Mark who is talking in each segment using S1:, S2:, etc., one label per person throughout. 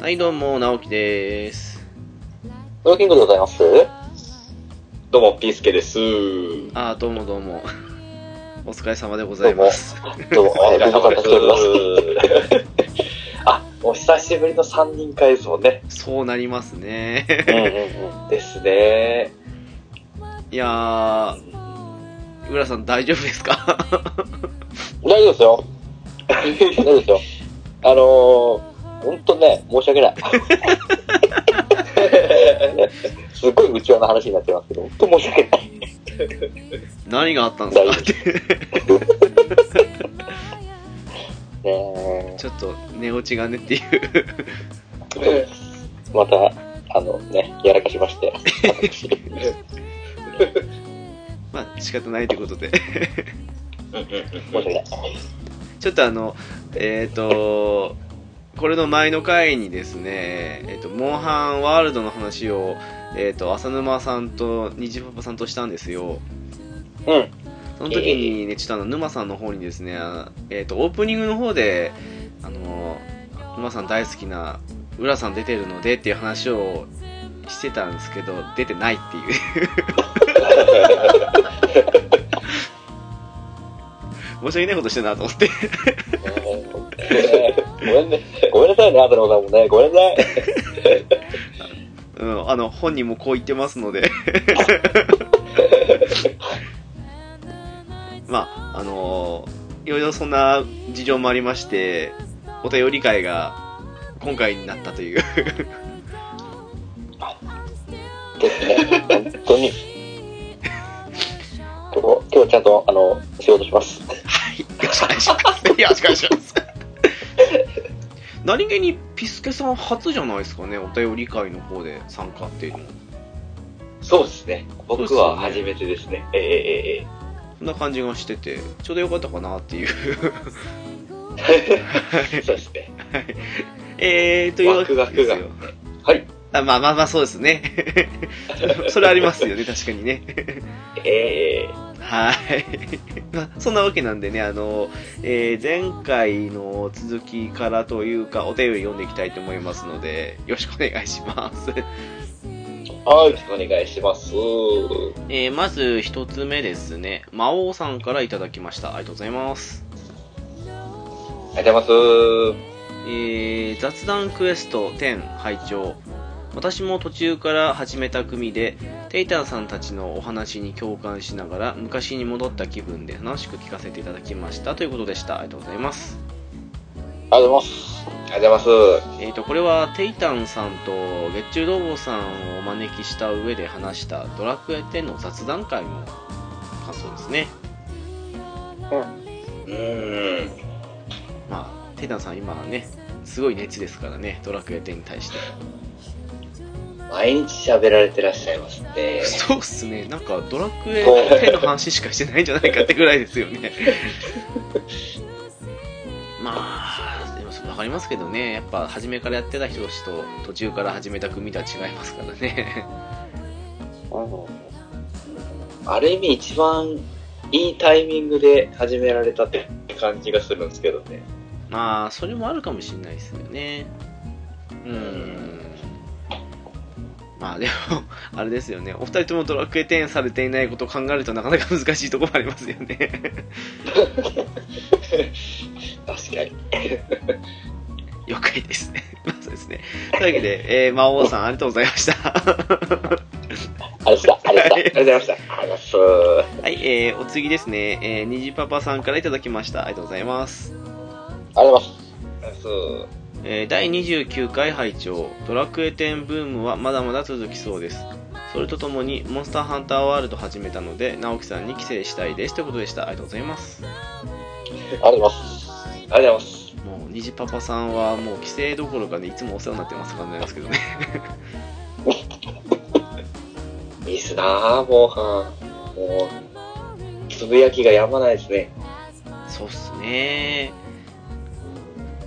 S1: はい、どうも、直樹です。
S2: ドキングでございます。
S3: どうも、ピースケです。
S1: あー、どうもどうも。 お疲れ様でございます。
S2: どうも、ご無沙汰しております。
S3: あ、お久しぶりの3人会ですもんね。
S1: そうなりますね。
S2: うんうんうん。
S3: ですね。
S1: いやー、浦さん大丈夫ですか
S2: 大丈夫ですよ。大丈夫ですよ。あのー、ほんとね、申し訳ない。 すごい内輪の話になってますけど、ほんと申し訳ない。
S1: 何があったんですか
S2: 大
S1: って。
S2: ね
S1: ちょっと寝落ちがねっていう。
S2: えまた、あのね、やらかしま して。私
S1: まあ、仕方ないということで。
S3: うんうん
S2: 申し訳ない。
S1: ちょっとあの、えっ、ー、と、これの前の回にですね、えっ、と、モンハンワールドの話を、えっ、と、浅沼さんと、虹パパさんとしたんですよ。
S2: うん。
S1: その時にね、ちょっとあの、沼さんの方にですね、あえっ、と、オープニングの方で、あの、沼さん大好きな、浦さん出てるのでっていう話をしてたんですけど、出てないっていう。申し訳ないことしてるなと思って。
S2: ねほんとねごめんね。ごめんなさいね、あたのさんもね。ごめんなさい。
S1: うん、あの、本人もこう言ってますので。 まあ、あのいろいろそんな事情もありまして、お便り会が今回になったと いう。
S2: ですね。本当に。今日、今日ちゃんと、あの、仕事します。
S1: はい。よろしくお願いします。よろしくお願いします。 何気にピスケさん初じゃないですかね、お便り会の方で参加っていうの。
S3: そうですね。僕は
S1: そうです
S3: 初めてですね。えええええ
S1: そんな感じがしてて、ちょうどよかったかなっていう。
S3: えそうですね。
S1: えー、というわけですよ。
S3: ワクワクはい。
S1: あまあまあまあ、そうですね。 それありますよね、確かにね。
S3: えええ
S1: はい。 まあ、そんなわけなんでね、あの、えー前回の続きからというか、お便り読んでいきたいと思いますので、よろしくお願いします。
S2: はい。
S3: えお願いします。
S1: えーまず一つ目ですね。魔王さんからいただきました。ありがとうございます。
S3: ありがとうございま
S1: えー雑談クエスト10拝聴私も途中から始めた組でテイタンさんたちのお話に共感しながら昔に戻った気分で楽しく聞かせていただきましたということでしたありがとうございます
S2: ありがとうございます。
S3: す。ありがとうございま
S1: えー、とこれはテイタンさんと月中泥棒さんをお招きした上で話したドラクエ10の雑談会の感想ですね
S3: す。うーん。
S1: まあテイタンさん今はねすごい熱ですからねドラクエ10に対して
S3: 毎日喋られてらっしゃいますね。
S1: そうっすね、なんかドラクエ10の話しかしてないんじゃないかってぐらいですよね。まあ、でもそれ分かりますけどね、やっぱ初めからやってた人たちと途中から始めた組とは違いますからね。
S3: ある意味一番いいタイミングで始められたって感じがするんですけどね。
S1: まあ、それもあるかもしれないですよね。うーん。まあでも、あれですよね、お二人ともドラクエ10されていないことを考えるとなかなか難しいところもありますよね。
S3: 確かに。
S1: 了解ですね。 まあそうですね。というわけで、えー、魔王さんありがとうございました。
S2: あれでした、あれで
S1: はい
S2: し
S3: ありがとうございました。ありがとうございます。
S1: はい、えー、お次ですね、えー、にじパパさんからいただきました。ありがとうございます。
S2: た。ありがとうございます。
S1: えー、第29回拝聴ドラクエ10ブームはまだまだ続きそうです。それとともに、モンスターハンターワールド始めたので、直樹さんに帰省したいです。ということでした。ありがとうございます。
S2: ありがとうございます。
S3: ありがとうございます。
S1: もう、にじパパさんはもう帰省どころかね、いつもお世話になってますからね、ですけどね。
S3: いいっすなぁ、もうはん。もう、つぶやきがやまないですね。
S1: そうっすね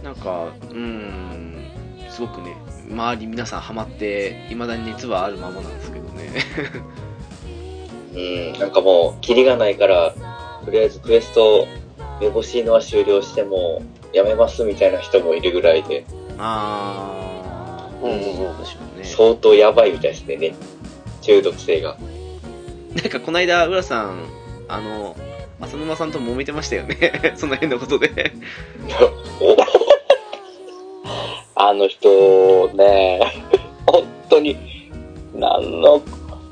S1: なんかうーんすごくね周り皆さんハマっていまだに熱はあるままなんですけどね
S3: うん、なんかもう、キリがないから、とりあえずクエスト、めぼしいのは終了しても、やめますみたいな人もいるぐらいで、
S1: あ
S4: うんうんうん
S1: 確かにね
S2: 相当やばいみたいですねね中毒性が
S1: なんかこの間浦さんあの浅沼さんと揉めてましたよね その辺のことで
S4: あの人ね、 本当に、何の、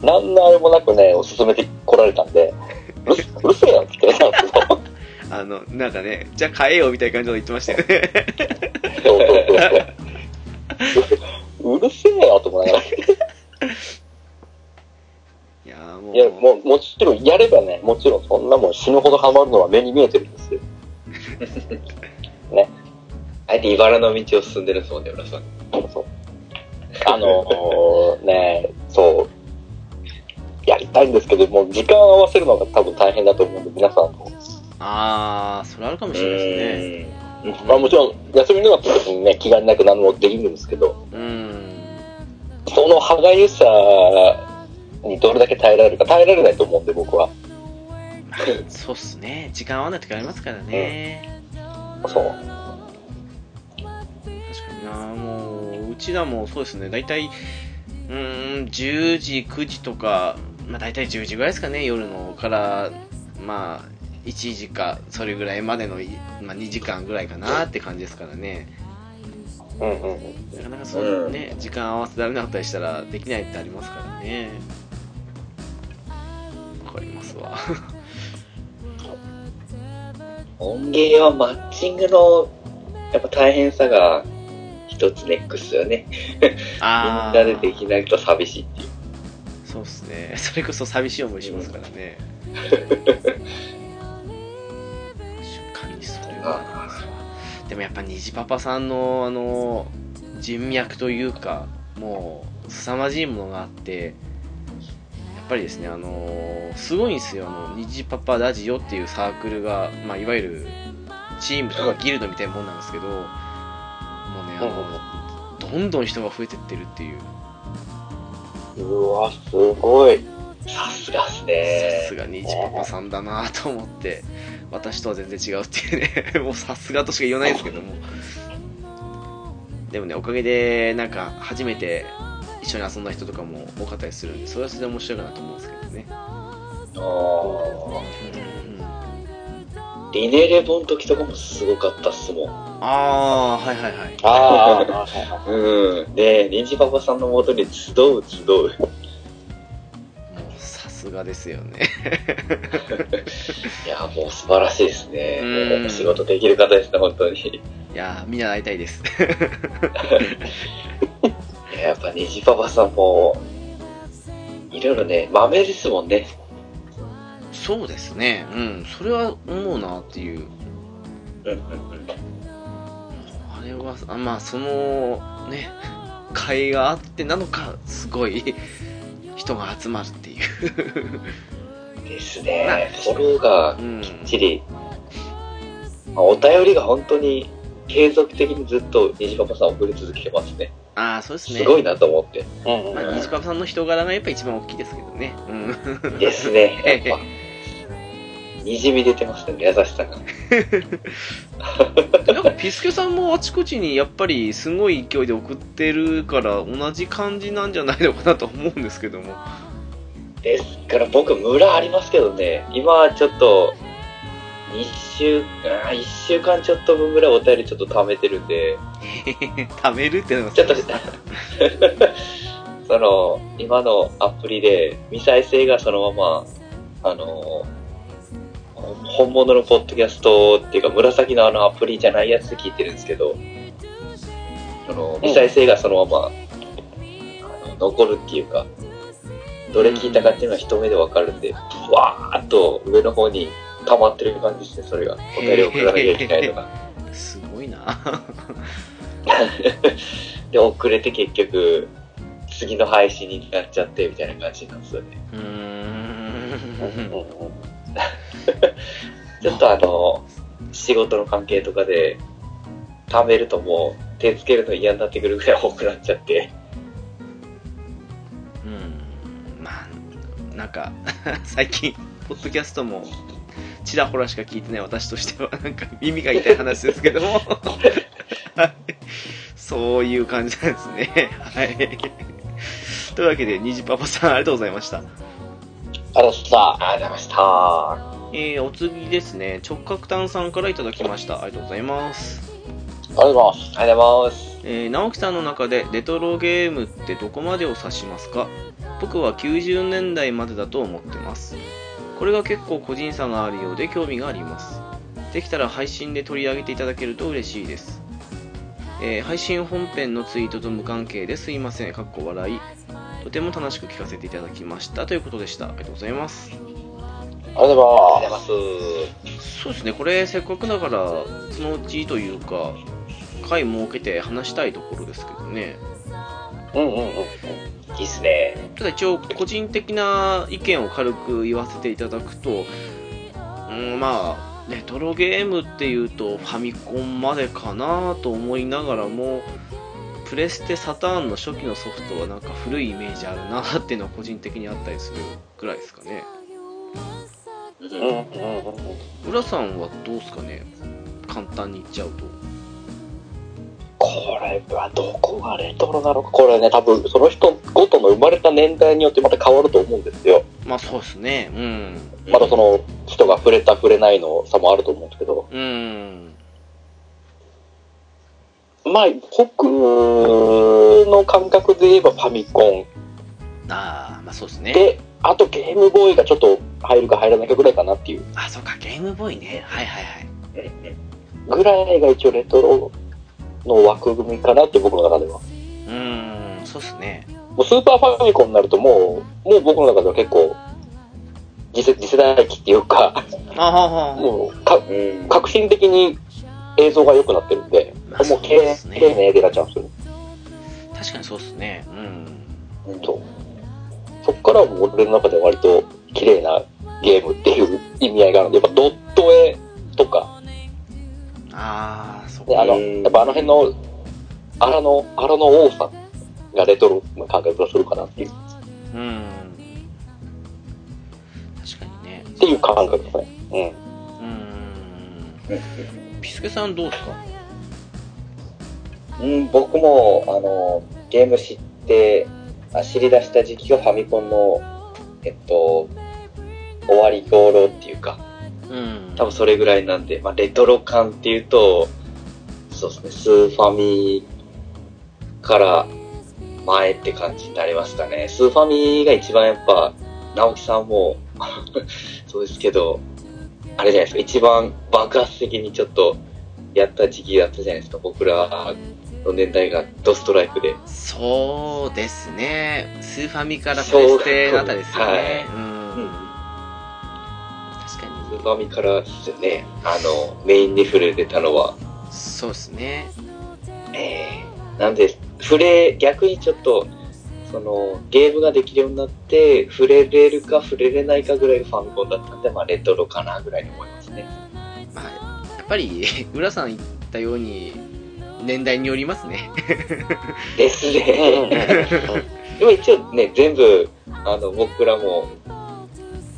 S4: 何のあれもなくね、おすすめて来られたんで、うるせうるせえよって言ってたんですよ。
S1: あのなんかねじゃあ変えようみたいな感じのこと言ってましたよね
S4: そう そうそう。うるせえよと思いながら。
S1: いやーもう
S4: いや、もう、もちろん、やればね、もちろん、そんなもん死ぬほどハマるのは目に見えてるん ですよ。
S2: あえて茨の道を進んでるそうね浦さん
S4: そう。あのー、ね、そう。やりたいんですけど、もう時間を合わせるのが多分大変だと思うんで、皆さんも。
S1: ああそれあるかもしれないですね
S2: うん
S4: まあもちろん、休みの後にね、気兼ねなく何もできるんですけど、
S1: うん
S4: その歯がゆさにどれだけ耐えられるか、耐えられないと思うんで、僕は。
S1: そうっすね時間合わない時ありますからね、
S4: そう。
S1: 確かになもううちらもそうですね大体うーん10時9時とか、まあ、大体10時ぐらいですかね夜のからまあ1時かそれぐらいまでの、いまあ、2時間ぐらいかなって感じですからね
S4: うんうんうん。
S1: なかなかそうね、時間合わせられなかったりしたらできないってありますからねわかります わ
S2: 音源はマッチングのやっぱ大変さが一つネックっすよねみん
S1: あ
S2: な
S1: あ
S2: でできないと寂しいっていう
S1: そうっすね それこそ寂しい思いしますからね確かにそれはありますわでもやっぱ虹パパさんのあの人脈というかもう凄まじいものがあってやっぱりですねあのすごいんですよあの虹パパラジオっていうサークルが、まあ、いわゆるチームとかギルドみたいなもんなんですけどもうねあのどんどん人が増えてってるっていう
S4: うわ、すごい。
S2: さすがっ
S1: さ
S2: す
S1: す
S2: ね
S1: がにちパパさんだなと思って私とは全然違うっていうね もうさすがとしか言わないんですけどもでもねおかげでなんか初めて一緒に遊んだ人とかも多かったりするんでそれはそれで面白いかなと思うんですけどね、
S2: あー
S1: うん、あ
S2: リネレボの時とかもすごかったっすもん
S1: あはいはいはい
S4: ああ、
S2: うんねえ、ニンジパパさんのもとに集う集う。
S1: もうさすがですよね
S2: いや、もう素晴らしいです
S1: うん
S2: ね。お仕事できる方ですね、本当に。い
S1: いやー見習いたいです
S2: ややっぱニンジパパさんも、いろいろね、豆ですもんね。
S1: そうですねうんそれは思うなっていう
S2: うんうんうん。
S1: あれはあまあそのね 会があってなのかすごい人が集まるっていう、
S2: ですね。フォローが
S1: う
S2: き
S1: ん、
S2: っちり、まあお便りが本当に継続的にずっとニジパパさん送り続けてますね。
S1: ああそうですね
S2: すごいなと思って。
S4: うんうん
S1: まあ、虹パパさんの人柄がやっぱ一番大きいですけどね、うん、
S2: ですね。やっぱ、にじみ出てますね、優しさが。
S1: でなんかピスケさんもあちこちにやっぱりすごい勢いで送ってるから同じ感じなんじゃないのかなと思うんですけ ども
S2: ですから僕村ありますけどね今ちょっと1週間1週間ちょっと分ぐらいお便りちょっと貯めてるんで
S1: 貯めるってのが
S2: ちょっとその今のアプリで未再生がそのままあの本物のポッドキャストっていうか紫のあのアプリじゃないやつで聞いてるんですけどその未再生がそのままあの残るっていうかどれ聞いたかっていうのは一目でわかるんでブワーっと上の方に溜まってる感じですねそれがお便りを送らなきゃいけないのが。
S1: すごいな
S2: で、遅れて結局、次の配信になっちゃって、みたいな感じなんですよね。
S1: うーん
S2: ちょっとあの、仕事の関係とかで、貯めるともう、手つけるの嫌になってくるぐらい多くなっちゃって。
S1: うんまあなんか 最近ポッドキャストもちらほらしか聞いてない私としてはなんか耳が痛い話ですけどもはい そういう感じなんですね。はい。というわけで、虹パパさん、ありがとうございました。
S2: あらさ、
S3: ありがとうございました。
S1: えー、お次ですね、直角炭さんからいただきました。ありがとうございます。
S2: ありがとうございます。
S3: ありがとうございます。
S1: えー、直樹さんの中でレトロゲームってどこまでを指しますか僕は90年代までだと思ってます。これが結構個人差があるようで興味があります。できたら配信で取り上げていただけると嬉しいです。えー配信本編のツイートと無関係ですいません。かっこ笑い。とても楽しく聞かせていただきました。ということでした。ありがとうございます。
S2: ありがとうござ
S3: あり
S2: い
S3: が
S2: ます。
S3: とうございます。
S1: そうですね、これせっかくだから、そのうちというか、回設けて話したいところですけどね。
S2: うんうんうん。
S3: いいっすね。
S1: ただ一応、個人的な意見を軽く言わせていただくと、うん、まあ、レトロゲームっていうと、ファミコンまでかなと思いながらも、プレステ、サターンの初期のソフトはなんか古いイメージあるなっていうのは個人的にあったりするくらいですかね。
S3: うん
S2: うんうんうんうん。
S1: 浦さんはどうですかね簡単に言っちゃうと。
S2: これはどこがレトロなのか。これね、多分その人ごとの生まれた年代によってまた変わると思うんですよ。
S1: まあそうですね、うん。
S2: またその人が触れた触れないの差もあると思うんですけど。
S1: うん。
S2: まあ、僕の感覚で言えばファミコ
S1: ああ、まあそうです
S2: ン
S1: ね。
S2: で、あとゲームボーイがちょっと入るか入らないかぐらいかなっていう
S1: あ、そうか、ゲームボーイね。はいはいはい。
S2: ぐらいが一応レトロの枠組みかなって僕の中では。
S1: うーん、そうっすね。
S2: もうスーパーファミコンになるともう、もう僕の中では結構、次世次世代機っていうか、
S1: あははは。
S2: もうか
S3: うん。
S2: 革新的に映像が良くなってるんで、
S1: まあ
S2: もう綺麗綺麗な絵でなっちゃうんですよ。
S1: 確かにそうっすね。うん。
S2: そう。そっからはもう俺の中で割と綺麗なゲームって いう意味合いがあるので、やっぱドット絵とか、
S1: ああ、そ
S2: ね
S1: こ。
S2: あの、
S3: うん
S2: やっぱあの辺の、荒の、荒の多さがレトロな感覚がするかなっていう、っ
S1: うん。確かにね。
S2: ていう感覚ですね。
S1: うーん。ピスケさんどうですか
S3: うん、僕も、あの、ゲーム知って、あ知り出した時期がファミコンの、えっと、終わり頃っていうか、
S1: うん。
S3: 多分それぐらいなんで、まあ、レトロ感っていうと、そうですね、スーファミから前って感じになりますかね。スーファミが一番やっぱ、直樹さんも、 そうですけど、あれじゃないですか、一番爆発的にちょっとやった時期だったじゃないですか、僕らの年代がドストライクで。
S1: そうですね。スーファミからプレステのあたりですよね。うん。確か
S3: スーファミからですよね、あの、メインで触れてたのは。
S1: に。そうっすね。
S3: えーなんで、触れ、逆にちょっと、その、ゲームができるようになって、触れれるか触れれないかぐらいがファミコンだったんで、まあ、レトロかなぐらいに思いますね。
S1: まあ、やっぱり、 浦さん言ったように、年代によりますね。
S3: です
S2: うん。うん
S3: ね。 でも一応ね、全部、あの、僕らも、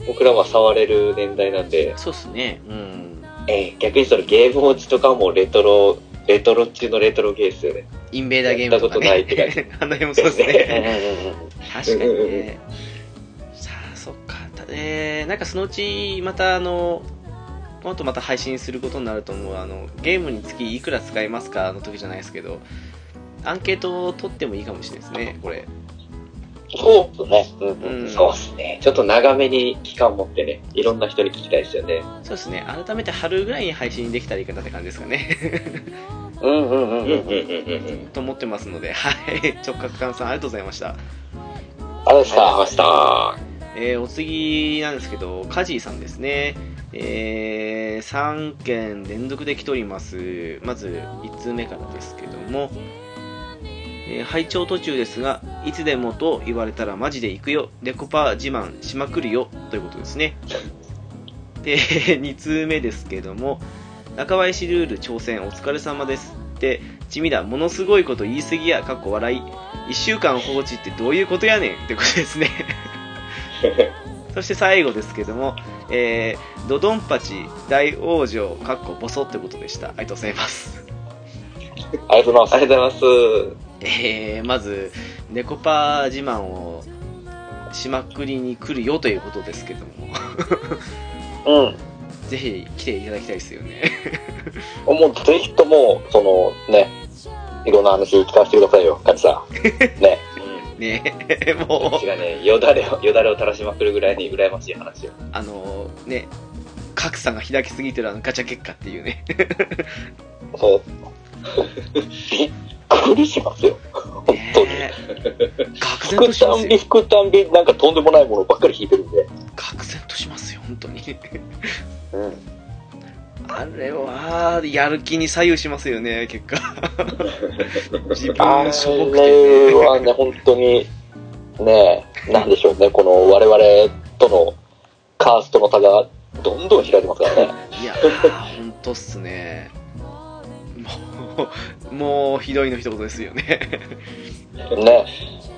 S3: 僕らは触れる年代なんで、
S1: そうっすね。うん。
S3: えー逆にそのゲーム落ちとかもレトロ、レトロ中のレトロゲーですよね。
S1: インベーダーゲームとか、ね。
S3: やったことないって
S1: あの辺もそうです ね。確かに
S3: うんうん
S1: ね。さあ、そっか。たえー、なんかそのうち、またあの、この後また配信することになると思う。あの、ゲームにつきいくら使いますかの時じゃないですけど、アンケートを取ってもいいかもしれないですね、これ。
S2: そうですね。うん
S1: う
S2: うん
S1: ん。
S3: そうですね。ちょっと長めに期間持ってね、いろんな人に聞きたいですよね。
S1: そうですね。改めて春ぐらいに配信できたらいいかなって感じですかね。
S2: うんうんう
S3: うん
S2: うん。
S3: んうん。
S1: と思ってますので、はい。直角炭さん、ありがとうございました。
S2: あれ
S3: さあ、
S2: さ
S3: ま、した。
S1: えーお次なんですけど、カジーさんですね。え3件連続で来ております。まず、1通目からですけども、えー拝聴途中ですが、いつでもと言われたらマジで行くよ。デコパ自慢しまくるよ。ということですね。で、2通 目ですけども、中林ルール挑戦お疲れ様です。で、地味だ、ものすごいこと言いすぎや、かっこ笑い。1週間放置ってどういうことやねんってことですね。そして最後ですけども、えー、ドドンパチ大往生、かっこボソってことでした。ありがとうございます。
S2: ありがとうござ
S3: あ
S2: いま
S3: りがとうございま
S1: えー、まず、ネコパ自慢をしまくりに来るよということですけども、
S2: す。うん。
S1: ぜひ来ていただきたいですよね。
S2: もうぜひとも、そのね、いろんな話聞かせてくださいよ、カジさん。ね。
S3: す。うん
S1: ね
S3: こ
S1: も
S3: っ
S1: う
S3: ち、がね、よだれを、よだれを垂らしまくるぐらいに羨ましい話を。
S1: あのね、格差が開きすぎてるあのガチャ結果っていうね。
S2: そう。びっくりしますよ。本当に。
S1: ね 愕然
S2: 引
S1: と
S2: く
S1: したます
S2: んび
S1: よ。
S2: 引くたんび、なんかとんでもないものばっかり引いてるんで。
S1: 愕然としますよ、本当に。
S2: うん。
S1: あれは、やる気に左右しますよね、結果。自
S2: あ
S1: 分しょぼくて、
S2: れはね、本当に、ねえ、なんでしょうね、この我々とのカーストの差がどんどん開いてますからね。
S1: いやー、ほんとっすね。もう、もうひどいの一言ですよね。
S2: ね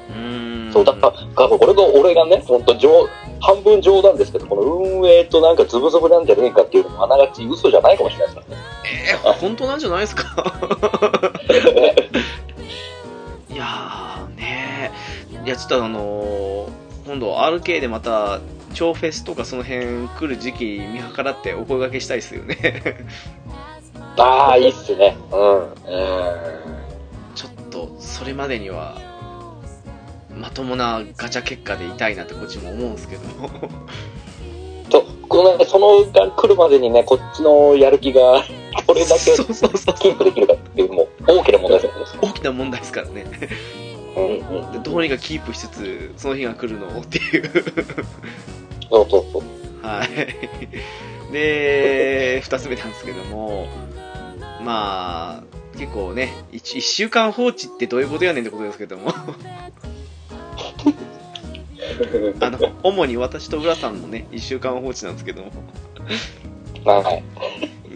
S1: うーん。
S2: そうだから、からこれが俺がね、本当冗半分冗談ですけど、この運営となんかズブズブなんじゃねえかっていうのもあながち嘘じゃないかもしれないですからね。
S1: えー、本当なんじゃないですかいやーねーいやちょっとあのー今度 RK でまた超フェスとかその辺来る時期見計らってお声掛けしたいですよね
S2: ああ、いいっすね。うん。
S3: う
S1: ちょっとそれまでにはまともなガチャ結果でいたいなってこっちも思うんですけど
S2: と、このなんかそのが来るまでにね、こっちのやる気が、これだ け
S1: そうそうそう
S2: キープできるかっていうのも大きな問題ですよね。
S1: 大きな問題ですからね
S2: うん
S3: ん。うん。
S1: でどうにかキープしつつその日が来るのをっていう
S2: そうそうそう。
S1: はい。で、二つ目なんですけども、まあ、結構ね、一一週間放置ってどういうことやねんってことですけども、あの、主に私と浦さんもね、一週間放置なんですけども、
S2: はい。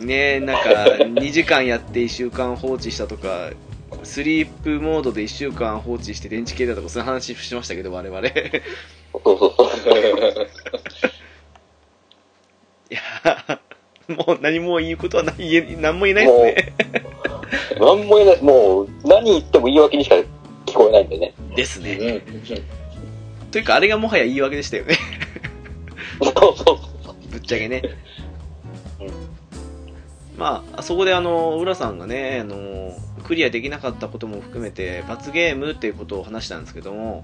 S1: ね、なんか、2時間やって一週間放置したとか、スリープモードで一週間放置して電池切れたとか、そういう話しましたけど、我々。い
S2: そうそう そう。
S1: やもう何も言うことはない、言え何も言えないですね。
S2: なんも言えない。もう、何言っても言い訳にしか聞こえないんでね。
S1: ですね。
S3: うん
S1: というか、あれがもはや言い訳でしたよね。
S2: そうそうそう。
S1: ぶっちゃけね
S2: う。
S1: まあ、あそこであの、浦さんがね、あの、クリアできなかったことも含めて、罰ゲームっていうことを話したんですけども、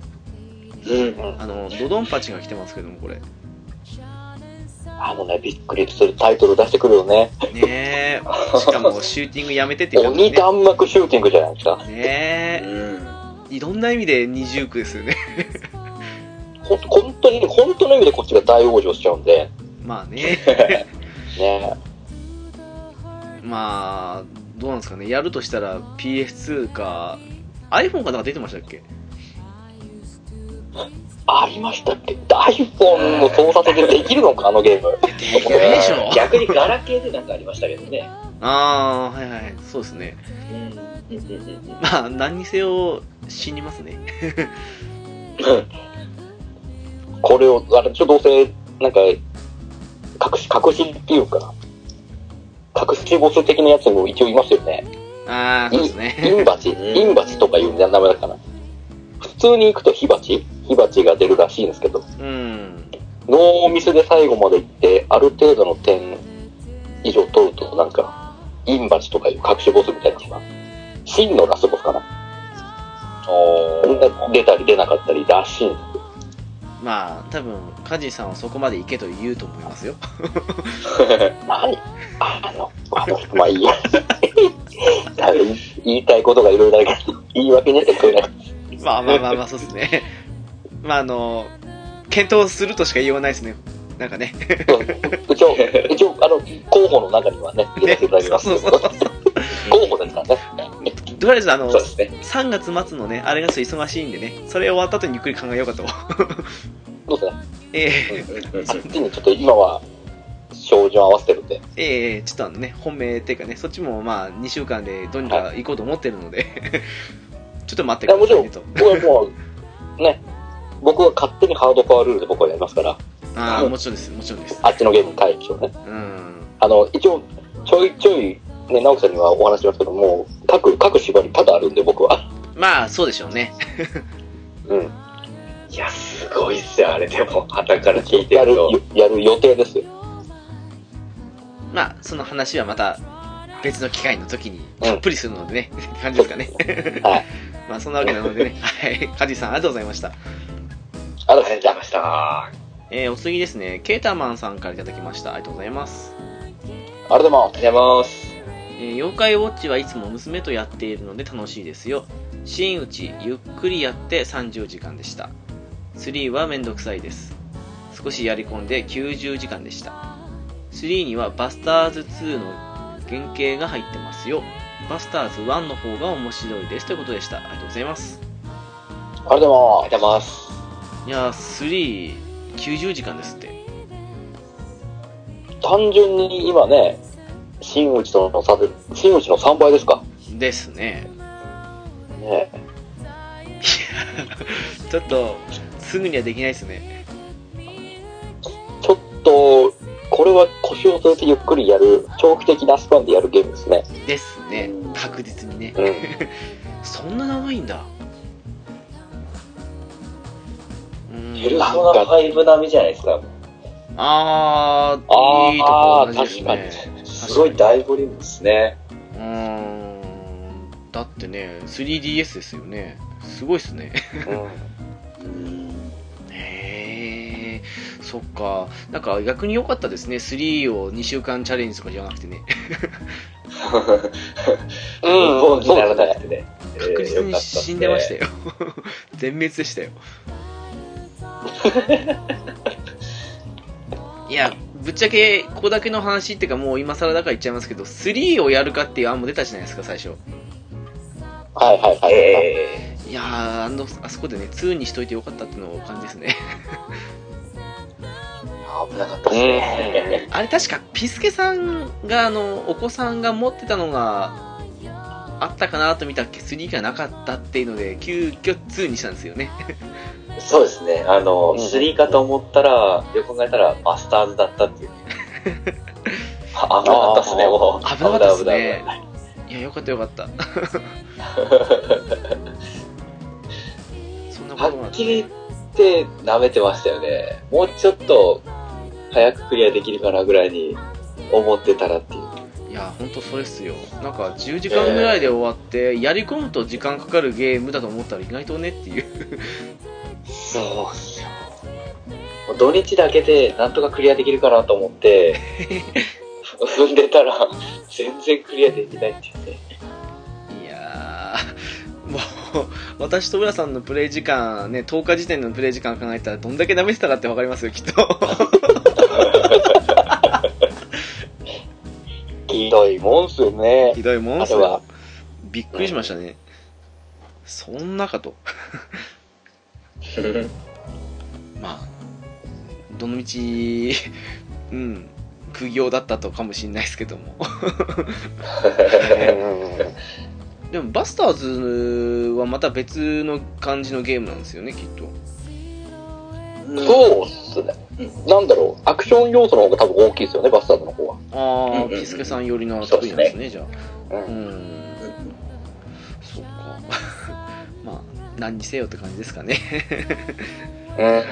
S3: うん。
S1: あの、ドドンパチが来てますけども、これ。
S2: あのね、びっくりするタイトル出してくるよね。
S1: ねえ、しかもシューティングやめてって言ったのに
S2: 鬼
S1: ね。
S2: 弾幕シューティングじゃないですか。
S1: ねえ、いろんな意味で二重苦ですよね。
S2: ほん本当に、本当の意味でこっちが大往生しちゃうんで。
S1: まあね、
S2: ね
S1: まあ、どうなんですかね、やるとしたら PS2 か、iPhone かなんか出てましたっけ
S2: ありましたっけ ?iPhone の操作でできるのかあのゲーム。
S1: できないでしょ
S3: 逆にガラケーでなんかありましたけどね。
S1: ああ、はいはい、そうですね。
S3: うん。うん
S1: まあ、何にせよ死にますね。
S2: これを、あれ、ちょっとどうせ、なんか、隠し、隠しっていうか、隠しボス的なやつも一応いますよね。
S1: ああ、そうです ね。
S2: インバチ、インバチとかいう名前だから、普通に行くと火鉢火鉢が出るらしいんですけど、
S1: うん。
S2: ノーミスで最後まで行って、ある程度の点以上取ると、なんか、インバチとかいう隠しボスみたいなのが、真のラスボスかな。
S3: お
S2: 出たり出なかったりらしいんで
S1: まあ、多分、カジさんはそこまで行けと言うと思いますよ。
S2: す。何あの、あの、まあいいや。多分言いたいことがいろいろあるけど、言い訳になってくれない。
S1: まあまあまあまあ、そうですね。まあ、あの、検討するとしか言わないですね。なんかね。
S2: 一応、一応、あの、候補の中にはね、入れさせていただきます。
S1: ねそうそうそ
S2: 候補ですからね。
S1: とりあえず、あの、
S3: そうですね。
S1: 3月末のね、あれがちょっと忙しいんでね、それ終わった後にゆっくり考えようかと。
S2: どうですかね。
S1: え
S3: うん
S1: え
S3: うんうん
S2: あっちにちょっと今は、照準合わせてるんで。
S1: ええちょっとあのね、本命っていうかね、そっちもまあ、2週間でどうにか行こうと思ってるので、 ちょっと待ってくださいねと。
S2: これもう、ね、僕は勝手にハードパワールールで僕はやりますから、
S1: ああ、もちろんです、もちろんです。
S2: あっちのゲームに回避をね。
S1: うん。
S2: あの、一応、ちょいちょい、ね、直樹さんにはお話ししますけど、もう、各、各縛り多々あるんで、僕は。
S1: まあ、そうでしょうね。
S2: うん。
S3: いや、すごいっすよ、あれでも、 旗から聞いて
S2: や
S3: る
S2: る
S3: と。、
S2: やる予定ですよ。
S1: まあ、その話はまた別の機会の時に
S2: うん
S1: たっぷりするのでね、 感じですかね。
S2: はい。
S1: まあ、そんなわけなのでね、はい。カジさん、ありがとうございました。
S2: あ
S3: あ
S2: りがとうご
S3: りがとうご
S2: ざい
S3: ざい
S2: ま
S3: ました。
S1: えー、お次ですね、ケータマンさんからいただきました。ありがとうございます。
S2: す。あれでも、
S3: ありがとうございます。
S1: えー妖怪ウォッチはいつも娘とやっているので楽しいですよ。真打ち、ゆっくりやって30時間でした。3はめんどくさいです。少しやり込んで90時間でした。3にはバスターズ2の原型が入ってますよ。バスターズ1の方が面白いです。ということでした。ありがとうございます。
S2: あれで
S3: あ
S2: も
S3: り、がとうございます。
S1: いやー、3、90時間ですって。
S2: 単純に今ね、新内との差で、新内の3倍ですか。
S1: ですね。
S2: ね
S1: ちょっと、すぐにはできないですね。
S2: ちょっと、これは腰を据えてゆっくりやる、長期的なスパンでやるゲームですね。
S1: ですね。確実にね。
S2: うん。
S1: そんな長いんだ。う
S3: ヘル
S1: ー
S3: ソ
S1: ん。
S3: ナ5並みじゃないですか。
S1: あ
S2: あ
S1: ー、
S2: ー
S1: いいとこ同じですね。
S3: すごい大ボリュームですね。
S1: うーん。だってね、3DS ですよね。すごいっすね。へー、そっか。なんか逆に良かったですね。3を2週間チャレンジとかじゃなくてね。
S2: うん
S3: ボンになら
S2: そう
S3: な
S2: で
S3: くてね。
S1: 確実に死んでました
S3: よ。
S1: よ。全滅でしたよ。いや、ぶっちゃけ、ここだけの話っていうか、もう今更だから言っちゃいますけど、3をやるかっていう案も出たじゃないですか、最初。
S2: はいはいはい。
S3: え
S1: いやー、あのあそこでね、2にしといてよかったっていうのを感じですね。
S3: ー、危なかったですね。
S1: あれ、確か、ピスケさんが、あの、お子さんが持ってたのが、あったかなと見たっけ、3がなかったっていうので、急遽2にしたんですよね。
S3: そうですね。あの、
S2: うん
S3: 3かと思ったら、よく考えたらマスターズだったっていう。あ危なかったですね、もう。
S1: 危なかったですね
S3: 危ない。
S1: いや、よかったよかった。そんなこ
S3: 危ない
S1: とも
S3: は
S1: あ
S3: っ
S1: っ
S3: き
S1: て、
S3: り言って舐めてましたよね。もうちょっと早くクリアできるかなぐらいに思ってたらっていう。
S1: いや、ほんとそれっすよ。なんか、10時間ぐらいで終わって、やり込むと時間かかるゲームだと思ったら意外とねっていう。
S3: そうっすよ。もう土日だけでなんとかクリアできるかなと思って、踏んでたら全然クリアできないっていうね。
S1: いやー、もう、私と浦さんのプレイ時間、ね、10日時点のプレイ時間考えたら、どんだけ舐めてたかってわかりますよ、きっと。
S2: ひどいもんっすよね。
S1: ひどいもんっす
S2: あれは
S1: よ。びっくりしましたね。そんなかと。まあ、どの道、 うん、苦行だったとかもしれないですけども。 でも、バスターズはまた別の感じのゲームなんですよね、きっと。
S2: そうっすね。なんだろう、アクション要素の方が多分大きいですよね、バスターズの方は。
S1: ああ、
S3: うんうんうん
S1: ピスケさん寄りの得意なんですね、じゃあ。
S2: う
S1: うんん、そっか。 まあ、何にせよって感じですかね。 はい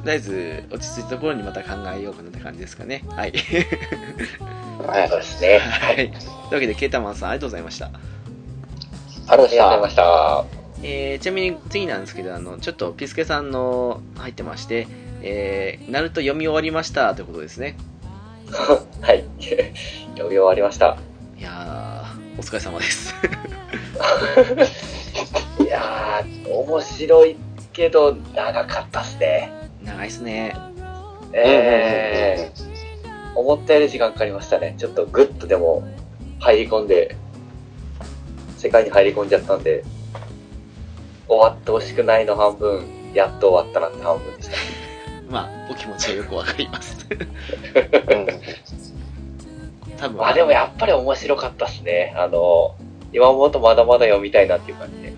S1: とりあえず、落ち着いたところにまた考えようかなって感じですかね。はい。
S2: はい。
S3: そうですね。
S1: はい。というわけで、ケータマンさん、ありがとうございました。
S2: ありがとうござ
S3: ありがとう
S2: い
S3: ござい
S2: ま
S3: ま
S2: し
S3: した。
S1: えーちなみに次なんですけど、あの、ちょっとピスケさんの入ってまして、えー、ナルト読み終わりましたということですね。
S3: はい。 読み終わりました。
S1: いやー、お疲れ様です。
S3: いやー、面白いけど長かったっすね。
S1: 長いっすね。
S3: ええ思ったより時間かかりましたね。ちょっとグッとでも入り込んで、世界に入り込んじゃったんで、終わってほしくないの半分、やっと終わったなって半分でした。
S1: まあ、お気持ちはよくわかります。
S2: た。うん
S1: 多分
S3: まあでもやっぱり面白かったっすね。あの、今思うとまだまだ読みたいなっていう感じで。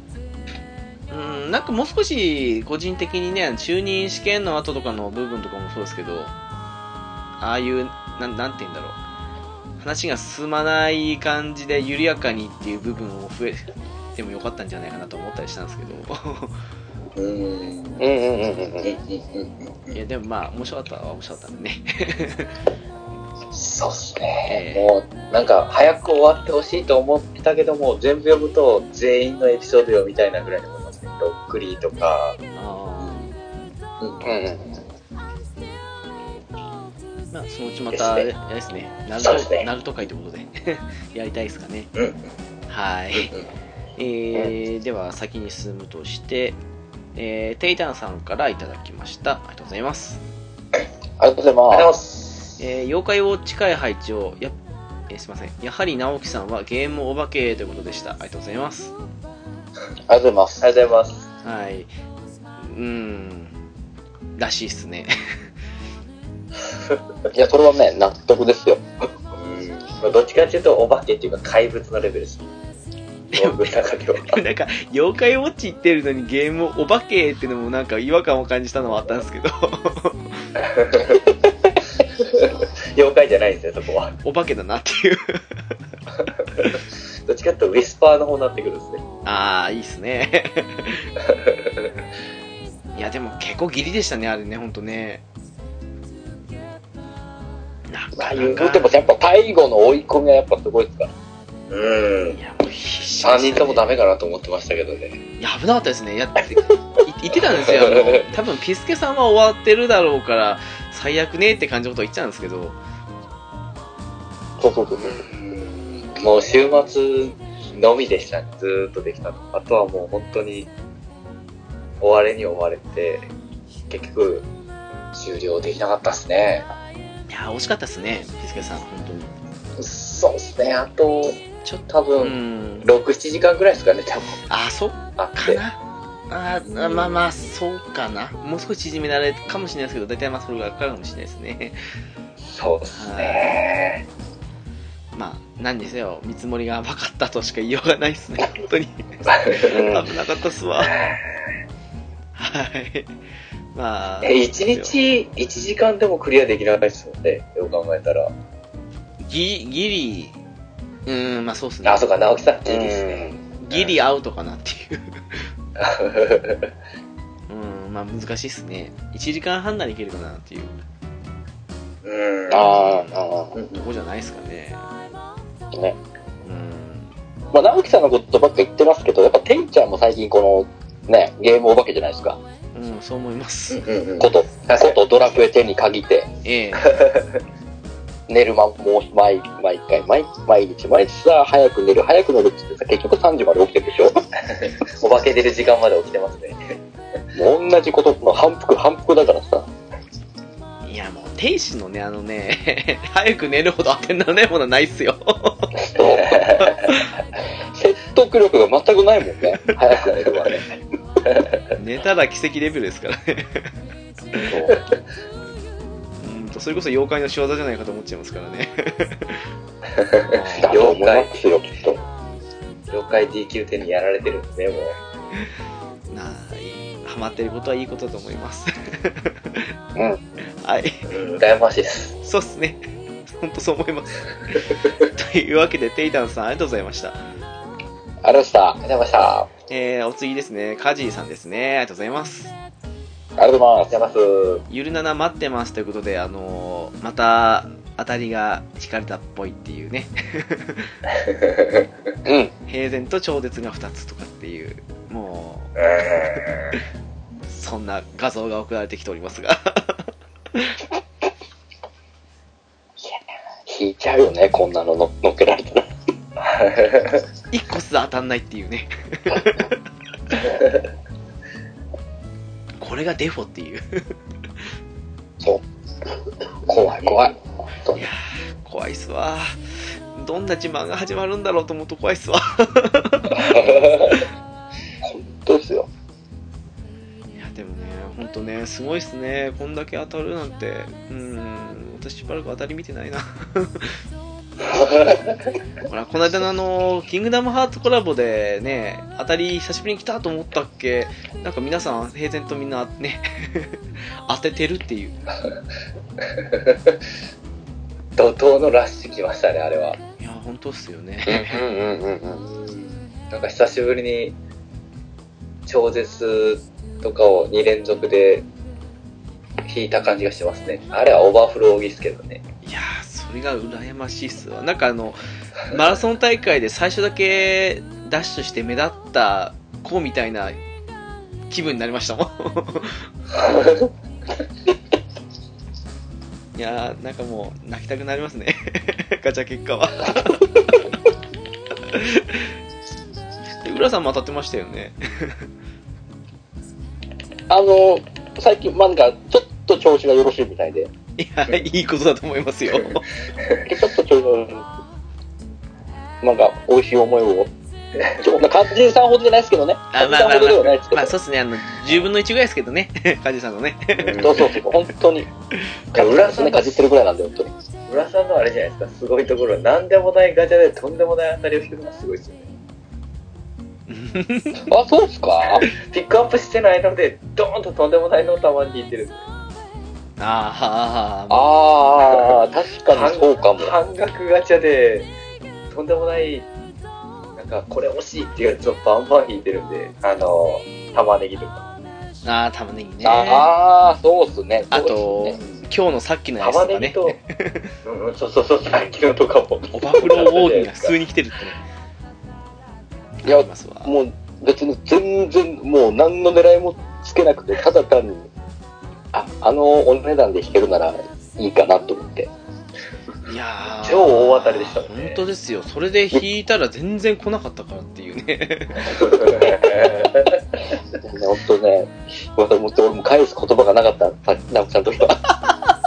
S1: うん、なんかもう少し個人的にね、就任試験の後とかの部分とかもそうですけど、ああいう、なん、なんて言うんだろう。話が進まない感じで緩やかにっていう部分を増えてもよかったんじゃないかなと思ったりしたんですけど
S3: うん。
S2: うんうんうんうんうん。
S1: いやでもまあ面白かったは面白かったんでね
S3: そうっすね、
S1: ええ
S3: もうなんか早く終わってほしいと思ってたけども全部読むと全員のエピソードよみたいなぐらいのものですねロックリーとか、
S1: あ
S3: うん
S2: うんうん
S1: ーまあそのうちまたあれあれですねナルト
S3: そうですね
S1: ナルト会ということで やりたいですかね
S3: うんうん
S1: はいえー、では先に進むとして、えー、テイタンさんからいただきましたありがとうございます
S2: ありがとうご
S3: あり
S2: ざい
S3: がとうござい
S2: ま。
S3: ますす
S1: えー妖怪ウォッチ会配置をや、えーすいませんやはり直樹さんはゲームお化けということでしたありがとうございます
S2: ありがとうございます。
S3: ありがとうございます
S1: はい。うーん。らしいっすね。
S2: いや、これはね、納得ですよ。
S3: まあどっちかっていうとお化けっていうか怪物のレベル ですね僕の中では
S1: なんか、妖怪ウォッチ行ってるのにゲームお化けってのもなんか違和感を感じたのはあったんですけど、
S3: 妖怪じゃないんですよそこは
S1: お化けだなっていう。
S3: どっちかっていうとウィスパーの方になってくるんですね
S1: あー、いいっす ね。いや、でも結構ギリでしたね、あれね、ほんとね。な
S2: まあ、
S1: か
S2: 言
S1: な
S2: うても
S1: か。
S2: やっぱ最後の追い込みはやっぱすごいですから。
S3: うん
S1: いや、もう必死
S3: 3
S1: でした
S3: 人と
S1: ね
S3: もダメかなと思ってましたけどね
S1: いや、危なかったですね。やっい言ってたんですよ。あの、多分ピスケさんは終わってるだろうから、最悪ねって感じのこと言っちゃうんですけど、
S2: そうそうそうそう。
S3: もう週末のみでしたね、ずーっとできたの。あとはもう本当に、追われに追われて、結局、終了できなかったっすね。
S1: いや、惜しかったですね、ピスケさん、本当に。
S3: そうっすね、あと、
S1: ちょっと、
S3: 多
S1: う
S3: 分、
S1: ん。
S3: 6、7時間ぐらいですかね、多分、
S1: あ、そっ
S3: あっ
S1: か
S3: て。
S1: な。あーあまあまあ、そうかな。もう少し縮められるかもしれないですけど、大体まあそれがかかるかもしれないですね。
S3: そうっすね。
S1: まあ、何にせよ、見積もりが甘かったとしか言いようがないですね、本当に。
S2: うん
S1: 危なかったっすわ。はい。まあ、
S3: え、1日、1時間でもクリアできなかったっすもんね、よく考えたら。
S1: ギリ、ギリ、うーん、まあそうっすね
S3: あ、。そうか、直樹さん、いいですね。
S1: ギリアウトかなっていう。
S3: う
S1: うん、まあ難しいっすね。1時間半ならいけるかなっていう
S3: うん。
S2: あーあ
S3: うん
S1: とこじゃないですかね。
S2: ー、ね。
S1: うん。
S2: まあ、直樹さんのことばっか言ってますけど、やっぱ、てんちゃんも最近この、ね、ゲームお化けじゃないですか。
S1: うん、そう思います。
S3: うんうんうん
S2: こと、ことドラクエ10に限って、
S1: ええ。
S2: 寝る間もう毎、毎回、毎毎日、毎日さ、早く寝る、早く寝るって言ってさ、結局3時まで起きてるでしょ
S3: お化け出る時間まで起きてますね。
S2: もう同じこと、もう反復、反復だから さ。
S1: いや、もう、天使のね、あのね、 早く寝るほど当てにならないものはないっすよ。
S2: そう説得力が全くないもんね。早く寝るわね。
S1: 寝たら奇跡レベルですからね。
S2: そう
S1: うんと、それこそ妖怪の仕業じゃないかと思っちゃいますから ね。
S2: だと思いますよ、きっと。
S3: 妖怪 D 級点にやられてるんですね、もう。
S1: なあ、ハマってることはいいことだと思います。
S2: うん。
S1: はい。
S3: うん、羨ましいです。
S1: そうっすね。本当そう思います。というわけで、テイタンさん、ありがとうございました。
S2: ありがとうございました。ありがとうございました。あ
S1: えー、お次ですね、カジーさんですね。ありがとうございます。
S2: りがとうございます。
S3: じゃあまず、
S1: ゆるなな待ってますということで、あのーまた、当たりが引かれたっぽいっていうね。
S2: うん。
S1: 平然と超絶が2つとかっていう、もう、 そんな画像が送られてきておりますが。
S2: 引いちゃうよね、こんなのの乗っけられたら。
S1: 1個すら当たんないっていうね。これがデフォっていう。
S2: 怖い、 怖い。
S1: いやー怖いっすわどんな自慢が始まるんだろうと思うと怖いっすわ
S2: 本当ですよ。
S1: いやでもねほんとねすごいっすねこんだけ当たるなんてうーん私しばらく当たり見てないなほらこの間のあの「キングダムハーツ」コラボでね当たり久しぶりに来たと思ったっけなんか皆さん平然とみんな ね当ててるっていう
S3: 怒涛のラッシュ来ましたね、あれは。
S1: いや、本当っすよね。
S2: うんうんうんうんうん。
S3: なんか久しぶりに、超絶とかを2連続で弾いた感じがしてますね。あれはオーバーフローですけどね。
S1: いやー、それが羨ましいっすわ。なんかあの、マラソン大会で最初だけダッシュして目立った子みたいな気分になりま したもん。いやー、なんかもう泣きたくなりますね。 ガチャ結果 は。で浦さんも当たってましたよね。
S2: あの、最近、まあ、なんか、ちょっと調子がよろしいみたいで、
S1: いや、いいことだと思います よ。
S2: ちょっと調子が、なんか、美味しい思い を。ちょ、まあ、肝心さんほどじゃないですけどね。
S1: あ、
S2: 肝心
S1: まあ
S2: さん
S1: まあ
S2: ほどでは
S1: ま
S2: な
S1: あ
S2: いです、け
S1: ま
S2: ど
S1: あ、。そうっすね、あの、10分の1ぐらいですけどね、 カジさんのね。
S2: そうそうそう、本当に。
S3: 浦さん
S2: ね、かじってるぐらいなんで、本当に。
S3: 村さんのあれじゃないですか、すごいところは、なんでもないガチャでとんでもない当たりを引くのがすごいですよね。
S2: あ、そうっすか
S3: ピックアップしてないので、ドーンととんでもないのをたまに引いてるんですよ。
S1: あーあ
S2: ああ、確かにそうかも。
S3: 半額ガチャで、とんでもない、なんか、これ惜しいっていうやつをバンバン引いてるんで、あの、玉ねぎとか。
S1: ー、あー玉ねぎね。
S2: ああ、そうっすね。
S1: あ
S2: そう
S1: と
S2: っすね、
S1: 今日のさっきのやつ
S3: 玉
S1: と
S3: ね
S1: か
S3: ぎ
S1: ね、
S3: と、うんうん、そうそうそう、さっきのとかも。
S1: オバフローウォーリーが普通に来てるってね。
S2: いや
S1: ありますわ。
S2: もう別に全然、もう何の狙いもつけなくて、ただ単に、あ、あのお値段で弾けるならいいかなと思って。
S1: いやー
S3: 超大当たりでしたもんね
S1: 本当ですよ。それで引いたら全然来なかったからっていう ね。
S2: 本当ね、またもっと俺も返す言葉がなかった、さ直樹さんの時 は。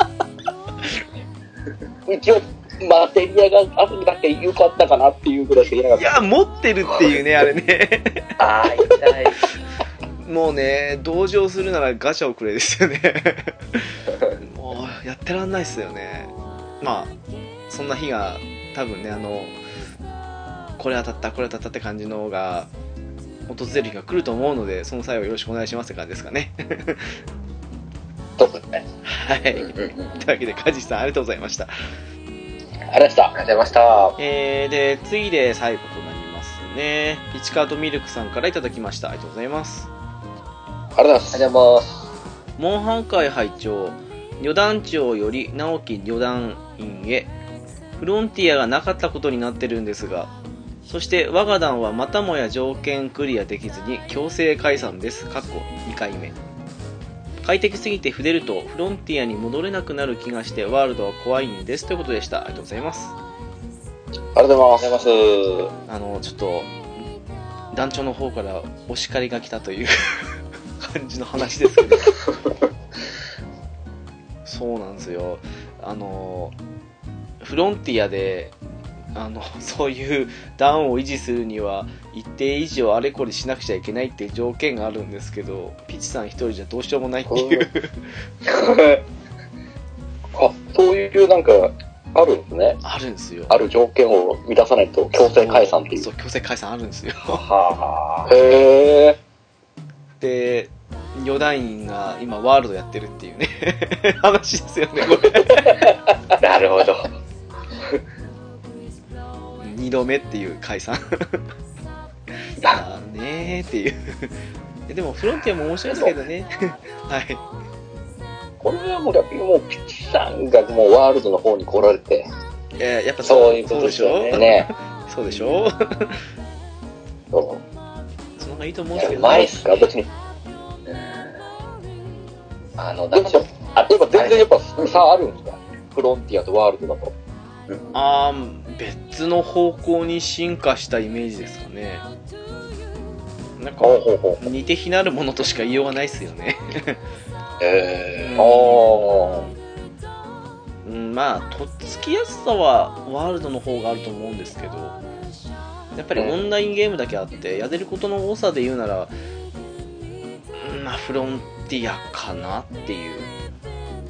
S2: 一応、マテリアがあるんだけ良かったかなっていうぐらいしか言えないか
S1: や、
S2: っ
S1: 持ってるっていうね、あれね。
S3: ああ、痛い。
S1: もうね、同情するならガチャをくれですよ ね。もう、やってらんないっすよね。まあ、そんな日が、多分ね、あの、これ当たった、これ当たったって感じのが、訪れる日が来ると思うので、その際はよろしくお願いしますって感じですかね。
S2: た。そうですね。
S1: はい。というわけで、梶さん、ありがとうございました。
S2: ありがとうございました。
S3: 出ました。
S1: えー、で、次で最後となりますね。市川とミルクさんからいただきました。ありがとうございます。
S2: ありがとうございます。
S1: モンハン会会長旅団長より直樹旅団員へフロンティアがなかったことになってるんですがそして我が団はまたもや条件クリアできずに強制解散です過去2回目快適すぎて触れるとフロンティアに戻れなくなる気がしてワールドは怖いんですということでしたありがとうございます
S2: ありがとうございます。
S3: ありがとうございま
S1: あのちょっと団長の方からお叱りが来たという 感じの話ですけどそうなんですよあのフロンティアであのそういう団を維持するには一定以上あれこれしなくちゃいけないっていう条件があるんですけどピチさん一人じゃどうしようもないっていう
S2: あ、そういうなんか、あるんですね。
S1: あるんですよ
S2: ある条件を満たさないと強制解散っていう
S1: そ。う強制解散あるんですよ
S3: はあ。
S2: へえ。
S1: で余談員が今ワールドやってるっていうね 話ですよねこれ
S3: なるほど。
S1: 2度目っていう解散だねーっていうえでもフロンティアも面白いですけどねはい
S2: これはもう、もうピッチさんがもうワールドの方に来られて、
S1: いややっぱ
S2: そういうことですよ
S1: そうでしょ
S2: ね。
S1: そうでしょ
S2: そ
S1: その方がいいと思うん
S2: う
S1: ですけ
S2: い
S1: ど
S2: や、
S1: ね
S2: 前っすか別に。
S3: あの、
S2: な
S3: な
S2: んん
S3: か
S2: か、あやっぱ全然やっぱ差あるんですかフロンティアとワールドだと。
S1: あー別の方向に進化したイメージですかねなんか
S2: ほうほうほ
S1: 似て非なるものとしか言いようがないですよね
S3: え
S2: う。お
S1: うん、まあとっつきやすさはワールドの方があると思うんですけどやっぱりオンラインゲームだけあってやれることの多さで言うならうんまあフロンティアかなっていう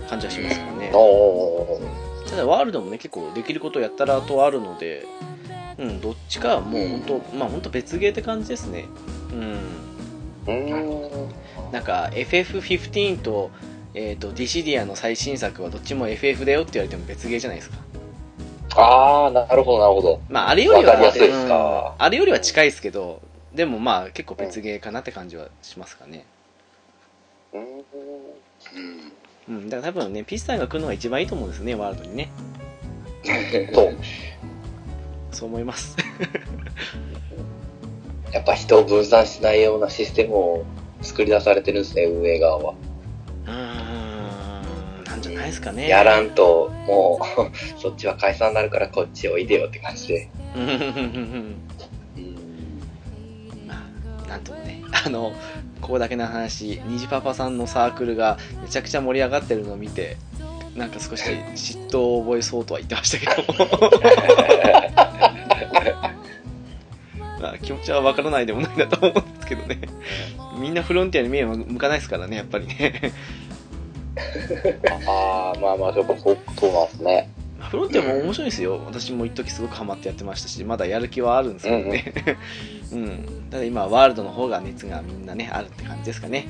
S1: 感じはしますよね
S2: ー。おー。
S1: ただワールドもね結構できることやったらとあるのでうんどっちかはもう本当、まあ本当別ゲーって感じですねうん
S2: うーん。
S1: なんか FF15 と,、えー、とディシディアの最新作はどっちも FF だよって言われても別ゲーじゃないですか
S2: ああ、なるほど、なるほど。
S1: まあ、あれよりは、
S2: わかりやすいですか
S1: うんあれよりは近いですけど、でもまあ、結構別ゲーかなって感じはしますかね。
S2: うーん。
S1: うん、だから多分ね、ピスタンが来るのが一番いいと思うんですね、ワールドにね。
S2: そう。
S1: そう思います。
S3: やっぱ人を分散しないようなシステムを作り出されてるんですね、運営側は。
S1: うーん、なんじゃないですかね。
S3: やらんと、もう、そっちは解散になるからこっちおいでよって感じで。
S1: うんうんうんうんうんまあ、なんともね、 あの、ここだけの話、ニジパパさんのサークルがめちゃくちゃ盛り上がってるのを見て、なんか少し嫉妬を覚えそうとは言ってましたけども、 まあ、気持ちはわからないでもないなと思うんですけどね。みんなフロンティアに目は向かないですからね、やっぱりね。
S2: ああ、まあまあ、やっぱそうそうなんですね。
S1: まあ フロンティアも面白いですよ。私も一時すごくハマってやってましたし、まだやる気はあるんですけどね。うん。ただ今、ワールドの方が熱がみんなね、あるって感じですかね。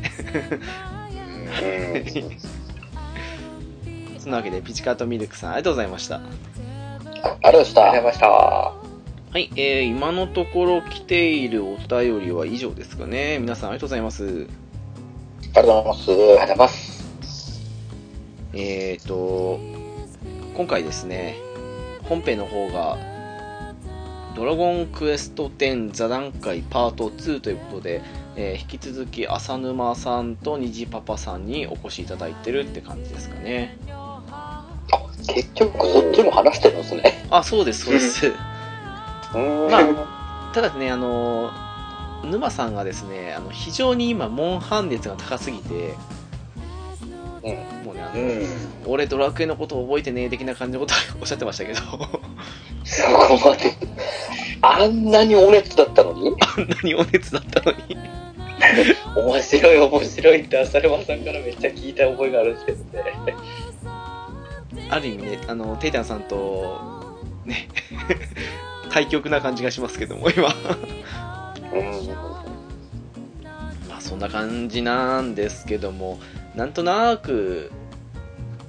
S2: うん。
S1: そんなわけで、ピチカートミルクさん、ありがとうございました。
S2: あれでし
S3: あ
S2: た
S3: りがとうござい。ました。
S1: はい、えー、今のところ来ているお便りは以上ですかね。皆さんありがとうございます。
S2: ありがとうございます。
S3: ありがとうございます。
S1: えーと、今回ですね、本編の方が、ドラゴンクエスト10座談会パート2ということで、えー引き続き浅沼さんと虹パパさんにお越しいただいてるって感じですかね。
S2: 結局、そっちも話してるんですね。
S1: あ、そうです、そうです。
S2: うーん。
S1: まただね、あのー沼さんがですね、あの非常に今、モンハン熱が高すぎて、もうね、あの
S3: うん。
S1: 俺、ドラクエのこと覚えてねえ的な感じのことは おっしゃってましたけど、
S2: そこまで。あんなにお熱だったのに
S1: あんなにお熱だったのに。
S3: 面白い面白いって浅沼さんからめっちゃ聞いた覚えがあるんですけどね。
S1: ある意味ね、あの、テイタンさんと、ね、対局な感じがしますけども、今。
S2: うん。
S1: まあ、そんな感じなんですけども、なんとなく、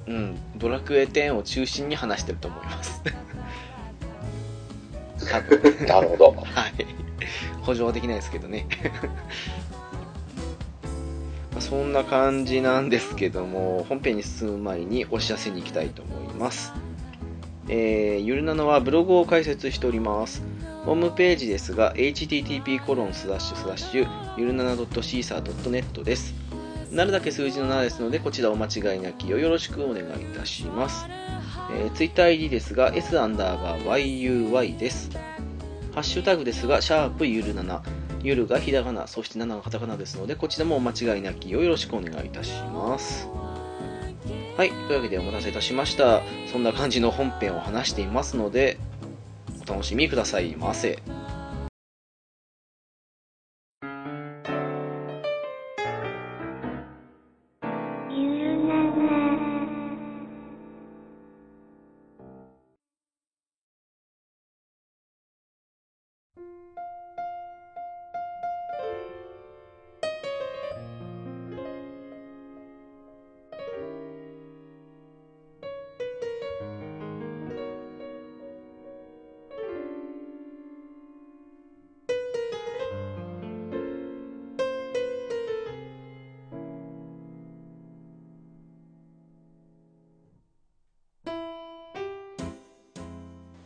S1: うん、ドラクエ10を中心に話してると思います。多分
S2: なるほど。
S1: はい。補助はできないですけどね。 まあそんな感じなんですけども、本編に進む前にお知らせに行きたいと思います。えー、ゆるなのはブログを開設しております。ホームページですが、http コロンスラッシュスラッシュゆるなな .caesar.net です。なるだけ数字の7ですので、こちらお間違いなきようよろしくお願いいたします。えー、TwitterID ですが、s アンダーバー yuy です。ハッシュタグですが、シャープゆる7。ゆるがひらがな、そして7がカタカナですので、こちらもお間違いなきようよろしくお願いいたします。はい、というわけでお待たせいたしました。そんな感じの本編を話していますので、お楽しみくださいませ。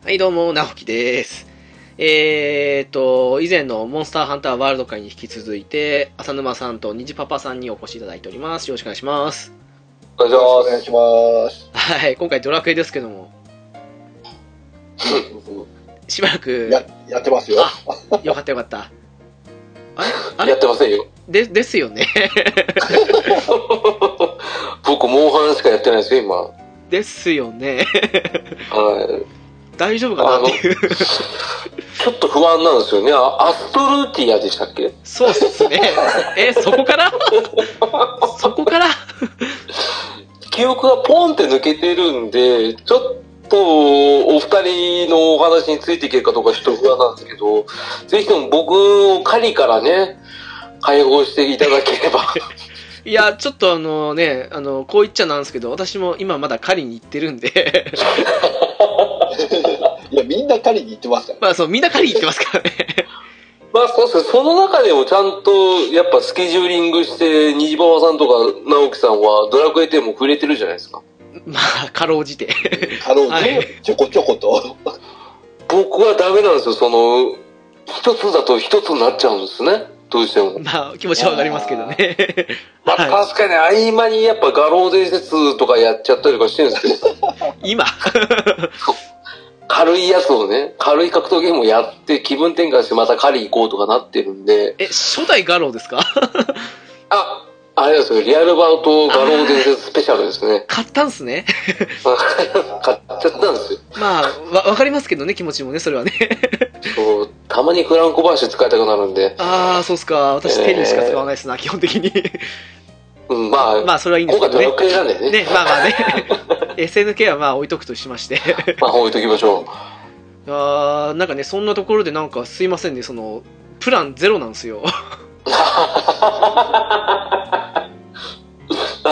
S1: はい、どうも、直樹です。えーと、以前のモンスターハンターワールド会に引き続いて、浅沼さんと虹パパさんにお越しいただいております。よろしくお願いします。
S2: お願いし
S3: お
S2: ま
S3: 願い
S2: す。
S3: します。
S1: はい、今回ドラクエですけども、しばらく、
S5: ややってますよ。
S1: よかったよかった。あれあ
S2: や
S1: れ
S2: ってませんよ。
S1: でですよね。
S2: 僕、モンハンしかやってないですよ、今。は
S1: ですよね。
S2: い。
S1: 大丈夫かなっていう。
S2: ちょっと不安なんですよね。あアストルティアでしたっけ
S1: そうっすね。え、そこからそこから
S2: 記憶がポンって抜けてるんで、ちょっとお二人のお話についていけるかどうかちょっと不安なんですけど、ぜひとも僕を狩りからね、解放していただければ。
S1: いや、ちょっとあのね、あの、こう言っちゃなんですけど、私も今まだ狩りに行ってるんで、
S5: いや、みんな狩りに行ってますから。
S1: まあそう、みんな狩り行ってますからね。
S2: まあそうですねその中でもちゃんとやっぱスケジューリングして、虹パパさんとか直樹さんはドラクエ10も触れてるじゃないですか。
S1: まあ、かろうじて。
S5: かろう
S1: は
S5: じ
S1: い
S5: て、ちょこちょこと。
S2: 僕はダメなんですよ、その、一つだと一つになっちゃうんですね。どうしても。
S1: まあ、気持ちはわかりますけどね。
S2: まあ、
S1: は
S2: 確かに合間にやっぱ画廊伝説とかやっちゃったりとかしてるんですけど、
S1: い。今。
S2: 軽いやつをね、軽い格闘ゲームをやって気分転換してまた狩り行こうとかなってるんで、
S1: え、初代ガローですか
S2: あ、あれなんですよ、リアル版と画廊伝説スペシャルですね。
S1: 買ったんすね。
S2: 買っちゃったんですよ。
S1: まあ、わ、わかりますけどね、気持ちもね、それはね。
S2: そう、たまにフランコバーシュ使いたくなるんで、
S1: ああ、そうっすか。私、
S2: えー
S1: テリーしか使わないっすな、基本的 に。
S2: うん、まあ、
S1: まあ、それはいいんで
S2: 今
S1: すけ
S2: 回
S1: ど
S2: ド
S1: ね
S2: ラ。クエなんだよね。
S1: ね、まあまあね。SNK はまあ置いとくとしまして。
S2: まあ、置いときまし ょう。
S1: あーなんかね、そんなところでなんかすいませんね、その、プランゼロなんです よ。
S2: な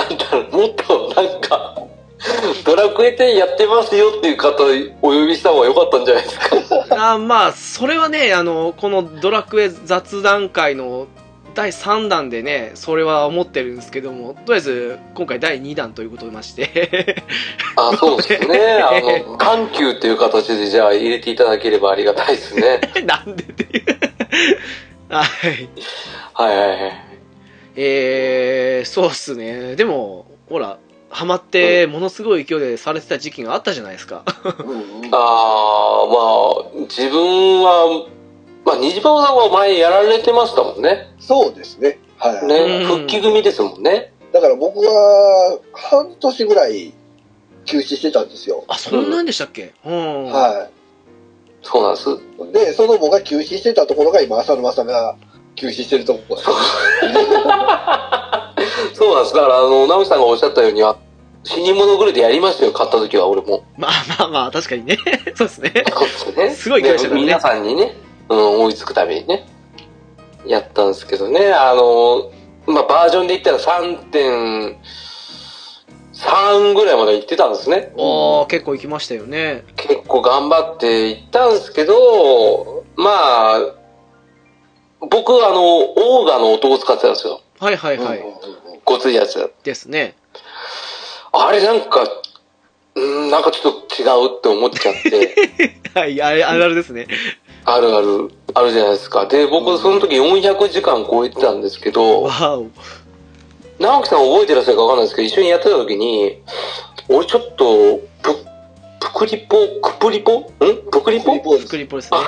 S2: んだろう、もっとなんか、ドラクエ10やってますよっていう方お呼びした方が良かったんじゃないですか。
S1: あーまあ、それはね、あの、このドラクエ雑談会の第3弾でね、それは思ってるんですけども、とりあえず、今回第2弾ということでまして。
S2: あ、そうですね。あの、緩急っていう形でじゃあ入れていただければありがたいで すね。
S1: なんでっていう。 はい。
S2: はいはいはい。
S1: えー、そうっすね。でも、ほら、ハマって、ものすごい勢いでされてた時期があったじゃないですか。
S2: あー、まあ、自分は、まあ、虹パさんは前やられてましたもんね。
S5: そうですね。はい。
S2: ね、
S1: うん
S2: 復帰組ですもんね。
S5: だから僕は、半年ぐらい休止してたんですよ。
S1: あ、そんなんでしたっけうん。
S5: は
S2: そうなんです。
S5: い。で、その僕が休止してたところが今、浅沼さんが休止してるところです。
S2: そうなんです。だから、あの、直樹さんがおっしゃったように、あ死に物狂いでやりましたよ、買った時は俺も。
S1: まあまあまあ、確かにね。 そうですね。
S2: そうですね。
S1: すごい会社だね
S2: で皆さんにね、うん、追いつくためにね、やったんですけどね、あの、まあ、バージョンで言ったら3.3ぐらいまで行ってたんですね。
S1: おー、結構行きましたよね。
S2: 結構頑張って行ったんですけど、まあ、僕、あの、オーガの音を使ってたんですよ。
S1: はいはいはい。
S2: ごついやつ。
S1: ですね。
S2: あれなんか、うん、なんかちょっと違うって思っちゃって。
S1: はい、あれ、あるあるですね。
S2: あるある、あるじゃないですか。で、僕、その時400時間超えてたんですけど、
S1: わお。
S2: 直樹さん覚えてらっしゃるかわかんないですけど、一緒にやってた時に、俺ちょっと、ぷ、ぷくりぽ、くぷりぽんぷくりぽ
S5: ポー
S1: 作
S5: ズ
S1: りっぽいですね。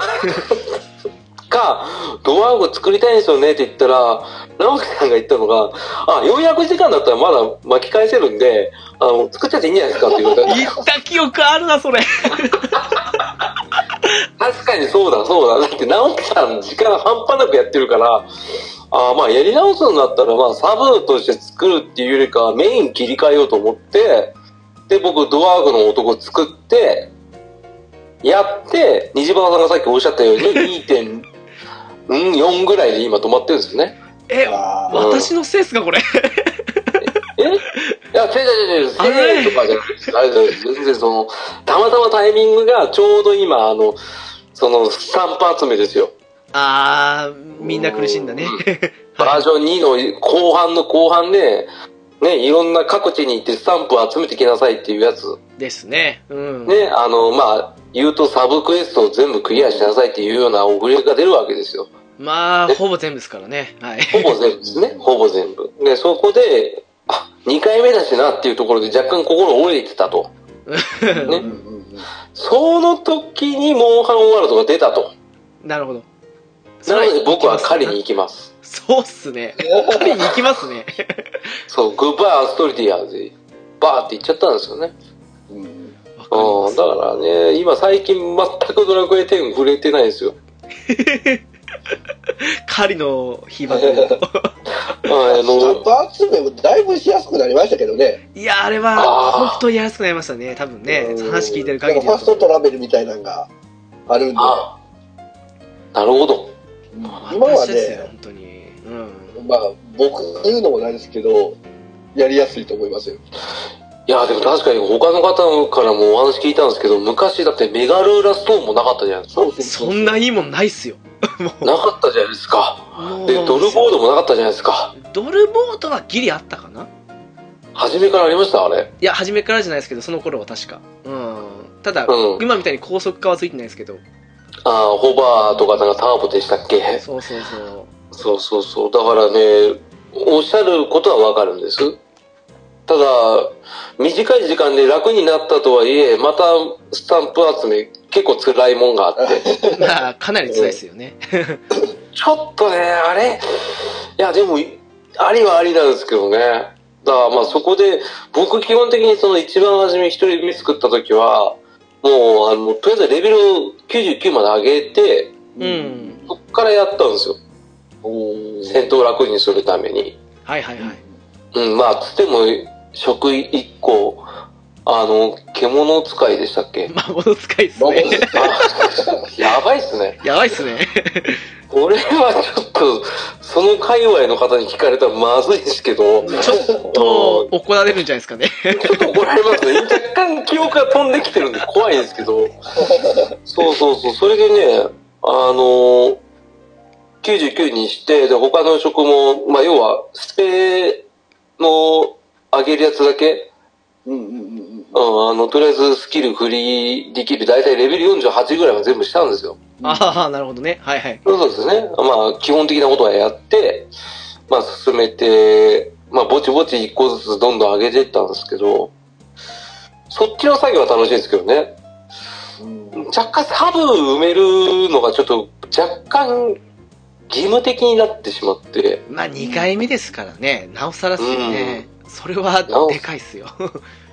S2: か、ドワーゴ作りたいんですよねって言ったら、直樹さんが言ったのが、あ、400時間だったらまだ巻き返せるんで、あの、作っちゃっていいんじゃないですかって言われた。
S1: 行った記憶あるな、それ。
S2: 確かにそうだそうだ。だって直樹さん時間半端なくやってるから、あーまあやり直すんだったら、まあサブとして作るっていうよりかはメイン切り替えようと思って、で僕ドワーグの男作って、やって、虹バさんがさっきおっしゃったように 2.4ぐらいで今止まってるんですよね。
S1: え、
S5: あー
S1: 私のせいっすか、これ。
S2: えいや、違う違う違う、
S1: あれ
S2: せーとかじゃないです。あれです全然その、たまたまタイミングがちょうど今、あの、その3パーツ目ですよ。
S1: あー、みんな苦しんだね。
S2: バージョン2の後半の後半で、ね、いろんな各地に行ってスタンプを集めてきなさいっていうやつ。
S1: ですね。うん。
S2: ね、あの、まあ、言うとサブクエストを全部クリアしなさいっていうようなお触れが出るわけです よ。
S1: まあ、ほぼ全部ですからね。はい。
S2: ほぼ全部ですね。ほぼ全部。で、そこで、あ、2回目だしなっていうところで若干心折れてた と。ね
S5: う、んうんうん
S2: その時にモンハンワールドが出たと。
S1: なるほど。
S2: なので僕は狩りに
S1: 行き
S2: 行きます。
S1: ますね。そうっすね。狩りに行きます ね。
S2: そう、グッバイアストリティアーズで、バーって行っちゃったんですよね。
S5: うん
S1: わかりま
S2: うん、
S1: す
S2: だからね、今最近全くドラクエ10触れてないんですよ。
S1: 狩りの火花を。
S2: あの、
S5: パーツ名もだいぶしやすくなりましたけどね。
S1: いや、あれ
S2: あ
S1: は、
S2: ー
S1: 本当にやりやすくなりましたね。多分ね
S5: う、ん
S1: 話聞いてる限り
S5: なん
S1: だ
S5: かファスト
S1: と。
S5: トラベルみたいなのがあるんで。
S2: あなるほど。
S5: 今は
S1: 私ですよ、
S5: ね、
S1: 本当に。うん。
S5: まあ僕言うのもなんですけど、やりやすいと思いますよ。
S2: いいや、でも確かに他の方からもお話聞いたんですけど、昔だってメガルーラストーンもなかったじゃないですか。
S5: そうです
S1: そんないいもんないっすよ。
S2: なかったじゃないですか。
S1: もう
S2: で、ドルボードもなかったじゃないですか。
S1: ドルボードはギリあったかな
S2: 初めからありましたあれ。
S1: いや、初めからじゃないですけど、その頃は確か。うん。ただ、
S2: うん
S1: 今みたいに高速化はついてないですけど。
S2: ああ、ホバーとかなんかターボでしたっけ
S1: そうそうそ
S2: そうそうそう。だからね、おっしゃることはわかるんです。ただ、短い時間で楽になったとはいえ、またスタンプ集め結構辛いもんがあって。
S1: う。まあ、かなり辛いですよね。
S2: ちょっとね、あれいや、でも、ありはありなんですけどね。だからまあそこで、僕基本的にその一番初め一人目作った時は、もう、あの、とりあえずレベルを99まで上げて、
S1: う。ん。
S2: そっからやったんですよ。
S5: お
S2: 戦闘楽にするために。
S1: はいはいはい。
S2: うん、まあ、つっても、食一個、あの、獣使いでした っけ
S1: 孫の使いっす
S5: 孫
S1: ね。
S2: やばいっすね。
S1: やばいっすね。
S2: 俺はちょっと、その界隈の方に聞かれたらまずいですけど、
S1: ちょっと怒られるんじゃないですかね。
S2: ちょっと怒られますね。若干記憶が飛んできてるんで怖いですけど。そうそうそう。それでね、あのー99にして、で、他の職も、まあ、要は、スペの上げるやつだけ、
S5: うんうんうんうん。
S2: うん、あの、とりあえずスキル振りできる、だいたいレベル48ぐらいは全部したんですよ。
S1: ああ、なるほどね。はいはい。
S2: そうですね。まあ、基本的なことはやって、まあ、進めて、まあ、ぼちぼち一個ずつどんどん上げていったんですけど、そっちの作業は楽しいですけどね。若干サブ埋めるのがちょっと若干義務的になってしまって、
S1: まあ、2回目ですからね。なおさらっすよね。それは
S2: なお
S1: でかいっすよ。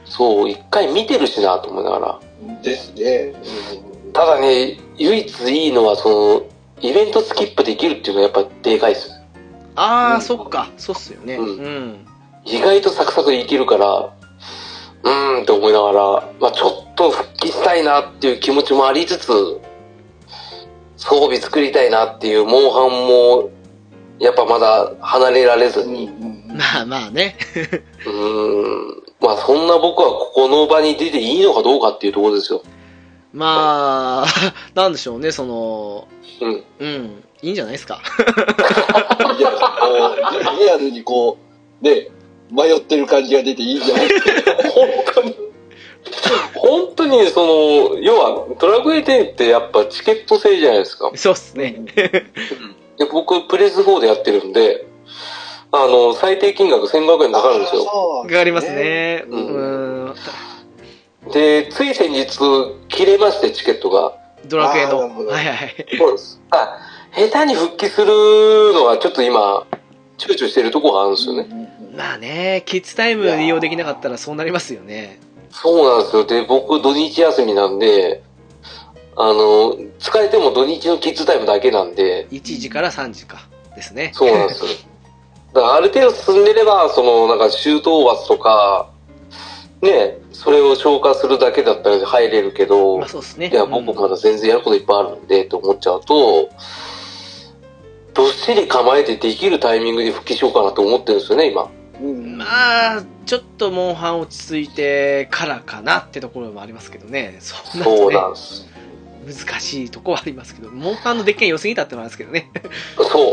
S2: そう、一回見てるしなと思いながら。
S5: ですね。
S2: ただね、唯一いいのはその、イベントスキップできるっていうのはやっぱでかいです。
S1: ああ、
S5: うん
S1: そっか。そうっすよね。う。
S2: うんん意外とサクサクでいけるから、うーんって思いながら、まあちょっと復帰したいなっていう気持ちもありつつ、装備作りたいなっていうモンハンも、やっぱまだ離れられず
S5: うん
S2: に、
S5: うん
S1: まあまあね。
S2: うーん、まあそんな僕はここの場に出ていいのかどうかっていうところですよ。
S1: まあ、なんでしょうね、その、
S2: うん。
S1: うん。いいんじゃないですか。
S5: いや、こう、リアルにこう、ね、迷ってる感じが出ていいじゃないですか。
S2: 本当に。本当にその、要は、ドラクエ10ってやっぱチケット制じゃないですか。
S1: そうっすね。
S2: で僕、プレス4でやってるんで、あの、最低金額1500円かかるんですよ。
S5: そ
S1: かかります。ね。う。
S2: うんで、つい先日、切れまして、チケットが。
S1: ドラクエ
S5: あーなる
S1: の。
S5: ほど
S1: はいはいはい。
S2: そうです。あ、下手に復帰するのは、ちょっと今、躊躇してるとこがあるんですよね。
S1: まあね、キッズタイム利用できなかったらそうなりますよね。
S2: そうなんですよ。で、僕、土日休みなんで、あの、疲れても土日のキッズタイムだけなんで、
S1: 1時から3時か。ですね。
S2: そうなん ですよ。だから、ある程度進んでれば、その、なんか、周到罰とか、ね、それを消化するだけだったら入れるけど、
S1: まあそうっすね。
S2: いや、
S1: うん
S2: 僕まだ全然やることいっぱいあるんで、と思っちゃうと、どっしり構えてできるタイミングで復帰しようかなと思ってるんですよね、今。
S5: うん。
S1: まあ、ちょっとモンハン落ち着いてからかなってところもありますけどね。そうなる
S2: そ
S1: と
S2: う
S1: ね
S2: なんです。
S1: 難しいとこはありますけど、モンハンのデッキが良すぎたってのはあるんですけどね。
S5: う
S2: そ
S5: ん。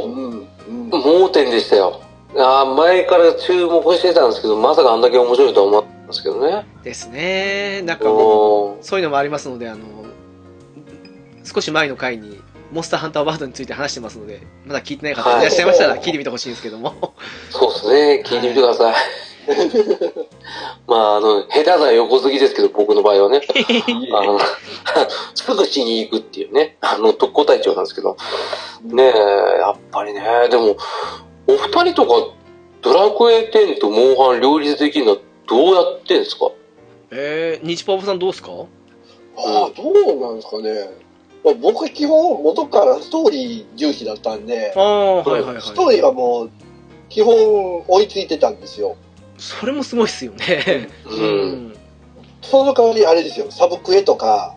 S5: うん。
S2: う。盲点でしたよ。あー前から注目してたんですけど、まさかあんだけ面白いとは思ったんですけどね。
S1: ですね。なんかも
S2: お
S1: う、そういうのもありますので、あの、少し前の回に、モンスターハンターワールドについて話してますので、まだ聞いてない方いらっしゃいましたら聞いてみてほしいんですけども。
S2: そうですね。聞いてみてくだ さい。まあ、あの、下手な横好きですけど、僕の場合はね。あの、 すぐ死に行くっていうね、あの、特攻隊長なんですけど。ねえ、やっぱりね、でも、お二人とか、ドラクエ10とモンハン両立できるのはどうやってんですか
S1: えー、日パパさんどうですか
S5: ああ、どうなんですかね。まあ、僕は基本、元からストーリー重視だったんで
S1: あ、あ、はいはい
S5: ストーリ
S1: は
S5: ーがもう、基本追いついてたんですよ。
S1: い。それもすごいっすよね。
S2: う。
S1: うんん。
S5: その代わり、あれですよ、サブクエとか、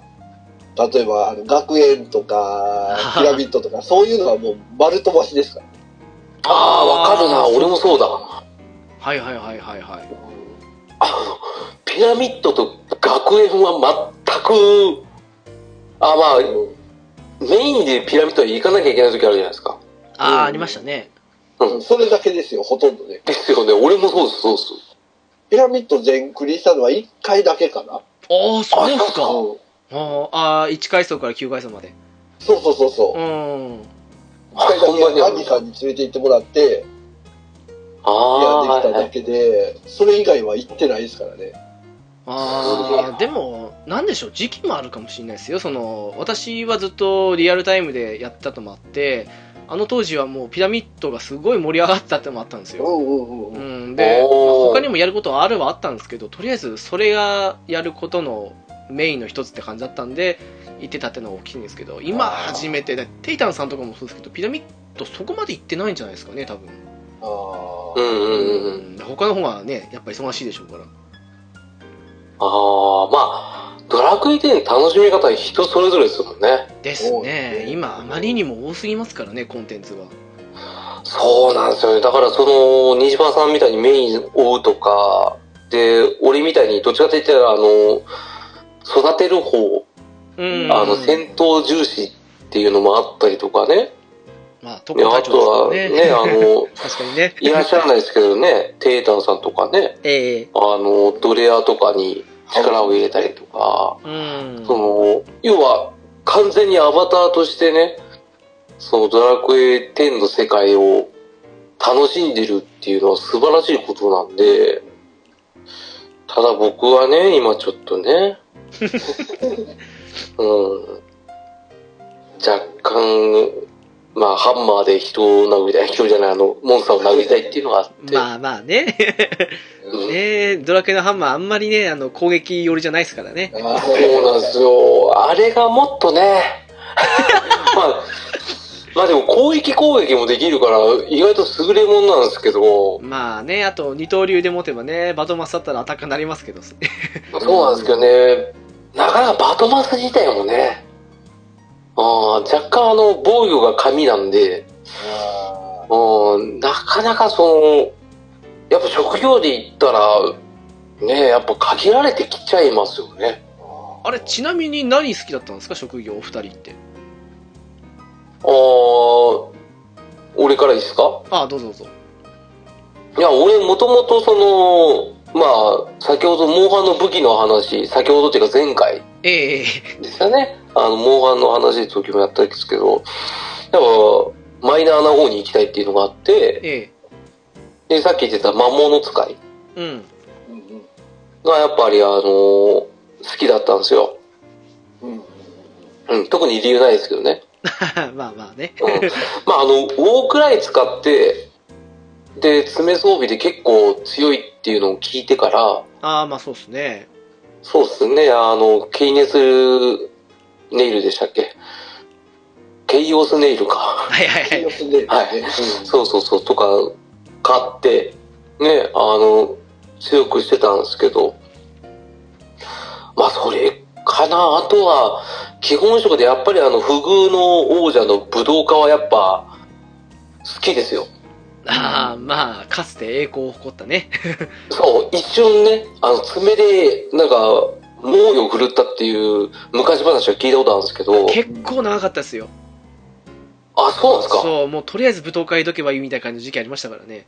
S5: 例えば、あの学園と か、ピラミッドとか、そういうのはもう丸飛ばしですから。
S2: ああ、わかるな、
S1: あー
S2: 俺もそうだ。
S1: はいはいはいはいはい。
S2: あの、ピピラミッドと学園は全く、あ、まあ、メインでピラミッドに行かなきゃいけない時あるじゃないですか。
S1: あ
S5: うん
S1: あ、ありましたね。
S2: うん。
S5: それだけですよ、ほとんどね。
S2: ですよね。俺もそうです、そうです。
S5: ピラミッド全クリしたのは1回だけかな。
S1: ああ、そうですか。
S5: うん
S1: あああー、1階層から9階層まで。
S5: そうそうそうそうう。
S1: ん。
S5: 一回
S2: ほんま
S5: だ
S2: に
S5: けアンさんに連れて行ってもらって、ペ
S2: あ
S5: ア
S2: あ
S5: できただけで、それ以外は行ってないですからね。
S1: ああ、でも、なんでしょう、時期もあるかもしれないですよ。その、私はずっとリアルタイムでやったともあって、あの当時はもうピラミッドがすごい盛り上がったってのもあったんです
S5: う
S1: よ。
S5: んうんう。
S1: うんん、で、まあ
S2: おー
S1: 他にもやることはあるはあったんですけど、とりあえずそれがやることのメインの一つって感じだったんで、行ってたってのは大きいんですけど、今初めて、でテイタンさんとかもそうですけど、ピラミッドそこまで行ってないんじゃないですかね、多分。
S5: あ
S2: う
S5: ー
S2: んうんうんうん。
S1: うん他の方がね、やっぱ忙しいでしょうから。
S2: ああ、まあ、ドラクエ10楽しみ方は人それぞれですもんね。
S1: です
S5: そう
S1: ね
S5: ね
S1: 今あまりにも多すぎますからねコンテンツが
S2: そうなんですよね。だからその、西島さんみたいにメインを追うとか、で、俺みたいにどっちかといったら、あの、育てる方、
S1: うん
S2: あの、戦闘重視っていうのもあったりとかね。
S1: まあ特
S2: で
S1: 攻
S2: あ
S1: 隊
S2: と
S1: 長
S2: は
S1: です
S2: ね、
S1: からね
S2: あの、
S1: 確かにね
S2: いらっしゃらないですけどね、テータンさんとかね、
S1: ええ
S2: あの、ドレアとかに力を入れたりとか、
S1: うん
S2: その、要は、完全にアバターとしてね、そのドラクエ10の世界を楽しんでるっていうのは素晴らしいことなんで、ただ僕はね、今ちょっと ね、うん、若干、まあ、ハンマーで人を殴りたい、人じゃない、あの、モンスターを殴りたいっていうのがあって、
S1: まあまあね
S2: うん
S1: ねドラケのハンマーあんまりねあの攻撃寄りじゃないですからね
S5: あー。
S2: そうなんですよ。あれがもっと ね。まあ、まあでも攻撃攻撃もできるから、意外と優れもんなんですけど、
S1: まあねあと二刀流で持てばねバトマスだったらアタッカーになりますけど
S2: そうなんですけどね、なかなかバトマス自体もね、あー若干あの、防御が神なんで、
S5: あ
S2: うんなかなかその、やっぱ職業で言ったら、ねやっぱ限られてきちゃいますよね。
S5: ー
S1: あれちなみに何好きだったんですか職業お二人って
S2: あー俺からいいですか
S1: ああどうぞどうぞ
S2: いや、俺、もともとその、まあ、先ほど、モンハンの武器の話、先ほどっていうか前回
S1: ええ
S2: ですよね。あの、モンハンの話の時もやったんですけど、やっぱ、マイナーな方に行きたいっていうのがあって、
S1: ええ
S2: で、さっき言ってた魔物使い
S1: うん
S5: うんうん
S2: がやっぱり、あの、好きだったんですよ。
S5: うん
S2: うん、特に理由ないですけどね。
S1: まあまあね
S2: うん。まあ、あの、ウォークライ使って、で、爪装備で結構強いっていうのを聞いてから、
S1: ああまあそうっすね
S2: そうですね、あの、ケイネスネイルでしたっけケイオスネイルか。
S1: はいはいは
S5: 信
S1: い
S5: 用すんでるんだ
S2: はい
S5: ね。
S2: そうそうそう、とか、買って、ね、あの、強くしてたんですけど、まあ、それかな。あとは、基本色でやっぱりあの、不遇の王者の武道家はやっぱ、好きですよ。
S1: ああまあかつて栄光を誇ったね
S2: そう、一瞬ね、あの、爪で、なんか、猛威を振るったっていう昔話は聞いたことあるんですけど、
S1: 結構長かったですよ
S2: あ、そうなんですか
S1: そうもうとりあえず舞踏会どけばいいみたいな感じの時期ありましたからね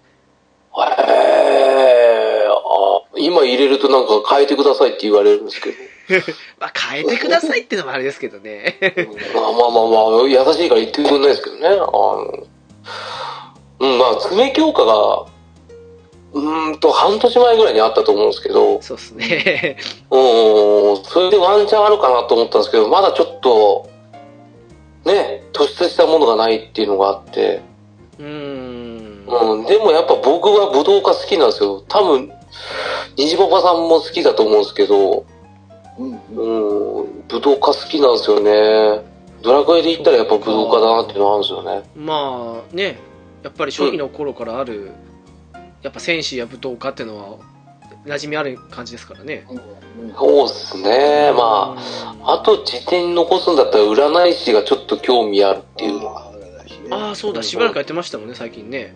S2: へーあ今入れるとなんか変えてくださいって言われるんですけど。
S1: まあ変えてくださいってのもあれですけど ね
S2: まあまあまあまあ、優しいから言ってくんないですけどね。あのうん、まあ、爪強化が、うーんと、半年前ぐらいにあったと思うんですけど、
S1: そうっすね
S2: うん、それでワンチャンあるかなと思ったんですけど、まだちょっと、ね、突出したものがないっていうのがあって、
S1: うーん
S2: うん、でもやっぱ僕は武道家好きなんですよ。多分、虹パパさんも好きだと思うんですけど、
S5: うんうん
S2: うん、武道家好きなんですよね。ドラクエで言ったらやっぱ武道家だなっていうのはあるんですよね。
S1: まあねやっぱり初期の頃からある、やっぱ戦士や舞踏家ってのは馴染みある感じですからね
S5: うん
S2: そうですね。まあ、あ
S1: あ
S2: と辞典に残すんだったら占い師がちょっと興味あるっていう。
S5: あー占い師ね
S1: ああそうだしばらくやってましたもんね最近ね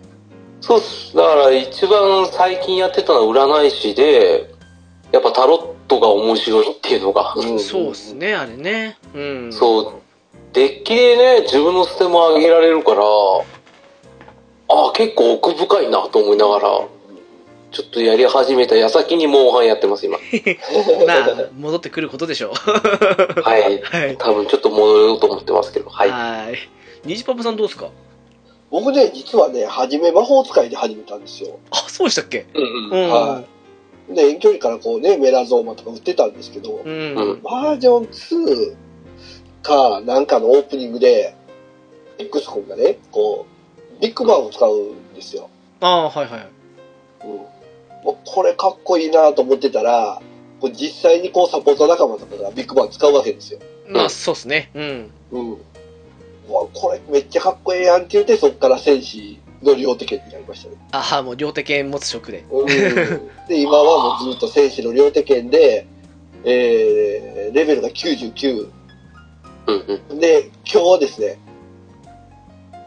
S2: そうっす。だから一番最近やってたのは占い師で、やっぱタロットが面白いっていうのが。
S5: うん
S1: そうっすね、あれね。うん。
S2: そう。デッキでね、自分のステも上げられるから、ああ、結構奥深いなと思いながら、ちょっとやり始めた矢先にモンハンやってます、今。
S1: まあ、戻ってくることでしょう。
S2: はい。
S1: はい。
S2: 多分ちょっと戻ろうと思ってますけど、はい。
S1: はい。ニジパパさんどうですか
S5: 僕ね、実はね、初め魔法使いで始めたんですよ。
S1: あ、そうでしたっけ
S2: うん
S1: う
S2: うん。
S1: ん。
S5: はい。で、遠距離からこうね、メラゾーマとか売ってたんですけど、
S1: うん。
S2: う
S1: うん
S2: ん。
S5: バージョン2かなんかのオープニングで、X 君がね、こう、ビッグバンを使うんですよ。
S1: ああー、はいはいはい。
S5: うん。もうこれかっこいいなと思ってたら、こう実際にこうサポート仲間とかがビッグバン使うわけですよ。
S1: まあ、そうっすね。うん。
S5: うん。うわ、これめっちゃかっこええやんって言って、そっから戦士の両手剣になりましたね。
S1: ああ、もう両手剣持つ職で。
S5: うん で、今はもうずっと戦士の両手剣で、えー、レベルが99。
S2: うんうん。
S5: で、今日ですね、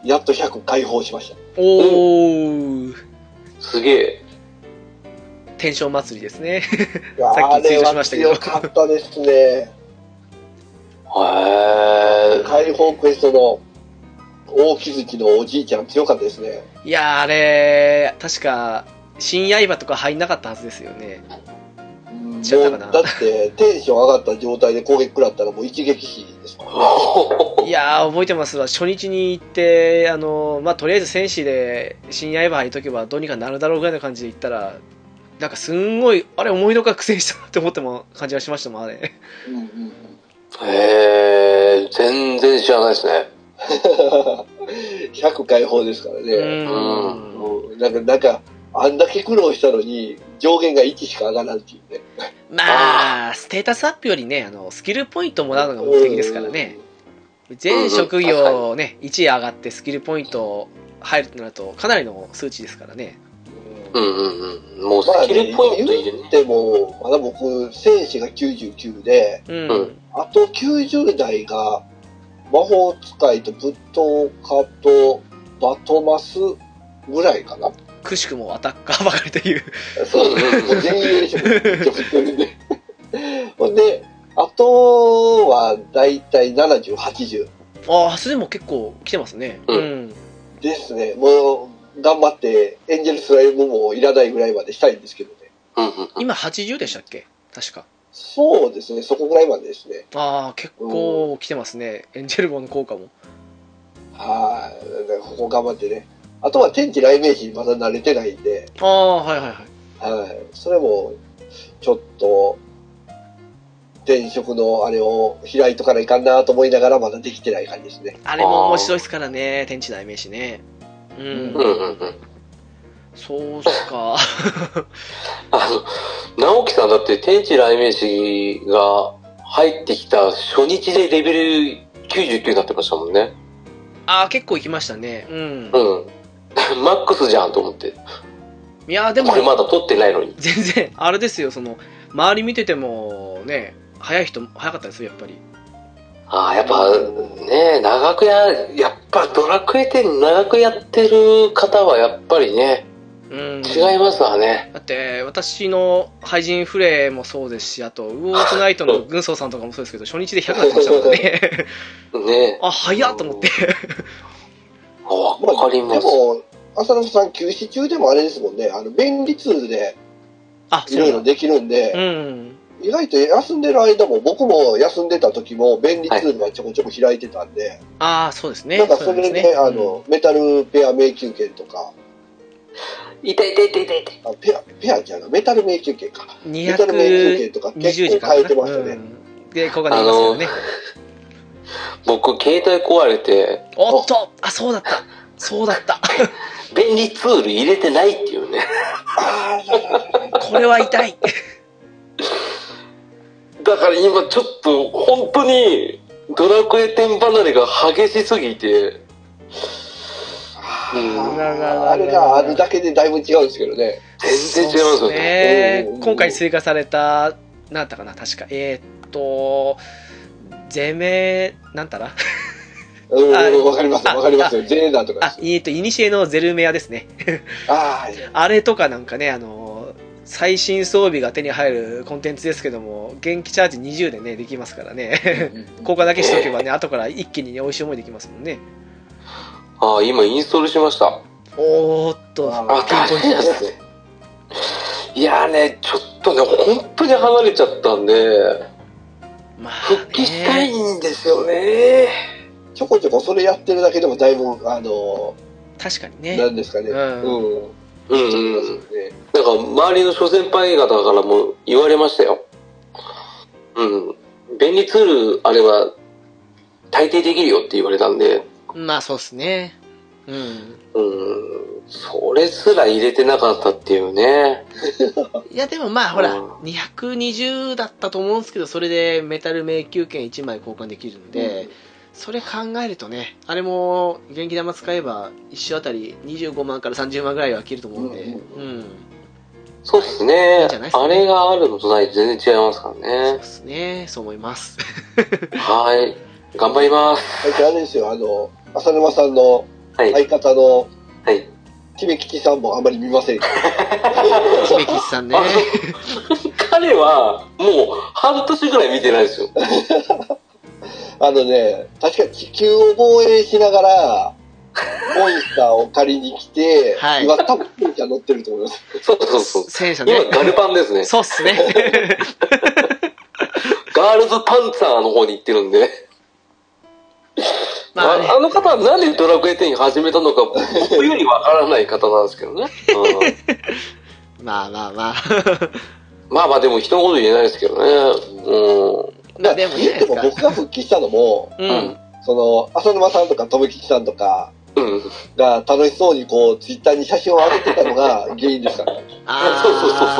S5: やっと100解放しました。
S1: おお、
S2: すげえ。
S1: テンション祭りですね。
S5: いや
S1: さっきツイートしましたけど
S5: あれは強かったですね。
S2: へえ。
S5: 解放クエストの大木月のおじいちゃん強かったですね。
S1: いやー、あれ、確か、新刃とか入んなかったはずですよね。
S5: もう
S1: 違ったかな
S5: だって、テンション上がった状態で攻撃食らったらもう一撃死ですもんね。
S1: いやー、覚えてますわ。初日に行って、あの、まあ、とりあえず戦士で新刃入っとけばどうにかなるだろうぐらいの感じで行ったら、なんかすんごい、あれ思いのほか苦戦したなって思っても感じがしましたもん、あれ。
S5: うんうんうん
S2: へえ。全然知らないですね。
S5: 100解放ですからね。
S1: うん。
S5: うんなんか、なんか、あんだけ苦労したのに、上限が1しか上がらんっていうね。
S1: まあ、ステータスアップよりね、あの、スキルポイントもらうのが目的ですからね。全職業ね、1位上がってスキルポイント入るとなると、かなりの数値ですからね。
S5: う。
S2: うんんうんうん。もうスキルポイントいるね。
S5: でも、まだ僕、戦士が99で、
S1: うん。
S2: うん
S5: あと90代が、魔法使いと武闘家とバトマスぐらいかな。
S1: くしくもアタッカーばかりという。
S5: そう、もう 全員でしょ、めっちゃぶってるんで。ほんで、あとは、だいたい70、80。
S1: ああ、それでも結構来てますね。
S2: うん
S1: うん。
S5: ですね、もう頑張って、エンジェルスライムもいらないぐらいまでしたいんですけどね、
S2: うんうんうん。
S1: 今80でしたっけ確か。
S5: そうですね、そこぐらいまでですね、
S1: ああ、結構来てますね。エンジェルボンの効果も。
S5: はい、だからここ頑張ってね、あとは天地雷鳴詞にまだ慣れてないんで、
S1: ああ、はいはいはい。
S5: はい、それもちょっと、転職のあれを開いとかないかんなと思いながら、まだできてない感じですね。
S1: あれも面白いですからね。天地代名詞ね。うん。
S2: うんうんうん。
S1: そうっすか。
S2: あの、直樹さんだって天地雷鳴詞が入ってきた初日でレベル99になってましたもんね。
S1: ああ、結構行きましたね。うん
S2: う。ん。 マックスじゃんと思って。
S1: いやーでも
S2: こ、れまだ取ってないのに。
S1: 全然、あれですよ、その、周り見てても、ね、早い人、早かったですよ、やっぱり。
S2: ああ、やっぱね、長くや、やっぱドラクエ10長くやってる方はやっぱりね、
S1: うん。
S2: 違いますわね。
S1: だって、私の廃人フレもそうですし、あと、ウォートナイトの軍曹さんとかもそうですけど、初日で100なってましたから ね。
S2: ね。
S1: あ、早っと思って。
S2: あわかり
S5: で
S2: ます。
S5: も、浅野さん、休止中でもあれですもんね、あの便利ツールで
S1: あ、
S5: いろ
S1: そ
S5: いうろ
S1: だ。
S5: できるんで。
S1: うん。
S5: 意外と休んでる間も、僕も休んでた時も、便利ツールはちょこちょこ開いてたんで、
S1: ああ、そうですね。
S5: なんか
S1: う
S5: それ
S1: です
S5: で、あの、メタルペア迷宮券とか、
S2: 痛い痛い痛い痛い痛い。
S5: あペア、ペアじゃない、メタル迷宮券か。
S1: うん
S5: メタル迷宮
S1: 220
S5: 券とか結
S1: 時
S5: 構
S1: 間
S5: 変え
S1: か
S5: てま
S1: な。
S5: したね。
S1: うん。で、ここができますよね。
S2: 僕、携帯壊れて、
S1: おっとあ、そうだった。そうだった。
S2: 便利ツール入れてないっていうね。
S5: ああ、
S1: これは痛い。
S2: だから今ちょっと本当にドラクエ10離れが激しすぎて、うん、
S5: あれがあるだけでだいぶ違うんですけどね。
S2: 全然違いますよね。
S1: そうっす
S5: うん
S1: 今回追加された、なんだったかな、確か。えーっと、ゼメ、なんたら
S5: うん、
S1: あ
S5: わかります
S1: あ
S5: よ、わかりますよ。ゼーダとかで
S1: あ
S5: す、よ。
S1: えーっと、イニシエのゼルメアですね。
S5: ああ、
S1: あれとかなんかね、あのー、最新装備が手に入るコンテンツですけども、元気チャージ20でね、できますからね。効果だけしとけばね、後から一気にね、美味しい思いできますもんね。
S2: ああ、今インストールしました。
S1: おーっと、
S2: あ、大変やっすね。いやーね、ちょっとね、本当に離れちゃったんで、
S6: ま
S2: 復帰したい
S6: ね、
S2: んですよね。
S5: ちょこちょこそれやってるだけでもだいぶ、あの、
S1: 確かに
S5: な
S1: ね。
S5: んですかね。
S1: うん
S5: うん。
S2: うんうん。なんか周りの諸先輩方からも言われましたよ。うん。便利ツールあれば、大抵できるよって言われたんで、
S1: まあそうっすね。うん。
S2: うん。それすら入れてなかったっていうね。
S1: いやでもまあほら、
S2: うん
S1: 220だったと思うんですけど、それでメタル迷宮券1枚交換できるんで、それ考えるとね、あれも元気玉使えば一生あたり25万から30万ぐらいは切ると思うんで、うん、
S2: そうです
S1: いい
S2: ね
S1: んじゃないっ。すか
S2: あれがあるのとないと全然違いますから
S1: そう
S2: ね
S1: で。すね、そう思います。
S2: はい。頑張ります。
S5: 最近あれですよ、あの、浅沼さんの
S2: はい。はい。
S5: 相方の
S2: はい、
S5: キメキチさんもあんまり見ませんけど。
S1: 姫吉さんね
S2: あ。彼は、もう、半年ぐらい見てないですよ。
S5: あのね、確か地球を防衛しながら、モンスターを借りに来て、
S1: はい
S5: 今多分キメキちゃん乗ってると思います。
S2: そうそうそう。
S1: 戦車ね
S2: 今、。ガルパンですね。
S1: そうっすね。
S2: ガールズパンツァーの方に行ってるんで。
S1: まあ
S2: あ
S1: ね
S2: あの方はなんでドラクエ10始めたのか、僕よりわからない方なんですけ どね。
S1: まあまあ まあ。
S2: うん、まあまあでも人のこと言えないですけどね。うん。
S1: まあでもいいじ
S5: 言
S1: ゃないで
S5: って
S1: す
S5: も
S1: か。
S5: 僕が復帰したのも、
S1: う。
S2: うん
S5: その、浅沼さんとか富吉さんとか
S2: うん。
S5: が楽しそうにこう、ツイッターに写真を上げてたの が原因ですからね。
S1: あ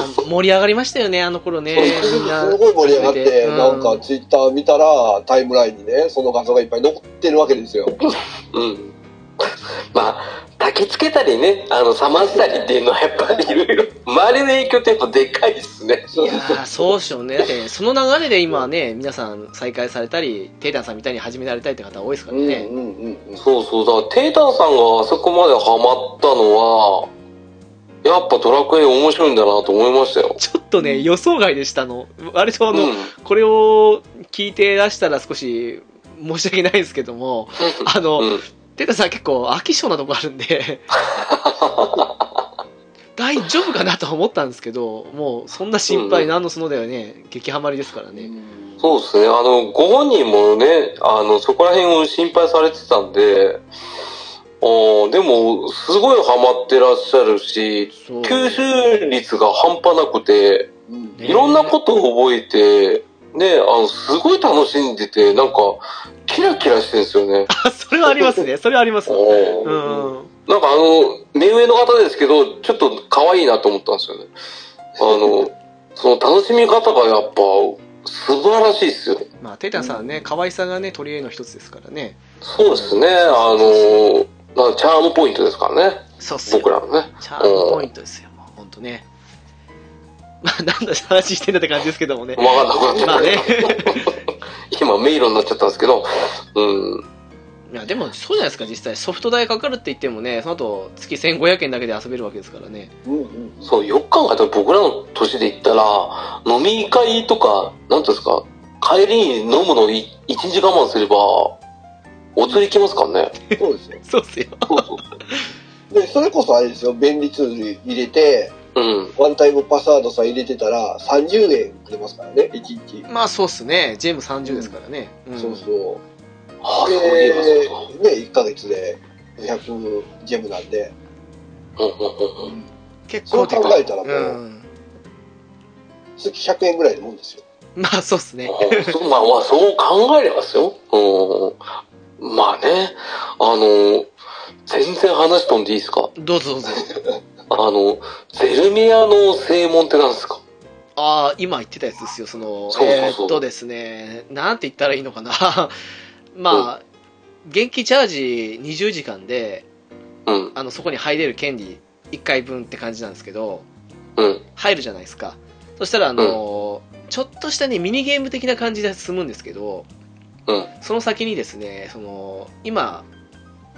S1: あ、盛り上がりましたよね、あの頃ね。みんな
S5: すごい盛り上がっ
S1: 初め
S5: て、なんか
S1: う
S5: ツイッター見たら、タイムラインにね、その画像がいっぱい残ってるわけですよ。
S2: うん。まあ、焚きつけたりね、あの、冷ましたりっていうのはやっぱりいろいろ、周りの影響ってやっぱでかいですね。
S1: いやーそうっしょうね。だって、その流れで今ね、皆さん再開されたり、テイタンさんみたいに始められたりって方多いですか
S5: う
S1: ら
S5: んうん
S1: ね。
S5: うんうん。
S2: そうそう、だから、テータンさんがあそこまでハマったのは、やっぱドラクエ面白いんだなと思いましたよ。
S1: ちょっとね、予想外でしたの。割とあの、
S2: うん。
S1: これを聞いて出したら少し申し訳ないですけども、あの、
S2: うん。
S1: テイタンさん結構飽き性なとこあるんで、大丈夫かなとは思ったんですけど、もうそんな心配なんのそのだよね、激ハマりですからね。
S2: そうですね。あの、ご本人もね、あの、そこら辺を心配されてたんで、おーでも、すごいハマってらっしゃるし、
S1: そう
S2: 吸収率が半端なくて、
S5: うん
S1: ね
S2: いろんなことを覚えて、ね、あの、すごい楽しんでて、なんか、キラキラしてるんですよね。
S1: あ、 それはありますね。それはあります。う
S2: おー
S1: ん。
S2: なんかあの、目上の方ですけど、ちょっと可愛いなと思ったんですよね。あ の、その楽しみ方がやっぱ、素晴らしいですよ。
S1: まあ、テイタンさんはね、可愛さがね、取り柄の一つですからね。
S2: そうですね、あの、まあ、チャームポイントですからね、
S1: そうっすよ
S2: 僕。らのね。
S1: チャームポイントですよ。もうほんとね。まあ、なんだ話してんだって感じですけどもね。
S2: わかんなくなっちゃった。
S1: まあね。
S2: 今、迷路になっちゃったんですけど、うん。
S1: いや、でも、そうじゃないですか、実際。ソフト代かかるって言ってもね、その後、月1500円だけで遊べるわけですからね。
S5: うんうん
S2: そう、よく考えたら僕らの年で言ったら、飲み会とか、なんていうんですか、帰りに飲むのい一日我慢すれば、お釣りきますからね。
S5: そうですよ。
S1: そうっすよ。
S2: そうそう。
S5: で、それこそあれですよ、便利ツール入れて、
S2: うん。
S5: ワンタイムパスワードさえ入れてたら、30円くれますからね、1日。
S1: まあ、そうっすね。ジェーム30ですからね。うん
S5: そうそう。
S2: ああ、そういえばそう
S5: で
S2: だ。、
S5: ね、1ヶ月で200ジェムなんで、
S2: うんうんうんうん。
S1: 結構でかい。
S5: そう考えたらもうん月100円ぐらいのもんですよ。
S1: まあ、そうっすね。
S2: あそうまあまあ、そう考えればですよ。うん。まあね、あの、全然話飛んでいいですか
S1: どうぞどうぞ。
S2: あの、ゼルミアの正門って何ですか
S1: ああ、今言ってたやつですよ、その、
S2: そうそうそう
S1: えーっとですね、なんて言ったらいいのかな。 まあ、現金チャージ20時間で、
S2: うん、
S1: あの、そこに入れる権利1回分って感じなんですけど、
S2: うん、
S1: 入るじゃないですか。そしたら、あの、ちょっとしたね、ミニゲーム的な感じで進むんですけど、
S2: うん
S1: その先にですね、その、今、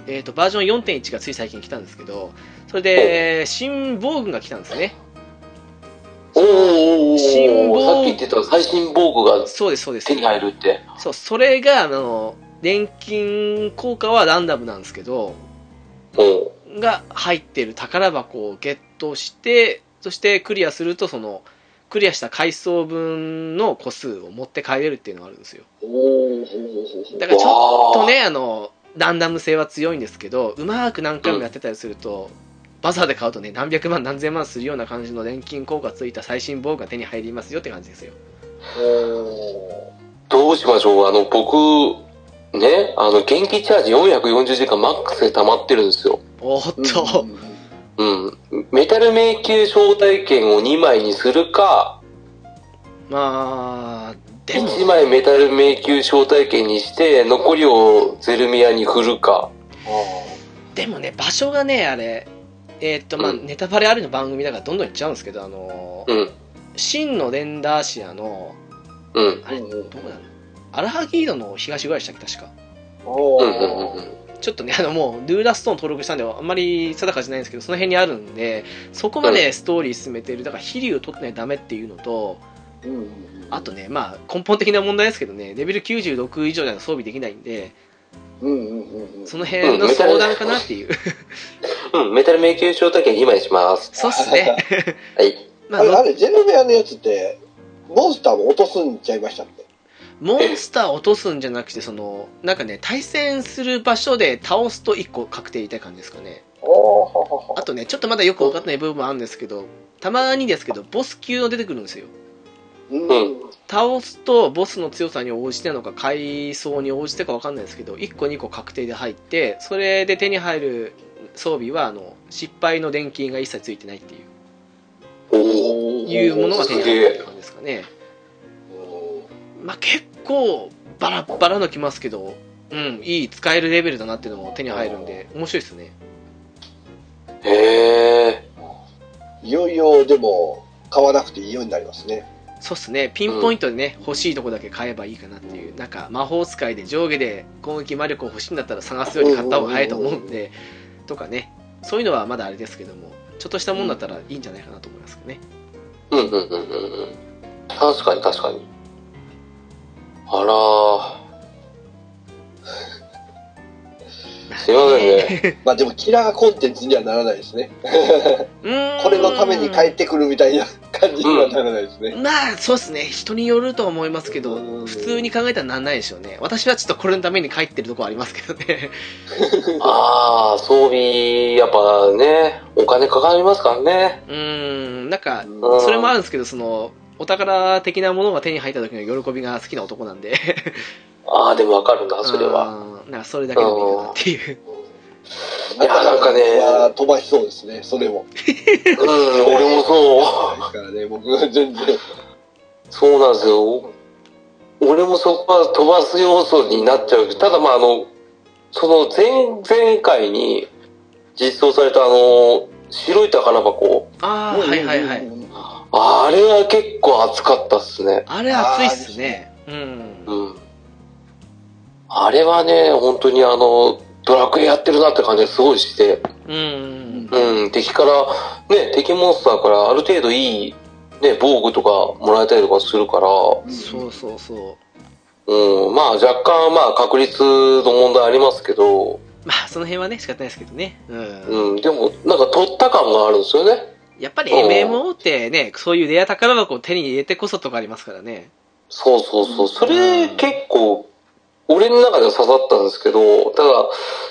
S1: えーっと、バージョン4.1がつい最近来たんですけど、それで、新防具が来たんですね。新
S2: おーさっ
S1: 防
S2: き言ってた最新防具が
S1: そうですそうです
S2: 手に入るって。
S1: そうそれがあの錬金効果はランダムなんですけど
S2: うん。
S1: が入ってる宝箱をゲットしてそしてクリアするとそのクリアした回数分の個数を持って帰れるっていうのがあるんですよ
S5: おーほうほうほうほう
S1: だからちょっとねあのランダム性は強いんですけどうまく何回もやってたりすると、バザーで買うとね何百万何千万するような感じの錬金効果ついた最新防具が手に入りますよって感じですよ
S2: どうしましょうあの、僕、ね、あの、現金チャージ440時間マックスで溜まってるんですよ。
S1: おー
S5: う
S1: っ
S5: ん
S1: と、
S2: うん。メタル迷宮招待券を2枚にするか、
S1: まあでも
S2: 1枚メタル迷宮招待券にして、残りをゼルミアに振るか。
S1: でもね場所がねあれえーっとまあ、
S2: うん
S1: ネタバレありの番組だからどんどん行っちゃうんですけどあのー
S2: うん。
S1: 真のレンダーシアの
S2: うん。
S1: あれ
S5: う
S1: ど
S5: んうん
S1: こだアラハギードの東ぐらいでしたっけ確か
S2: う
S5: お
S2: んうんうんう
S5: ー
S2: ん。
S1: ちょっとねあのもうルーラストーン登録したんであんまり定かじゃないんですけどその辺にあるんでそこまでストーリー進めてるだから飛竜取ってないとダメっていうのと
S5: うんうんうん
S1: あとねまあ根本的な問題ですけどねレベル96以上では装備できないんで
S5: うんうんうんうん
S1: その辺の相談かなっていう、
S2: うん、メタル迷宮招待券2枚します。
S1: そうっすね
S2: はい。
S1: ま
S5: あ
S1: あ
S5: れ、あれゼルベアのやつって、モンスターも落とすんちゃいましたっけ
S1: モンスターを落とすんじゃなくてそのなんかね対戦する場所で倒すと1個確定みたいな感じですかね
S5: おー
S1: あとねちょっとまだよく分かってない部分もあるんですけどたまにですけどボス級の出てくるんですよ
S5: うん
S2: うん
S1: 倒すとボスの強さに応じてなのか階層に応じてか分かんないですけど1個2個確定で入ってそれで手に入る装備はあの失敗の錬金が一切ついてないっていう
S2: おー
S5: おー
S1: いうものが手に入るっていう感じですかねまあ結構バラッバラのきますけどうんいい使えるレベルだなっていうのも手に入るんで面白いですね
S2: へえ。
S5: いよいよ、でも、買わなくていいようになりますね。
S1: そうっすねピンポイントでね、欲しいとこだけ買えばいいかなっていうなんか魔法使いで上下で攻撃魔力を欲しいんだったら探すより買った方が早いと思うんでとかねそういうのはまだあれですけどもちょっとしたもんだったらいいんじゃないかなと思いますけどね
S2: うんうんうんうんうん。確かに確かに。あ らー。すいませんね。
S5: まあでも、キラーコンテンツにはならないですね。
S1: うーん
S5: これのために帰ってくるみたいな感じにはならないですね。
S1: まあそうっすね人によるとは思いますけ
S5: う
S1: ど
S5: ん
S1: 普通に考えたらなんないでしょうね私はちょっとこれのために帰ってるとこはありますけどね
S2: ああ、装備、やっぱね、お金かかりますからね。
S1: うーんなんか
S2: うん
S1: それもあるんですけどそのお宝的なものが手に入った時の喜びが好きな男なんで
S2: ああ、でもわかるな、それは。
S1: あーなんかそれだけでもいいかなっていう
S2: いやなんかね
S5: いやー飛ばしそうですね、それも。
S2: うん、俺もそう。
S5: ですからね、僕、全然。
S2: そうなんですよ。俺もそこは飛ばす要素になっちゃうけど。ただまああの、その前、前回に実装されたあの、白い宝箱。
S1: ああはいはいは
S5: う
S1: い
S5: んうんうん
S2: あれは結構熱かったっすね。
S1: あれ熱いっすねうん
S2: うん。あれはね、本当にあの、ドラクエやってるなって感じがすごいして、
S1: うん
S2: うん、敵から、ね、敵モンスターからある程度いい、ね、防具とかもらえたりとかするから、
S5: うん
S1: そうそうそう
S2: うん、まあ若干まあ確率の問題ありますけど、
S1: まあその辺はね仕方ないですけどねうん
S2: うん、でもなんか取った感があるんですよね。
S1: やっぱり
S2: うん
S1: MMO ってねそういうレア宝箱を手に入れてこそとかありますからね
S2: そうそうそう。それ
S1: うん
S2: 結構、俺の中では刺さったんですけど、ただ、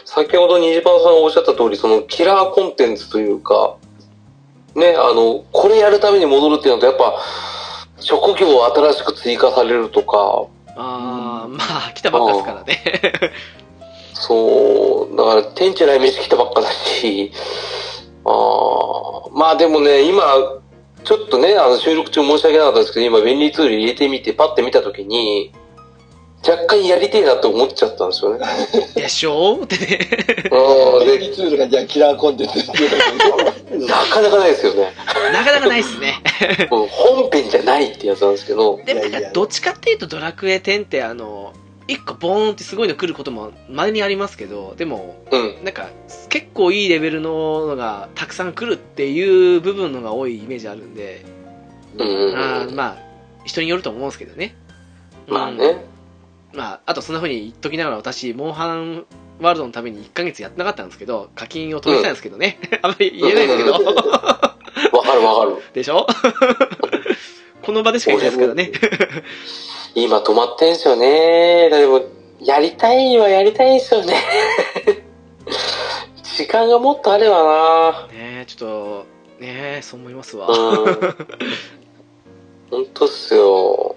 S2: 先ほど虹パンさんがおっしゃった通り、そのキラーコンテンツというか、ね、あの、これやるために戻るっていうのと、やっぱ、職業を新しく追加されるとか、
S1: ああまあ来たばっかですからね
S2: そう、だから、天地雷鳴来たばっかだし、あーまあでもね、今、ちょっとね、あの収録中申し訳なかったですけど、今便利ツール入れてみて、パッて見たときに、若干やりてえなって思っちゃったんですよね。
S1: でしょうってね
S2: うん
S5: 便
S2: で
S5: 利ツールがじゃあキラーコンテンツっていうの
S2: な
S5: が
S2: かなかないですよね。
S1: なかなかないっすね
S2: うん本編じゃないってやつなんですけど、
S1: でもないん
S5: やい
S1: か
S5: や
S1: どっちかっていうとドラクエ10ってあの1個ボーンってすごいの来ることもまれにありますけどでも
S2: うん。
S1: なんか結構いいレベルののがたくさん来るっていう部分のが多いイメージあるんで
S2: う
S1: あー
S2: ん。
S1: まあ人によると思うんですけどね
S2: まあ
S1: うん
S2: ね。
S1: まあ、あとそんな風に言っときながら私モンハンワールドのために1ヶ月やってなかったんですけど課金を止めてたんですけどね、 あんまり言えないですけど、
S2: わかるわかる。
S1: でしょこの場でしか言えないですからね
S2: 今止まってんすよね。でも、やりたいはやりたいんすよね。 時間がもっとあれば
S1: ねえちょっとねえそう思いますわ、
S2: なうん。ほんとっすよ。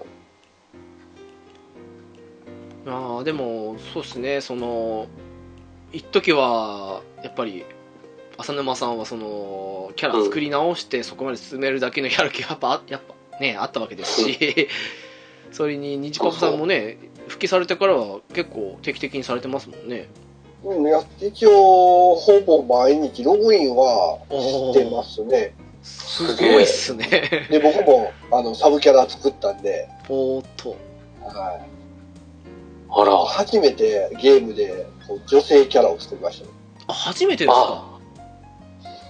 S1: ああでもそうですねその一時はやっぱり浅沼さんはそのキャラ作り直してそこまで進めるだけのやる気はやっぱやっぱねあったわけですしそれに虹パパさんもね復帰されてからは結構定期的にされてますもんね
S5: うん、いや一応、ほぼ毎日ログインはしてますね。
S1: すごいっすね
S5: で、僕も、あの、サブキャラ作ったんで、
S1: ぽーっと
S5: はい。
S2: あら。
S5: 初めてゲームで、こう、女性キャラを作りましたね。
S1: あ初めてですか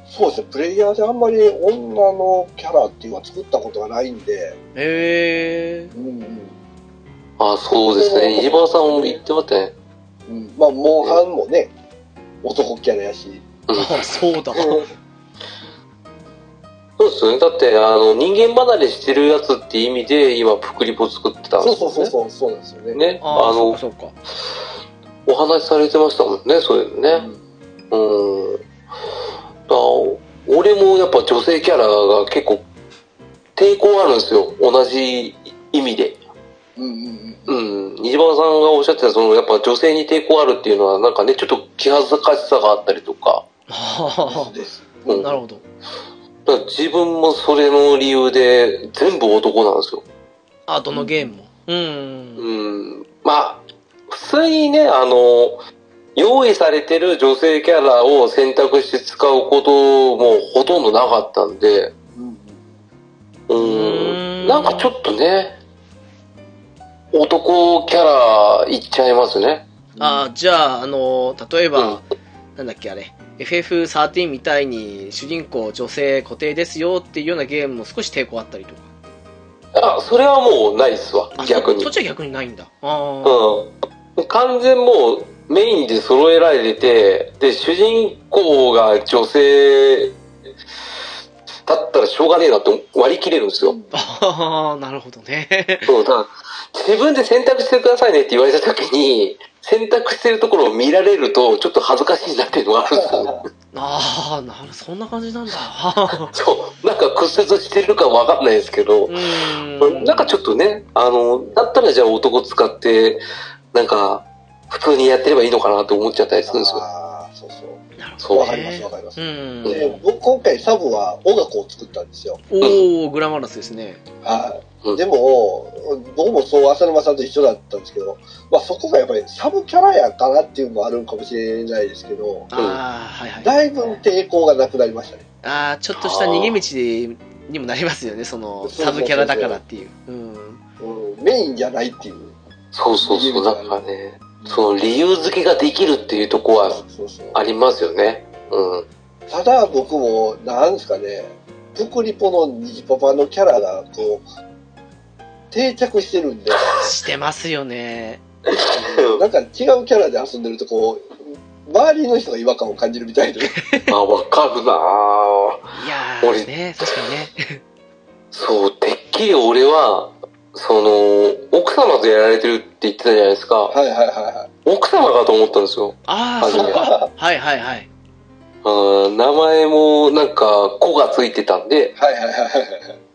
S5: そうですね、プレイヤーであんまり女のキャラっていうのは作ったことがないんで、
S1: へえ
S5: うんうん。
S2: あ、そうですね。飯島さんも言ってましたね。
S5: うん、まあ、モンハンもね、男キャラやし。
S2: うん
S1: あそうだ
S2: そうですよね。だって、あの、人間離れしてるやつって意味で、今、プクリポ作ってたん
S5: そ
S2: で
S5: う
S2: すよ
S5: そう
S2: ね。
S5: そうそう、そうなんですよね。
S2: ね。あ
S1: ああそう
S2: の
S1: か、そうか
S2: お話しされてましたもんね、そういうの
S5: う
S2: ね。
S5: ん
S2: うん。あ俺もやっぱ女性キャラが結構、抵抗あるんですよ。同じ意味で。
S5: うんうん
S2: うん。西島さんがおっしゃってた、その、やっぱ女性に抵抗あるっていうのは、なんかね、ちょっと気恥ずかしさがあったりとか。
S5: うん。です。
S2: う
S1: あ
S2: ん
S1: あなるほど
S2: だから自分もそれの理由で、全部男なんですよ。
S1: あどのゲームもうん
S2: うんまあ、普通にね、あの、用意されてる女性キャラを選択して使うこともほとんどなかったんで、
S5: うん
S2: う
S1: ーん
S2: ん、なんかちょっとね、男キャラいっちゃいますね。
S1: あーじゃあ、あのー例えば、
S2: うん
S1: なんだっけあれ FF13 みたいに主人公女性固定ですよっていうようなゲームも少し抵抗あったりとか
S2: あ、それはもうないっすわ
S1: あ、
S2: 逆に
S1: そそっ。ちは逆にないんだああ、
S2: うん。完全もうメインで揃えられてて、で、主人公が女性だったらしょうがねえなって割り切れるんですよ。
S1: あ あなるほどね
S2: そうだ自分で選択してくださいねって言われた時に選択してるところを見られるとちょっと恥ずかしいなっていうのがあるんですよね
S1: ああなるそんな感じなんだ
S2: そうなんか屈折してるかわかんないですけど
S1: う、ーん
S2: なんかちょっとねあのだったらじゃあ男使ってなんか普通にやってればいいのかなと思っちゃったりするんですよ
S5: ああ、そうそう。
S1: なる
S2: そう
S5: わ
S1: ほど
S5: かります、わ
S1: ね
S5: かります
S1: う。ん
S5: で、僕今回サブは音楽を作ったんですよ。
S1: おおグラマラスですね
S5: はい、
S2: うん
S5: でも、僕もそう浅沼さんと一緒だったんですけど、まあそこがやっぱりサブキャラやからっていうのもあるんかもしれないですけど、
S1: ああはいはい
S5: だいぶ抵抗がなくなりましたね。
S1: ああちょっとした逃げ道にもなりますよねそのサブキャラだからっていううん
S5: うん、メインじゃないっていう。
S2: そうそうそうだからねその理由付けができるっていうとこは
S5: そうそう
S2: ありますよねうん
S5: ただ僕も、なんですかね、プクリポのニジパパのキャラが、こう、定着してるんで、
S1: してますよね
S5: なんか違うキャラで遊んでると、こう、周りの人が違和感を感じるみたいで。
S2: まあわかるなぁ
S1: いやー
S2: 俺
S1: ね確かにね
S2: そう、てっきり俺は、その、奥様とやられてるって言ってたじゃないですか。
S5: はいはいはいはい。
S2: 奥様かと思ったんですよ。
S1: ああ
S2: 初
S1: そ
S2: め
S1: うかはいはいはい
S2: うん、名前もなんか、子がついてたんで、
S5: はいはいはいはい。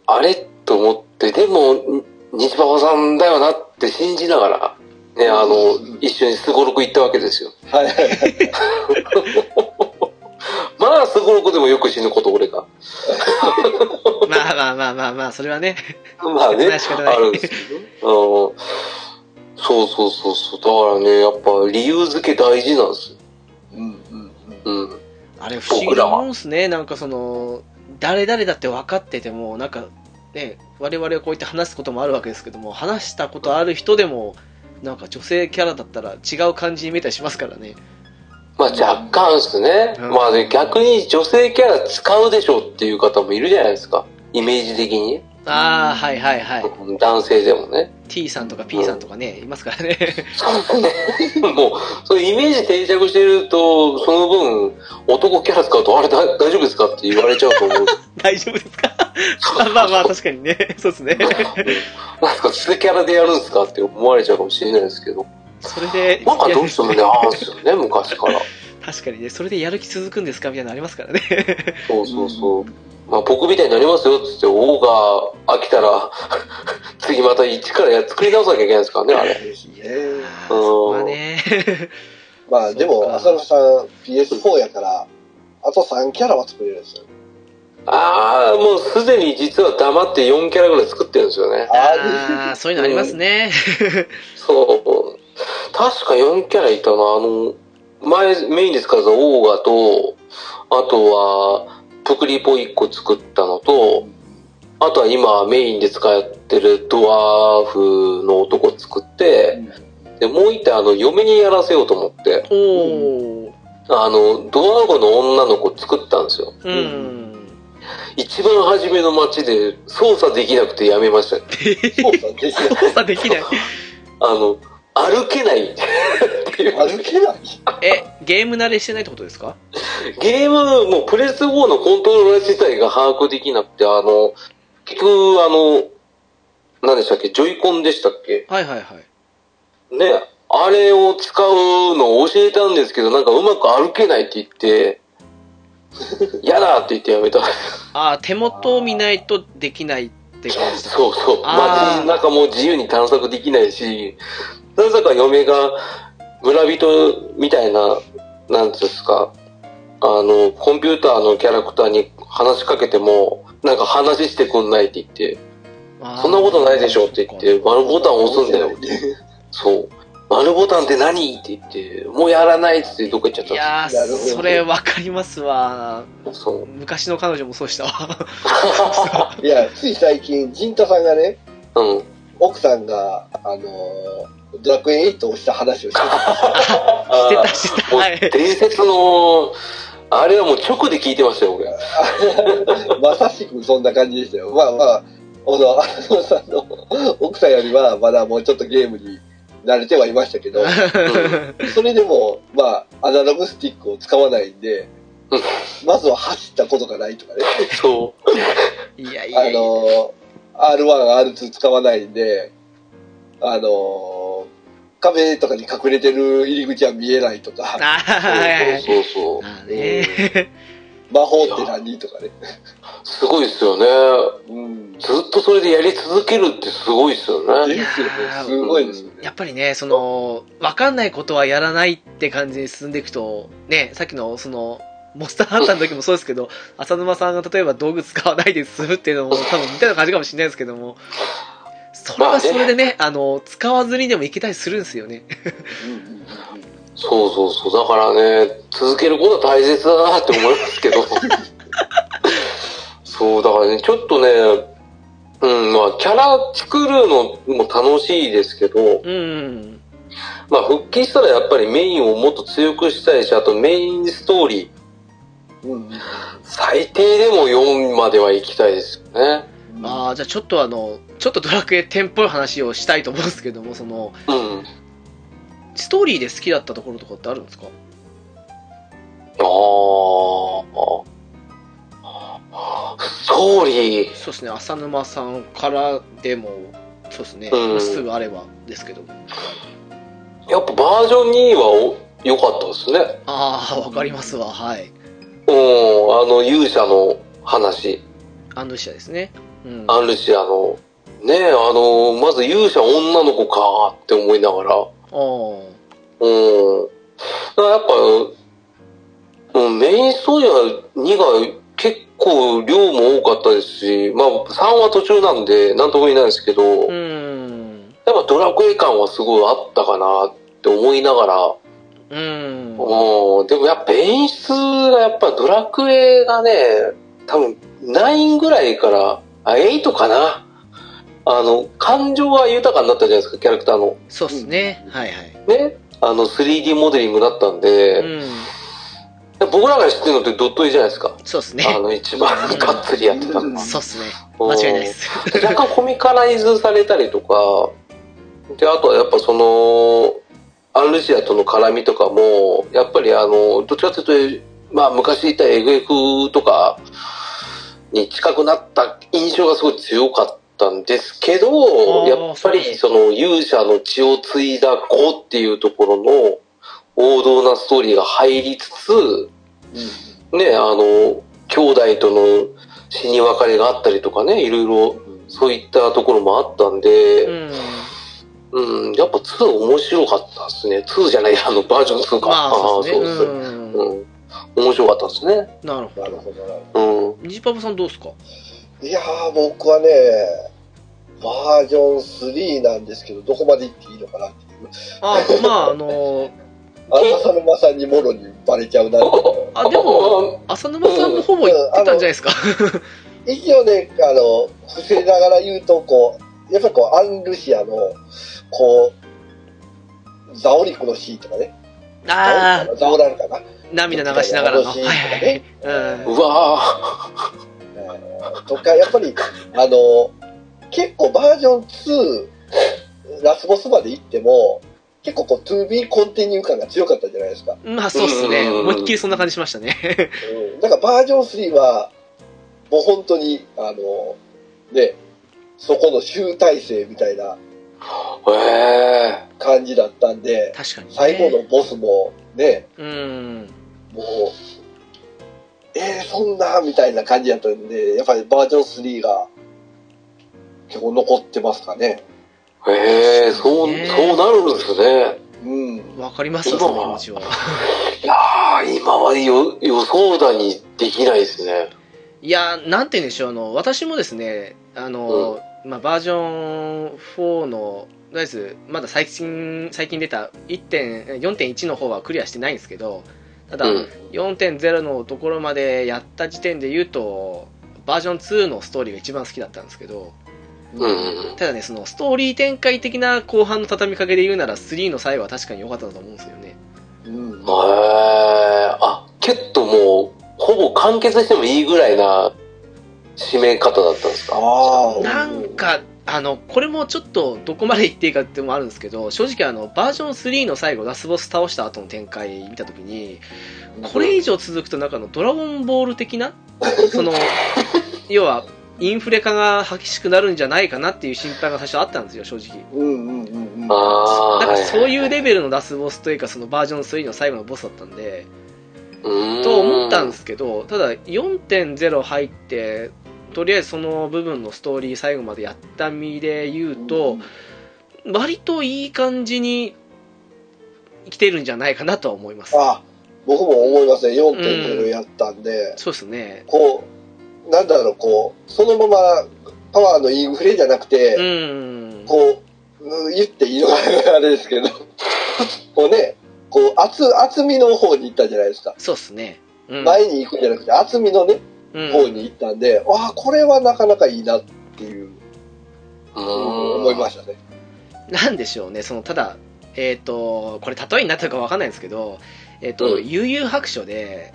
S2: あれと思って、でも、に西馬場さんだよなって信じながら、ね、あの
S5: うん、
S2: 一緒にスゴロク行ったわけですよ。
S5: はいはいはい。
S2: まあ、スゴロクでもよく死ぬこと、俺が。
S1: まあまあまあまあまあそれ はね
S2: まあ ね、
S1: 仕方ない
S2: あるんですけどね。うんそうそうそうそう。だからね、やっぱ理由付け大事なんですよ。
S5: うんうん
S2: うん。
S1: あれ不思議なもんすねなんかその誰々だって分かっててもなんかね我々はこうやって話すこともあるわけですけども話したことある人でもなんか女性キャラだったら違う感じに見えたりしますからね
S2: まあ若干ですね。
S1: うん
S2: まあね、逆に女性キャラ使うでしょっていう方もいるじゃないですか。イメージ的に。
S1: ああ、はいはいはい。
S2: 男性でもね。
S1: T さんとか P さんとかね、いますからね。
S2: もう、そのイメージ定着してると、その分、男キャラ使うと、あれだ大丈夫ですかって言われちゃうと思う。
S1: 大丈夫です かあ まあまあ、確かにね。そうですね。
S2: なんか、素キャラでやるんですかって思われちゃうかもしれないですけど。
S1: それで、
S2: なんかどうしてもね、
S1: や
S2: ああですよね、昔から。
S1: 確かにね、それでやる気続くんですかみたいなのありますからね。
S2: そうそうそう。まあ、僕みたいになりますよっつって、王が飽きたら、 次また一からや作り直さなきゃいけないですからね、あれ。
S5: ですね。
S1: あーそこはね。
S5: まあで
S1: そうか
S5: も、浅野さん PS4 やから、あと3キャラは作れるんですよ。
S2: ああ、もうすでに実は黙って4キャラぐらい作ってるんですよね。
S1: ああ、そういうのありますね。
S2: そう。確か4キャラいたな。あの、前、メインで使ってたオーガと、あとは、プクリポ1個作ったのと、あとは今メインで使ってるドワーフの男作って、で、もう一体あの、嫁にやらせようと思って、
S1: おお。
S2: あの、ドワーフの女の子作ったんですよ。
S1: うん。
S2: 一番初めの街で操作できなくてやめましたよ。
S5: そうそう、で きない。
S1: 操作できない。
S2: あの、歩けない っていう。
S5: 歩けない。
S1: え、ゲーム慣れしてないってことですか
S2: ゲーム、もうプレス4のコントローラー自体が把握できなくて、あの、結局、あの、何でしたっけ、ジョイコンでしたっけ
S1: はいはいはい。
S2: ね、あれを使うのを教えたんですけど、なんかうまく歩けないって言って、 嫌だって言ってやめた。
S1: ああ、手元を見ないとできないって感じだ。
S2: そうそう。
S1: あー
S2: 街中も自由に探索できないし、なぜか嫁が村人みたいな、なんつうんですか、あの、コンピューターのキャラクターに話しかけても、なんか話してくんないって言って、
S1: あー
S2: そんなことないでしょって言って、丸ボタン押すんだよって。そう。丸ボタンって何って言って、もうやらないっつってどっか行っちゃっ
S1: い
S2: た
S1: やー、
S5: なるほど
S1: それわかりますわ。
S2: んですよ。そう。
S1: 昔の彼女もそうしたわ。
S5: いや、つい最近、陣太さんがね、
S2: うん。
S5: 奥さんが、あのードラクエ8をした話をしてた。
S1: してた、してた。
S2: もう
S1: はい。
S2: 伝説の、あれはもう直で聞いてましたよ、俺。
S5: まさしくそんな感じでしたよ。まあまあ、小野浅野さんの奥さんよりは、まだもうちょっとゲームに慣れてはいましたけど、それでも、まあ、アナログスティックを使わないんで
S2: うん、
S5: まずは走ったことがないとかね。
S2: そ う。
S1: いやい
S5: あ
S1: やいや。
S5: のー、R1、R2 使わないんで、あのー、壁とかに隠れてる入り口は見えないとか、
S1: あーはいはいはい。
S2: そうそうそう。
S1: あーね
S5: 魔法って何とかね。
S2: すごいですよね。
S5: うん。
S2: ずっとそれでやり続けるってすごいですよ
S5: い
S2: ね。
S5: やー すごいですよね。
S1: やっぱりね、その、わかんないことはやらないって感じに進んでいくと、ね、さっきの、その、モンスターハンターの時もそうですけど、浅沼さんが例えば道具使わないで進むっていうのも多分似たような感じかもしれないですけども、それはそれでね、あの、使わずにでもいけたりするんですよね。
S2: そうそうそう。だからね、続けることは大切だなって思います けど。そう、だからね、ちょっとね、うん、まあ、キャラ作るのも楽しいですけど、
S1: うん。
S2: まあ、復帰したらやっぱりメインをもっと強くしたいし、あとメインストーリー、
S5: うん。
S2: 最低でも4までは行きたいですよね。
S1: ああ、じゃあちょっとあの、ちょっとドラクエ10っぽい話をしたいと思うんですけども、その、
S2: うん。
S1: ストーリーで好きだったところとかってあるんですか
S2: あーストーリー。
S1: そうですね、浅沼さんからでも、そうですね、
S2: うん
S1: すぐあればですけども。
S2: やっぱバージョン2はお良かったですね。
S1: ああ、わかりますわ、はい。
S2: うん、あの、勇者の話。
S1: アンドシアですね。うん。
S2: アンルシアの、ねえ、あの、まず勇者女の子かって思いながら。
S1: おー
S2: うん。だからやっぱ、うん、メインストーリーは2が結構量も多かったですし、まあ3は途中なんで何とも言えないですけど、
S1: うーん。
S2: やっぱドラクエ感はすごいあったかなって思いながら、
S1: うーん。
S2: うん、でもやっぱ演出がやっぱドラクエがね、多分9ぐらいから、あ、8かな。あの、感情が豊かになったじゃないですか、キャラクターの。
S1: そうっすね、はいはい。
S2: ね。あの、3D モデリングだったんで、
S1: うん。
S2: 僕らが知ってるのってドット絵じゃないですか。
S1: そうですね。
S2: あの、一番
S1: うん
S2: がっつりやってたのは。
S1: そうっすね。間違いないです。
S2: 若干コミカライズされたりとか、で、あとはやっぱその、アンルシアとの絡みとかも、やっぱりあの、どっちかというと、まあ昔いたエグエグとかに近くなった印象がすごい強かったんですけ
S7: あ
S2: ど、
S7: ー
S2: やっぱ
S7: そう
S2: りその勇者の血を継いだ子っていうところの王道なストーリーが入りつつ、ね、あの、兄弟との死に別れがあったりとかね、いろいろそういったところもあったん
S1: う
S2: で、
S1: ん。
S2: うん、やっぱ2面白かったですね。2じゃない、あの、バージョン2か。
S1: まあ、そうですね。
S2: あーそう
S1: うん
S2: です。うん。面白かったですね。
S1: なるほ
S5: なる
S1: ど。
S5: ほどなるほ
S2: うん。
S1: ニジパパさんどうですか
S5: ど。いやー、僕はね、バージョン3なんですけど、どこまで行っていいのかなっていう。
S1: あ、まあ、あのー
S5: 浅沼さんにもろにバレちゃうなっていう。
S1: あ、でも、浅沼さんもほぼ言ってたんじゃないですか。
S5: 一応ね、あの、伏せながら言うと、こう、やっぱりこう、アンルシアの、こう、ザオリクのシーンとかね。
S1: ああ、
S5: ザオラルかな。
S1: 涙流しながらの。はいはいはい。う。
S2: うんわ
S5: とか、やっぱり、あの、結構バージョン2、ラスボスまで行っても、結構こう、to be continue 感が強かったじゃないですか。
S1: まあそうですね。
S2: うんうんうん
S1: 思いっきりそんな感じしましたね。
S5: うん。だからバージョン3は、もう本当に、あの、ね、そこの集大成みたいな
S2: ーへ
S5: 感じだったんで、
S1: 確かに、ね。
S5: 最後のボスもね、
S1: うん。
S5: もう、えー、そんなみたいな感じだったんで、やっぱりバージョン3が結構残ってますかね。
S2: え。へえ、そう、
S1: ね
S2: そうなるんですね。
S5: うん。
S1: わかりますよ、その気持ちは。
S2: いやー、今はよ予想だにできないですね。
S1: いや、なんて言うんでしょう、あの、私もですね、あの、まあ、バージョン4の、とりあえず、まだ最近、最近出た1点4.1の方はクリアしてないんですけど、ただ、
S2: うん。
S1: 4.0のところまでやった時点で言うと、バージョン2のストーリーが一番好きだったんですけど、
S2: うんうん。
S1: ただね、そのストーリー展開的な後半の畳みかけで言うなら、3の最後は確かに良かったと思うんですよね。
S5: う
S2: へ
S5: ん
S2: え。あ、キュッともう、ほぼ完結してもいいぐらいな締め方だったんですか
S5: ああ。
S1: なんか、あの、これもちょっとどこまで言っていいかってのもあるんですけど、正直あの、バージョン3の最後、ラスボス倒した後の展開見たときに、これ以上続くとなんかあの、ドラゴンボール的 な、その、要は、インフレ化が激しくなるんじゃないかなっていう心配が最初あったんですよ、正直。
S5: うんうんうんうん。
S2: ああ、
S1: なんかそういう
S2: で、
S1: レベルのラスボスというか、そのバージョン3の最後のボスだったんで、
S2: うーん
S1: と思ったんですけど、ただ4.0入って、とりあえずその部分のストーリー最後までやった身で言うと、割といい感じに来てるんじゃないかなとは思います。
S5: あ、僕も思いますね。4.0やったんで、
S1: そうですね。
S5: こう、なんだろう、こう、そのままパワーのインフレじゃなくて、
S1: うーん。
S5: こう、うん言っていいのかあれですけど、 こうね、こう厚、厚みの方に行ったじゃないですか。
S1: そうですね。うん。
S5: 前に行くんじゃなくて、厚みのね、
S1: うん
S5: 方に行ったんで、わあ、これはなかなかいいなっていう、
S2: うーん
S5: 思いましたね。
S1: なんでしょうね、そのただ、えっ、と、これ例えになってるかわかんないんですけど、えっ、と、
S2: うん
S1: 悠々白書で、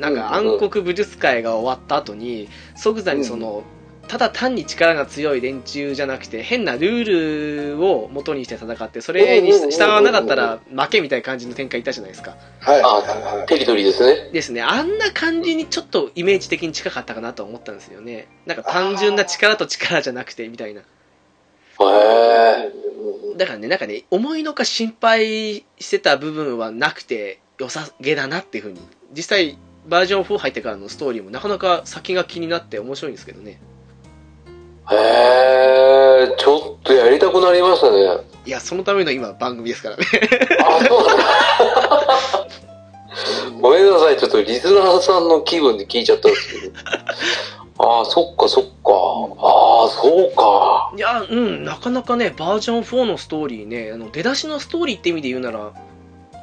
S1: なんか
S2: うんうん
S1: 暗黒武術会が終わった後に、即座にその、ただ単に力が強い連中じゃなくて、変なルールを元にして戦って、それに
S2: うんうんうんうん
S1: 従わなかったら負けみたいな感じの展開いたじゃないですか。
S5: はい。はいは
S2: あ、テリトリーですね。
S1: ですね、あんな感じにちょっとイメージ的に近かったかなと思ったんですよね。なんか単純な力と力じゃなくてみたいな。
S2: へえ。
S5: いうんうん
S1: だからね、なんかね、思いのか心配してた部分はなくて、良さげだなっていうふうに。実際、バージョン4入ってからのストーリーもなかなか先が気になって面白いんですけどね。
S2: へえ、ちょっとやりたくなりまし たね。
S1: いや、そのための今、番組ですからね。
S2: あ、そうなんだ。ごめんなさい、ちょっとリスナーさんの気分で聞いちゃったんで すけど。ああ、そっかそっか。ああ、そうか。
S1: いや、うん、なかなかね、バージョン4のストーリーね、あの出だしのストーリーって意味で言うなら、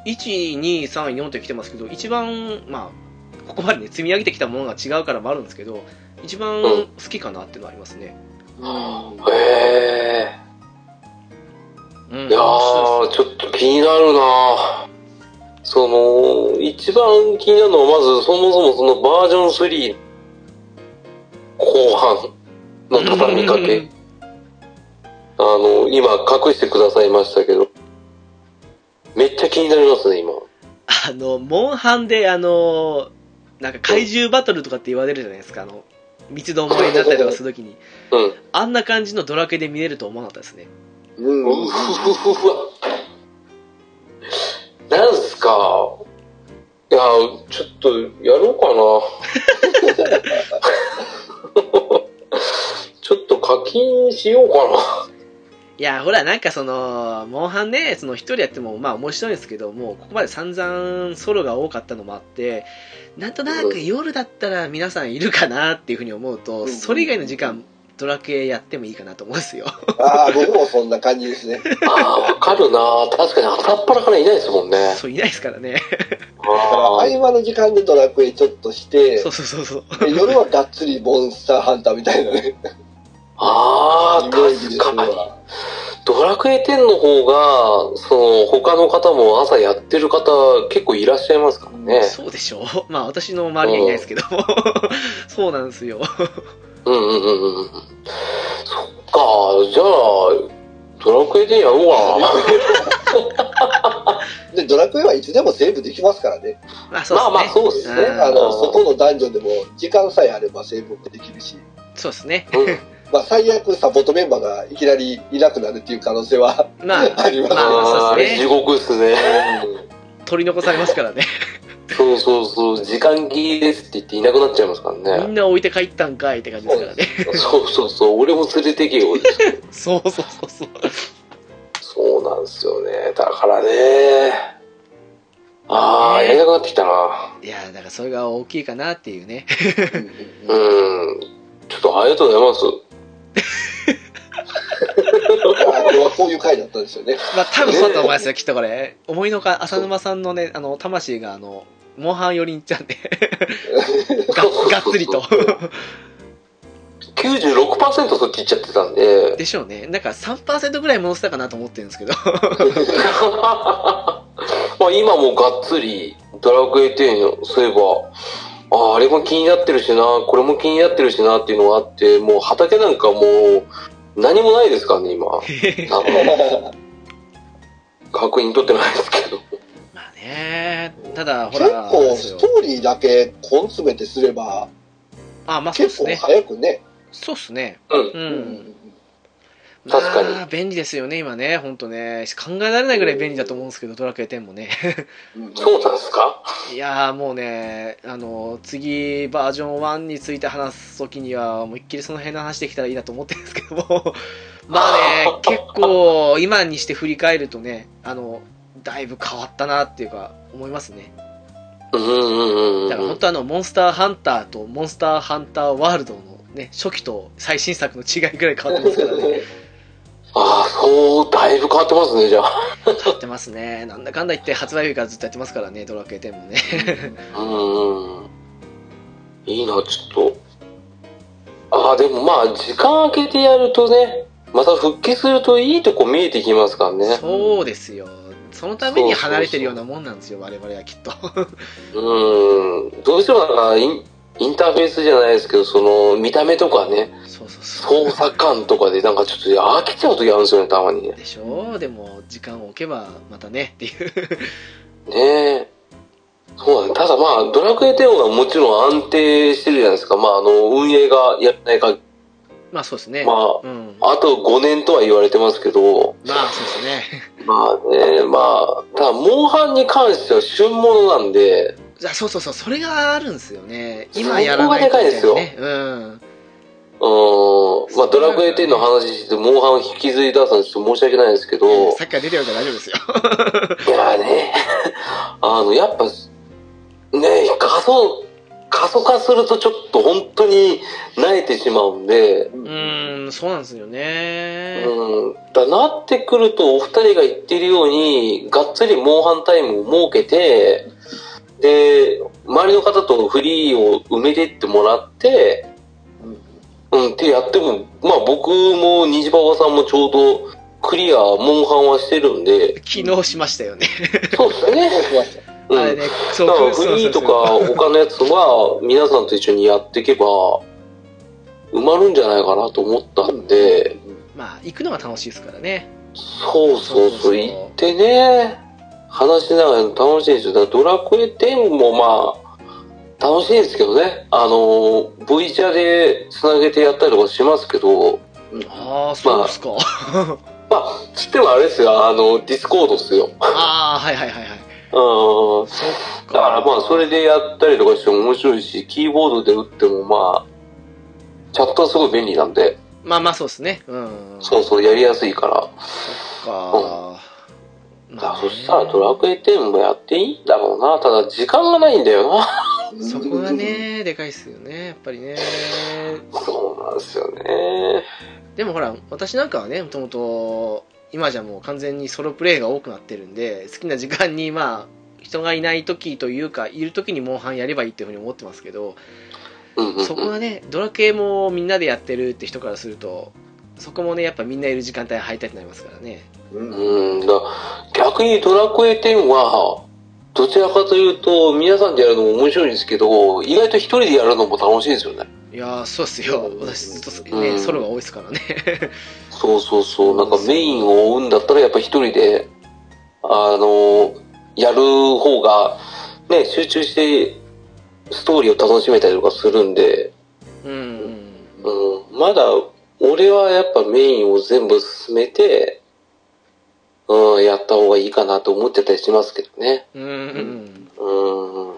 S1: 1、2、3、4って来てますけど、一番、まあ、ここまでね、積み上げてきたものが違うからもあるんですけど、一番
S2: うん
S1: 好きかなっていうのはありますね。
S2: へ
S1: うん、
S2: え。いや
S1: 面白いです
S2: ー、ちょっと気になるなその、一番気になるのは、まず、そもそもそのバージョン3後半の畳みかけ。あの、今、隠してくださいましたけど、めっちゃ気になりますね、今。
S1: あの、モンハンで、あの、なんか怪獣バトルとかって言われるじゃないですか、あの、三つどもえになったりとかするときに、
S2: うん。
S1: あんな感じのドラケで見れると思わなかったですね。
S5: うん
S2: うふふふわ。なんすか。いや、ちょっと、やろうかな。 ちょっと課金しようか
S1: いや、ほら、なんかその、モンハンね、その一人やっても、まあ面白いんですけど、もうここまで散々ソロが多かったのもあって、なんとなく夜だったら皆さんいるかなっていうふうに思うと、
S5: うん
S1: それ以外の時間、ドラクエやってもいいかなと思うんですよ。
S5: ああ、僕もそんな感じですね。
S2: な。ああ、わかるな。確かに当たっ腹からいないですもんね。
S1: そういないですからね。
S5: だから
S2: あ
S5: 合間の時間でドラクエちょっとして
S1: そう、そうそうそう。
S5: で夜はがっつりモンスターハンターみたいなね。
S2: あ
S5: イ
S2: ー、
S5: メージで
S2: 確
S5: す
S2: か
S5: わ
S2: に。ドラクエ10の方が、その、他の方も朝やってる方、結構いらっしゃいますからね。
S1: そうでしょう。まあ私の周りにはいないですけど、そうなんですよ。
S2: うんうんうんうんうん。そっか、じゃあ、ドラクエ10やろうか
S5: で、ドラクエはいつでもセーブできますからね。
S1: まあそうです
S2: な。
S1: ね。
S2: まあまあ、そうです
S1: う
S2: ね。
S1: ん
S5: ね、あの、
S2: そ
S5: 外のダンジョンでも時間さえあればセーブもできるし、
S1: そうですね。
S2: うん。
S5: まあ最悪サポートメンバーがいきなりいなくなるっていう可能性は
S1: まあ、
S5: ありますね。
S1: まあ
S2: あ
S1: そ
S2: ーあ
S1: うですね
S2: れ地獄っすね。
S1: 取り残されますからね。
S2: そうそうそう、時間切れですって言っていなくなっちゃいますから
S1: み
S2: ね。
S1: んな置いて帰ったんかいって感じですからね。
S2: そうそうそう、俺も連れてけよ。
S1: そうそうそうそう。
S2: そうなんですよね。だからね。ああ、
S1: ね
S2: やりたくなってきたな。
S1: いやーだからそれが大きいかなっていうね。
S2: うん。ちょっとありがとうございま
S5: あ今日はこういう回だったんです よね。
S1: まあ多分そうだと思いますよ、きっとこれ。思いのか、浅沼さんのね、あの、魂があの、モンハン寄りに行っちゃうんで、ががっつりと。
S2: す。96%そっち行っちゃってたんで。
S1: でしょうね。なんか3%ぐらい戻せたかなと思ってるんですけど。
S2: まあ今もがっつりドラクエ10そういえばあーあれも気になってるしなこれも気になってるしなっていうのがあってもう畑なんかもう何もないですか らね今なんか確認取ってないですけど
S1: まあねただほ
S5: 結
S1: ら、
S5: 構ストーリーだけコン詰めてすれば、
S1: あ、まあそうで
S5: 結
S1: す
S5: 構
S1: ね。
S5: 早くね。
S1: そうっすね。
S2: うん
S1: うん。
S2: ん確かに
S1: まあ、便利ですよね、今ね、本当ね。考えられないぐらい便利だと思うんですけど、ドラクエ10もね。
S5: うん
S2: そうなんですか
S1: いやーもうね、あの、次、バージョン1について話すときには、思いっきりその辺の話できたらいいなと思ってるんですけども、 まあね、結構、今にして振り返るとね、あの、だいぶ変わったなっていうか、思いますね。
S2: うんうんうんうん
S1: だから本当あの、モンスターハンターとモンスターハンターワールドのね、初期と最新作の違いぐらい変わってますから ね。
S2: ああそうだいぶ変わってますねじゃあ
S1: 変わってますね。なんだかんだ言って発売日からずっとやってますからね、ドラクエ10もね。
S2: うんうんいいなちょっとああでもまあ時間空けてやるとねまた復帰するといいとこ見えてきますからね
S1: そうですよ。そのために離れてるようなもんなんですよ、我々はきっと。
S2: うーんどうしてもなんかインインターフェースじゃないですけどその見た目とかね
S1: そうそうそう。
S2: 操作感とかでなんかちょっと飽きちゃう時あるんですよねたまにね
S1: でしょでも、時間を置けば、またね、っていう。
S2: ねえそうだねただまあドラクエ10はもちろん安定してるじゃないですかまああの運営がやってないか
S1: まあ、そうですね。
S2: まあ
S1: うん。ま
S2: あと5年とは言われてますけど
S1: あ、そうですね。
S2: まあねまあただモンハンに関しては旬物なんで
S1: じゃあそうそうそう、それがあるんですよね。
S2: そこ
S1: 今
S2: が
S1: やらないとみたいなね。
S2: で
S1: うん。
S2: うーんまあドラクエ10の話してモンハンを引きずり出すのはちょっと申し訳ないですけど
S1: さっきから出てるから大丈夫ですよ。
S2: いやーね、 あの、やっぱ、ね、過疎、過疎化するとちょっと本当に慣れてしまうんで、
S1: うーん、そうなんですよ
S2: う
S1: ね。
S2: ん、だなってくるとお二人が言ってるように、がっつりモンハンタイムを設けて、で、周りの方とフリーを埋めてってもらって、うん、ってやっても、まあ僕も虹パパさんもちょうどクリア、モンハンはしてるんで、
S1: 昨日しましたよね。
S2: そうですよ ね。
S5: そうしました。
S2: うん
S1: あれね、
S2: だ
S1: そ
S2: か
S1: う、
S2: ら
S1: そうなんです
S2: 国
S1: よ
S2: とか他のやつは皆さんと一緒にやっていけば埋まるんじゃないかなと思ったんで、
S1: まあ、行くのが楽しいですからね。
S2: そうそ
S1: そ
S2: う
S1: うそ
S2: そうう、行ってね、話しながら楽しいんですよ。だからドラクエ10もまあ、楽しいですけどね。あの、V チャで繋げてやったりとかしますけど、
S1: ああ、そうですか。
S2: まあ、つってもあれですよ、あの、ディスコードっすよ。うん。だ
S1: ああ、はいはいはいはい。そっか。
S2: からまあ、それでやったりとかしても面白いし、キーボードで打ってもまあ、チャットはすごい便利なんで、
S1: まあまあ、そうですね。うん。
S2: そうそう、やりやすいから。
S1: っか。
S2: だから
S1: ね
S2: そしたらドラクエ10もやっていいんだろうな。ただ、時間がないんだよな。
S1: そこがね、でかいっすよね、やっぱりね。
S2: そうなんですよね。
S1: でもほら、私なんかはね、もともと、今じゃもう完全にソロプレイが多くなってるんで、好きな時間に、まあ、人がいない時というか、いる時にモンハンやればいいっていうふうに思ってますけど、
S2: うんうんうん、
S1: そこはね、ドラクエもみんなでやってるって人からすると、そこもね、やっぱみんないる時間帯入りたいとなりますからね。
S2: うんだ逆にドラクエ10は、どちらかというと、皆さんでやるのも面白いんですけど、意外と一人でやるのも楽しいんですよね。
S1: いやー、そうっすよ。私ずっと
S2: う
S1: ね、
S2: ん
S1: ソロが多いですからね。
S2: そうそうそう、なんかメインを追うんだったらやっぱ一人で、あの、やる方が、ね、集中して、ストーリーを楽しめたりとかするんで、
S1: うん。
S2: うん、まだ、俺はやっぱメインを全部進めて、うん、やった方がいいかなと思ってたりしますけどね。
S1: うん。うん。
S2: うん。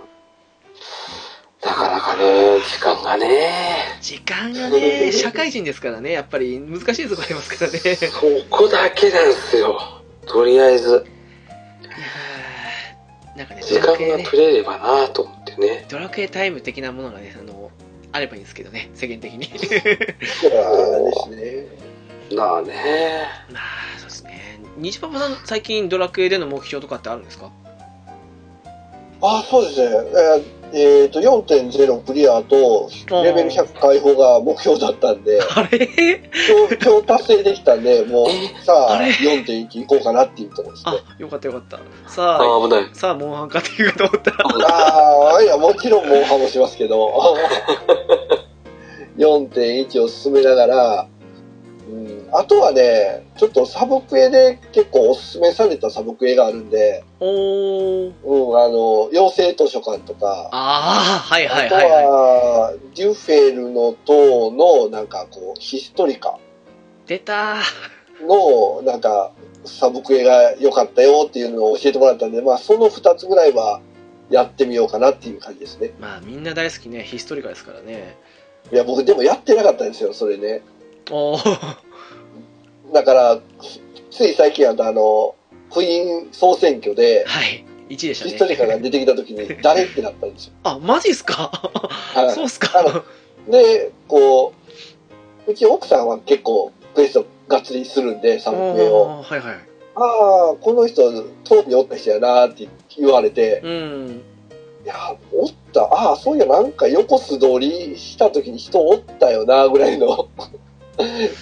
S2: なかなかね、時間がね、
S1: 時間がね、社会人ですからね、やっぱり難しいとこありますからね。
S2: そこだけなんですよ。とりあえず、
S1: なんかね、
S2: 時
S1: ド
S2: 間
S1: ラクエ
S2: が
S1: ね、
S2: 取れればなと思ってね。
S1: ドラクエタイム的なものがね、あの、あればいいんですけどね、世間的に。
S5: そうですね。
S2: なあね。
S1: まあ、そうですね。西パパさん、最近ドラクエでの目標とかってあるんですか
S5: あ、そうですね。えーえーと、4.0クリアと、レベル100解放が目標だっ たんで、
S1: あれ
S5: 今日、今日達成できたんで、もう、さ
S1: あ
S5: あ、
S1: れ
S5: 4.1行こうかなっていうところですね。
S1: あ、よかったよかった。さあ、
S2: あ危ない。
S1: さあ、モンハンかっていうかと思ったら。
S5: ああ、いや、もちろんモンハンもしますけど、4.1を進めながら、うん、あとはね、ちょっとサブクエで結構おすすめされたサブクエがあるんで、
S1: おー。
S5: うん、あの、妖精図書館とか、
S1: ああ、はいはい
S5: あと
S1: はいはい。
S5: は、デュフェルの塔の、なんかこう、ヒストリカ
S1: 出たー。
S5: の、なんか、サブクエが良かったよっていうのを教えてもらったんで、まあ、その2つぐらいはやってみようかなっていう感じですね。
S1: まあ、みんな大好きね、ヒストリカですからね。
S5: いや、僕、でもやってなかったんですよ、それね。
S1: おー。
S5: だから、つい最近あった、あの、クイーン総選挙で、
S1: はい。1位でした
S5: ヒ
S1: ね。
S5: ストリカが出てきた時に、誰ってなったんですよ。
S1: あ、マジっすか
S5: はい
S1: そうっすか
S5: あので、こう、うち奥さんは結構、クエストがっつりするんで、サブクエを。
S1: おーはいはい。
S5: ああ、この人、当時おった人やなーって言われて、
S1: うん。
S5: いや、おった、ああ、そういや、なんか横素通りした時に人おったよな、ぐらいの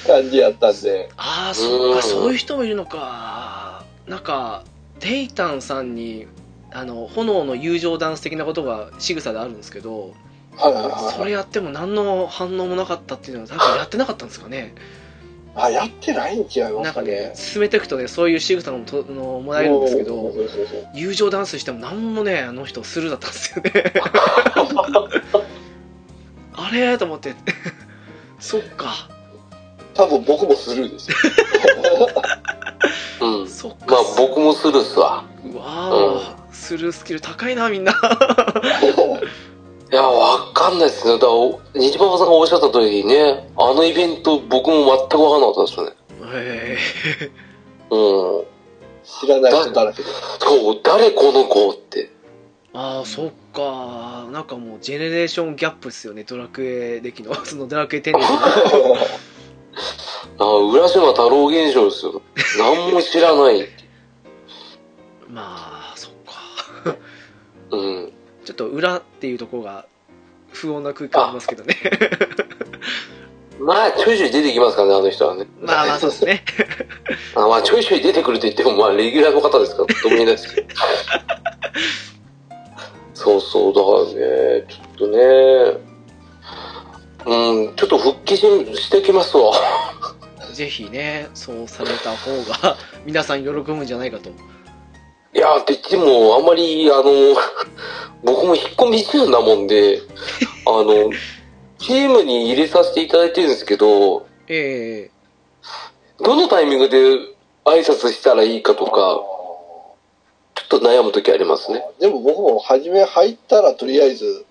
S5: 感じやったんで、
S1: ああ、そう
S2: うん
S1: か、そういう人もいるのか。なんか、テイタンさんに、あの、炎の友情ダンス的なことが仕草であるんですけど、
S5: はいはいはい
S1: そ
S5: は
S1: れ
S5: い。
S1: やっても何の反応もなかったっていうのは、なんかやってなかったんですかね。
S5: あやってないん違いま
S1: なん
S5: す
S1: か
S5: か
S1: ね
S5: ね、。
S1: 進めていくとね、そういう仕草もとのもらえるんですけど、
S5: そうそうそう
S1: 友情ダンスしても何もね、あの人スルーだったんです よね。あれと思って、そっか。
S5: 多分僕もスルー ですよ。
S2: うん。
S1: そっか。
S2: まあ僕もするっすわ。
S1: うわースルースキル高いな、みんな。
S2: いや、わかんないっすね。だからお、西馬場さんがおっしゃった通りね、あのイベント僕も全くわかんなかったんですよね。
S1: へー
S2: うん。
S5: 知らない人だらけで。
S2: そう、誰この子って。
S1: ああ、そっか。なんかもう、ジェネレーションギャップっすよね、ドラクエ歴の。 そのドラクエ10の。
S2: あ浦島太郎現象ですよ。何も知らない。
S1: まあ、そっか。
S2: うん。
S1: ちょっと裏っていうところが、不穏な空間ありますけ どね。
S2: まあ、ちょいちょい出てきますからね、あの人はね。
S1: まあ まあ、そうですね。
S2: あまあ、ちょいちょい出てくると言っても、まあ、レギュラーの方ですから、どうもいないですけど。 そう、だからね、ちょっとね、うん、ちょっと復帰ししてきますわ。
S1: ぜひね、そうされた方が皆さん喜ぶんじゃないかと。
S2: いや、で、でも、あんまり、あの、僕も引っ込み中なもんで、あの、チームに入れさせていただいてるんですけど、
S1: ええ
S2: どのタイミングで挨拶したらいいかとか、ちょっと悩む時ありますね。
S5: でも僕も初め入ったらとりあえず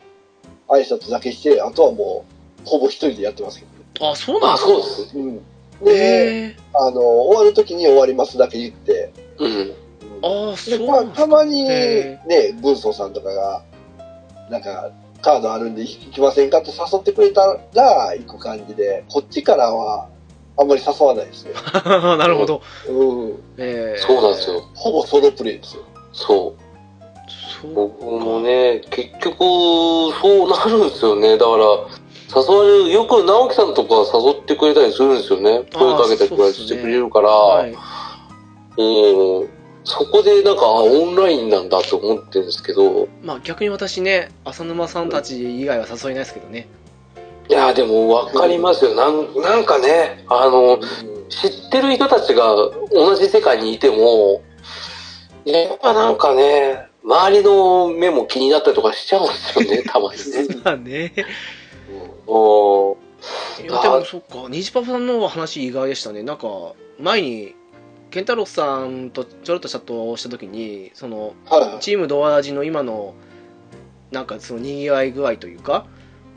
S5: 挨拶だけして、あとはもうほぼ一人でやってますけ
S1: あ、そうなん
S2: あ、
S1: です
S2: そうです。
S5: ど。うん。
S1: か
S5: で、
S1: ええ
S5: あの、終わる時に終わりますだけ言って。
S2: うん。
S5: うん
S1: ああ、そ
S5: で
S1: う
S5: ま
S1: な
S5: あ、
S1: んですか。
S5: たまに
S1: へ
S5: ね、軍曹さんとかが、なんか、カードあるんで行きませんかと誘ってくれたら行く感じで、こっちからはあんまり誘わないで すね。
S1: なるほど。
S5: うん。
S1: ええ
S2: そうなんです。よ。
S5: ほぼソロプレイですよ。
S2: そう。
S1: そう
S2: 僕もね、結局、そうなるんですよね。だから、誘われる、よく直樹さんとか誘ってくれたりするんですよね。声かけたりとかしてくれるから、
S1: はい。
S2: うん。そこでなんか、あオンラインなんだと思ってるんですけど、
S1: まあ逆に私ね、浅沼さんたち以外は誘いないですけどね。
S2: いやーでも分かりますよ。なんなんかね、あの、知ってる人たちが同じ世界にいても、やっぱなんかね、周りの目も気になったりとかしちゃうんですよね、たまにね。
S1: まあね。
S2: うん
S1: いやでもそっか虹パパさんの話意外でしたねなんか前に健太郎さんとちょろっとチャットをした時にその
S5: はい。
S1: チームドアラジの今のなんかそのにぎわい具合というか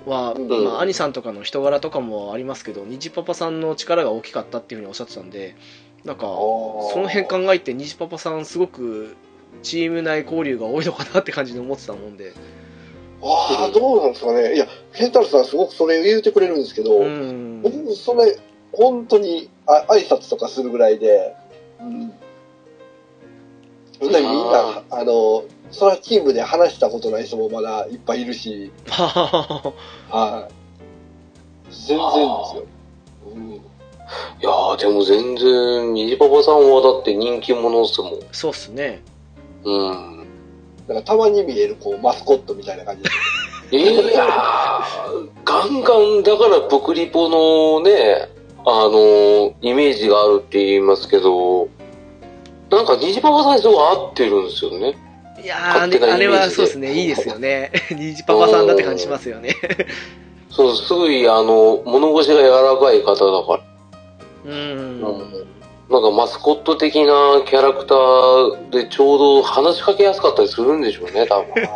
S1: は、
S5: うん
S1: まあ、兄さんとかの人柄とかもありますけど虹パパさんの力が大きかったっていうふうにおっしゃってたんでなんかそ
S5: そ
S1: の辺考えて虹パパさんすごくチーム内交流が多いのかなって感じで思ってたもんで
S5: ああ、どうなんですかね。いや、ケンタロウさんすごくそれ言うてくれるんですけど、
S1: うん
S5: 僕もそれ、本当にあ挨拶とかするぐらいで、そんなにみんな、あの、そらチームで話したことない人もまだいっぱいいるし、はい。全然ですよ。うん
S2: いやーでも全然、虹パパさんはだって人気者っすもん。
S1: そうっすね
S2: うん。
S5: なんかたまに見えるこうマスコットみたいな感じで
S2: いやー、ガンガン、だから僕リポのね、あのーイメージがあるって言いますけど、なんか虹パパさんにすごい合ってるんですよね。
S1: いやーあ
S2: 勝手な
S1: れあれ
S2: イメー
S1: は
S2: ジで
S1: そうですね、いいですよね、 虹パパさんだって感じしますよね。
S2: そう、すごい、あの、物腰が柔らかい方だから、
S1: うーん、
S2: なんかマスコット的なキャラクターでちょうど話しかけやすかったりするんでしょうね、多分。。
S5: あー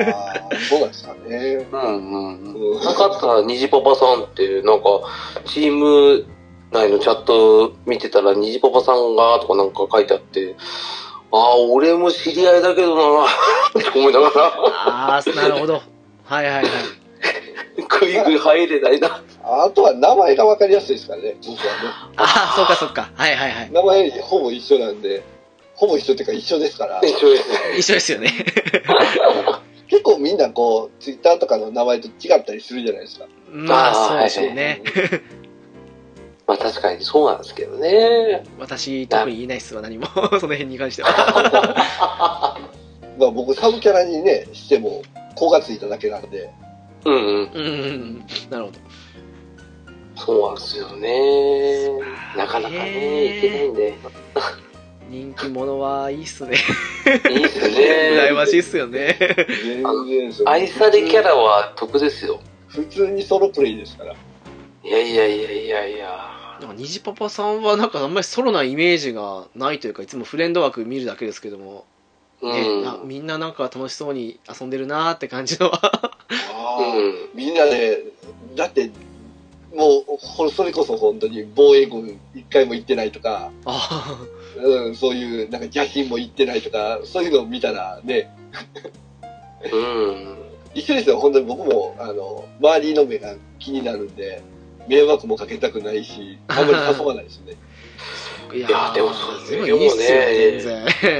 S5: そうなんですかね。
S2: うんうんうん。
S5: うん
S2: なかったら、虹パパさんって、なんか、チーム内のチャット見てたら、虹パパさんが、とかなんか書いてあって、ああ、俺も知り合いだけどな、って思いながら、
S1: ああ、なるほど、はいはいはい、
S2: グイグイ入れないな。
S5: あとは名前がわかりやすいですからね、僕はね。
S1: ああ、そうかそうか、はいはいは
S5: 名前ほぼ一緒なんで、ほぼ一緒っていうか一緒ですから、
S2: 一緒ですね。
S1: い、一緒ですよね、
S5: 結構みんなこう、ツイッターとかの名前と違ったりするじゃないですか。
S1: まあ
S2: あー
S1: そうでしょうね、
S2: まあ確かにそうなんですけどね。
S1: 私、特に言えないっすわ、何も、その辺に関しては。
S5: まあ僕サブキャラにね、しても、子がついただけなんで、
S2: うんうん。
S1: うんうんうん、なるほど、
S2: そうなんですよね。なかなかね、いけないんで。
S1: 人気者はいいっすね、
S2: いいっす
S1: 羨ま
S2: ね。
S1: しいっすよね、
S5: 全然ですよ
S2: 愛されキャラは得ですよ。
S5: 普通にソロプレイですから。
S2: いやいやいやいやいや。
S1: なんか虹パパさんは、なんかあんまりソロなイメージがないというか、いつもフレンド枠見るだけですけども、
S2: う
S1: ね
S2: ん。
S1: なみんななんか楽しそうに遊んでるなーって感じのは
S2: うん。
S5: みんなで、だって、もう、ほそれこそ本当に防衛軍一回も行ってないとか、
S1: あ
S5: うん、そういう、なんか邪神も行ってないとか、そういうのを見たらね、
S2: うん。
S5: 一緒ですよ、本当に僕も、あの、周りの目が気になるんで、迷惑もかけたくないし、あんまり誘わないですね。
S1: あいや
S2: いやでもそれ
S1: でもいいっすよ
S2: でも
S1: 全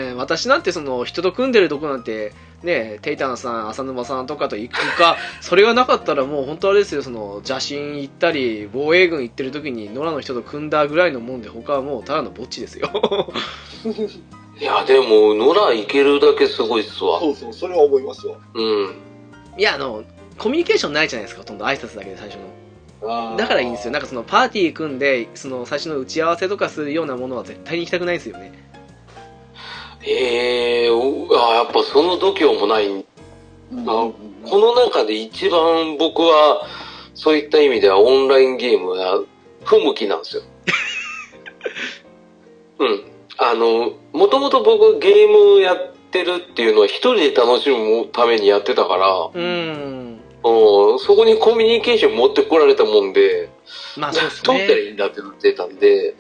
S1: 然 私なんてその人と組んでるとこなんてねテイタンさん浅沼さんとかと行くか それがなかったらもう本当あれですよその邪神行ったり防衛軍行ってる時に野良の人と組んだぐらいのもんで他はもうただのぼっちですよ
S2: いや、でも、野良行けるだけすごいっすわ。
S5: そうそう、それは思いますよ。
S2: うん。
S1: いや、あの、コミュニケーションないじゃないですか、ほとんど挨拶だけで最初の。だからいいんですよ。なんかそのパーティー組んで、その最初の打ち合わせとかするようなものは絶対に行きたくないんですよね。
S2: ええあやっぱその度胸もない。
S5: うん
S2: あこの中で一番僕は、そういった意味ではオンラインゲームは不向きなん ですよ。うん。あの、もともと僕ゲームやってるっていうのは一人で楽しむためにやってたから、
S1: うーん。
S2: うんそこにコミュニケーション持ってこられたもんで、
S1: まあそうです
S2: 取ったら
S1: ね。
S2: いいんだってなってたんで、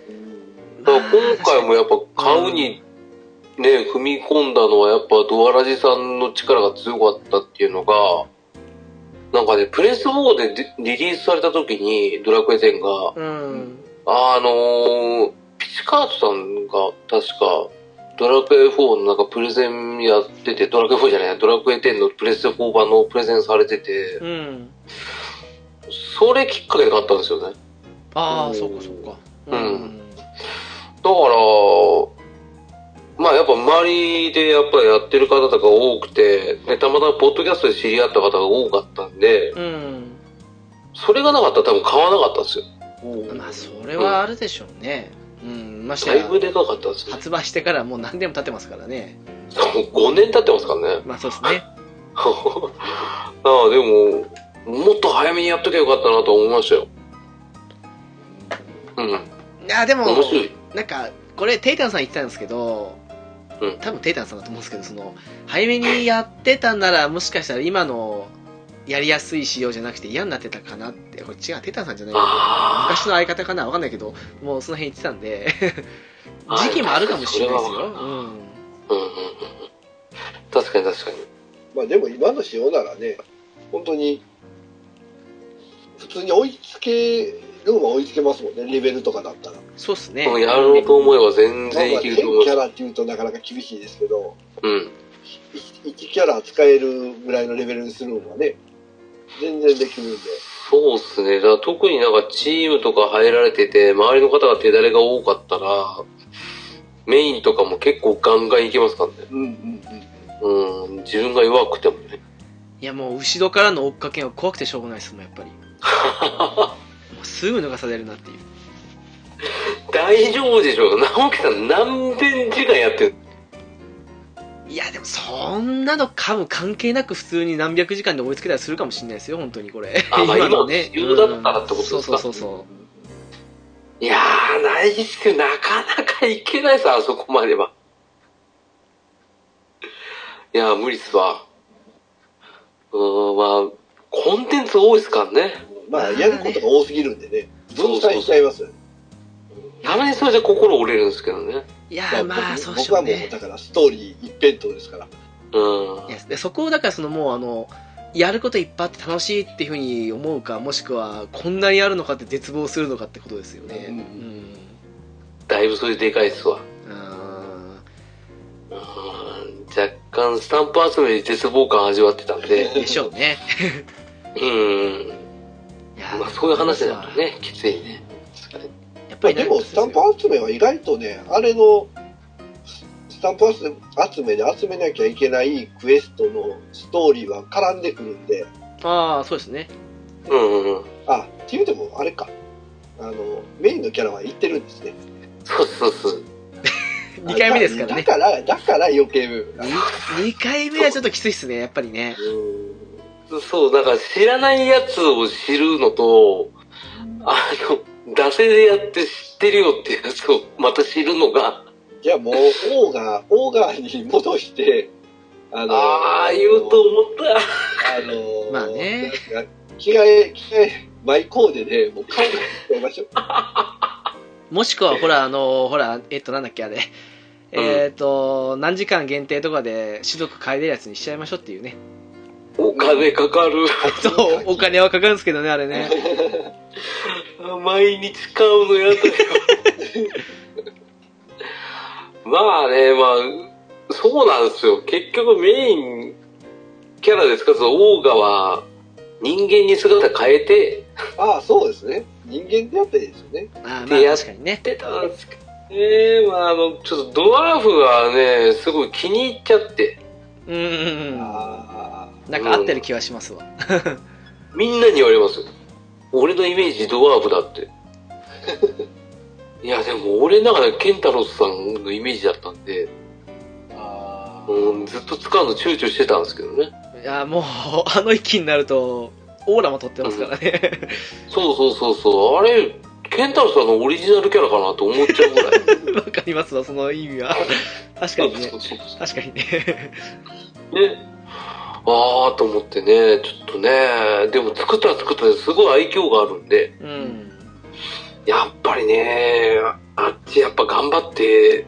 S2: だから今回もやっぱ買うにね、踏み込んだのはやっぱドアラジさんの力が強かったっていうのが、なんかね、プレス4ででリリースされた時にドラクエ10が、
S1: うん。
S2: あのーピチカートさんが確かドラクエ4のなんかプレゼンやってて、ドラクエ4じゃない、ドラクエ10のプレス4版のプレゼンされてて、
S1: うん。
S2: それきっかけで買ったんですよね。
S1: ああ、そうかそうか。うん。
S2: だから、まあやっぱ周りでやっぱりやってる方とか多くて、でたまたまポッドキャストで知り合った方が多かったんで、
S1: うん。
S2: それがなかったら多分買わなかったんですよ。
S1: まあそれはあるでしょうね。うん。まして
S2: だい
S1: や
S2: ぶでかかったんですよ。
S1: 発売してからもう何年も経ってますからね。
S2: 5年経ってますからね。
S1: まあそうですね。
S2: ああでも、もっと早めにやっときゃよかったなと思いましたよ。うん、
S1: いや、でも、
S2: 面白い。
S1: なんか、これ、テイタンさん言ってたんですけど、
S2: うん
S1: 多分テイタンさんだと思うんですけど、その、早めにやってたなら、もしかしたら今のやりやすい仕様じゃなくて嫌になってたかなって、これ違う、テイタンさんじゃない
S2: あ
S1: 昔の相方かなわかんないけど、もうその辺言ってたんで、
S2: あ
S1: 時期もあるかもしれないです
S2: それ
S1: よ。う
S2: は
S1: ん。
S2: あ、うんうんうんうん。確かに確かに。
S5: まあでも今の仕様ならね、本当に、普通に追いつけるのは追いつけますもんね、レベルとかだったら。
S1: そうっすね。
S2: うんやろうと思えば全
S5: まあ
S2: 然
S5: ま
S2: い
S5: あ
S2: ける
S5: 全キ
S2: と思い
S5: ャ
S2: ます。
S5: ラっていうとなかなか厳しいですけど、
S2: うん。
S5: 1キャラ使えるぐらいのレベルにするのはね、全然できるんで。
S2: そうっすね。だから特になんかチームとか入られてて、周りの方が手だれが多かったら、メインとかも結構ガンガンいけますからね。
S5: うんうん
S2: うん、自分が弱くてもね。
S1: いや、もう後ろからの追っかけが怖くてしょうがないですもん、やっぱ り。もうすぐ脱がされるなっていう。
S2: 大丈夫でしょう。直樹さん何千時間やってる。
S1: いや、でもそんなのかも関係なく普通に何百時間で追いつけたりするかもしれないですよ、本当にこれ。
S2: あまあ今の自由だ
S1: う
S2: っ
S1: ん
S2: たらってことです
S1: そう
S2: か
S1: そうそうそう。
S2: いやー、ないですけど、なかなかいけないさ、あそこまでは。いやー、無理っすわ。うーん、まあ、コンテンツ多いっすからね。
S5: うん。まあ、やることが多すぎるんでね、分散しちゃいますよね。
S2: たまにそれで心折れるんですけどね。
S1: いやー、まあ、
S5: 僕
S1: そうでし
S5: 僕
S1: ょ
S5: は
S1: う
S5: も
S1: ね
S5: う、。だからストーリー一辺倒ですから。
S2: うん。
S1: いやでそこをだからそのもうあのやることいっぱいあって楽しいっていうふうに思うかもしくはこんなにあるのかって絶望するのかってことですよねう
S5: うんん、
S2: だいぶそれでかいっすわ。
S1: あ
S2: うーん若干スタンプ集めに絶望感味わってたんで
S1: ー、 でしょうね
S2: うーん、
S1: いやー
S2: まあそういう話だとね、きついね。
S1: やっぱ
S5: まあ、
S1: りね
S5: でも、スタンプ集めは意外とね、あれの、スタンプ集めで集めなきゃいけないクエストのストーリーは絡んでくるんで、
S1: ああそうですね
S2: うんうんうん。
S5: あ、っていうても、あれか。あの、メインのキャラは言ってるんですね。
S2: そうそうそう。
S1: 2回目ですからね
S5: だから、だから余計。
S1: 2回目はちょっときついっすねやっぱりね
S2: そう、だから知らないやつを知るのと、あの、惰性でやって知ってるよっていうやつをまた知るのが、
S5: じゃあもう、オーガー、オーガーに戻して、あの、
S2: ああ、言うと思った。
S5: あの、
S1: まあね
S5: なんか。着替え、着替え、マイコーデで、もう顔が変えましょう。
S1: もしくはほらあのほらえっとなんだっけあれえっと何時間限定とかで種族変えれるやつにしちゃいましょうっていうね
S2: お金かかる。
S1: そうお金はかかるんですけどねあれ ね
S2: 毎日買うのやだよ。まあね、まあ、そうなんですよ。結局メインキャラですから、そのオーガは人間に姿変えて、
S5: ああ、そうですね。人間であったらいいですよね。
S1: あー
S2: で
S1: ま
S2: や
S1: あ
S2: っ
S1: 確かにね
S2: 出たんですけどね、まああの、ちょっとドワーフがね、すごい気に入っちゃって、
S1: うんうんうん
S5: ああ。
S1: なんか合ってる気はしますわ。
S2: みんなに言われますよ俺のイメージドワーフだっていやでも俺の中でケンタロスさんのイメージだったんで、
S5: あ
S2: うん、ずっと使うの躊躇してたんですけどね
S1: いや、もう、 あの域になると、オーラも取ってますからね。
S2: そうそうそうそうあれケンタロスさんのオリジナルキャラかなと思っちゃうぐらい
S1: わかりますわ、その意味は。確かにね
S2: そ。うそうそう
S1: 確かにね。
S2: ね。ああと思ってね、ちょっとね、でも作ったら作ったですごい愛嬌があるんで、
S1: うん。
S2: やっぱりね、あっちやっぱ頑張って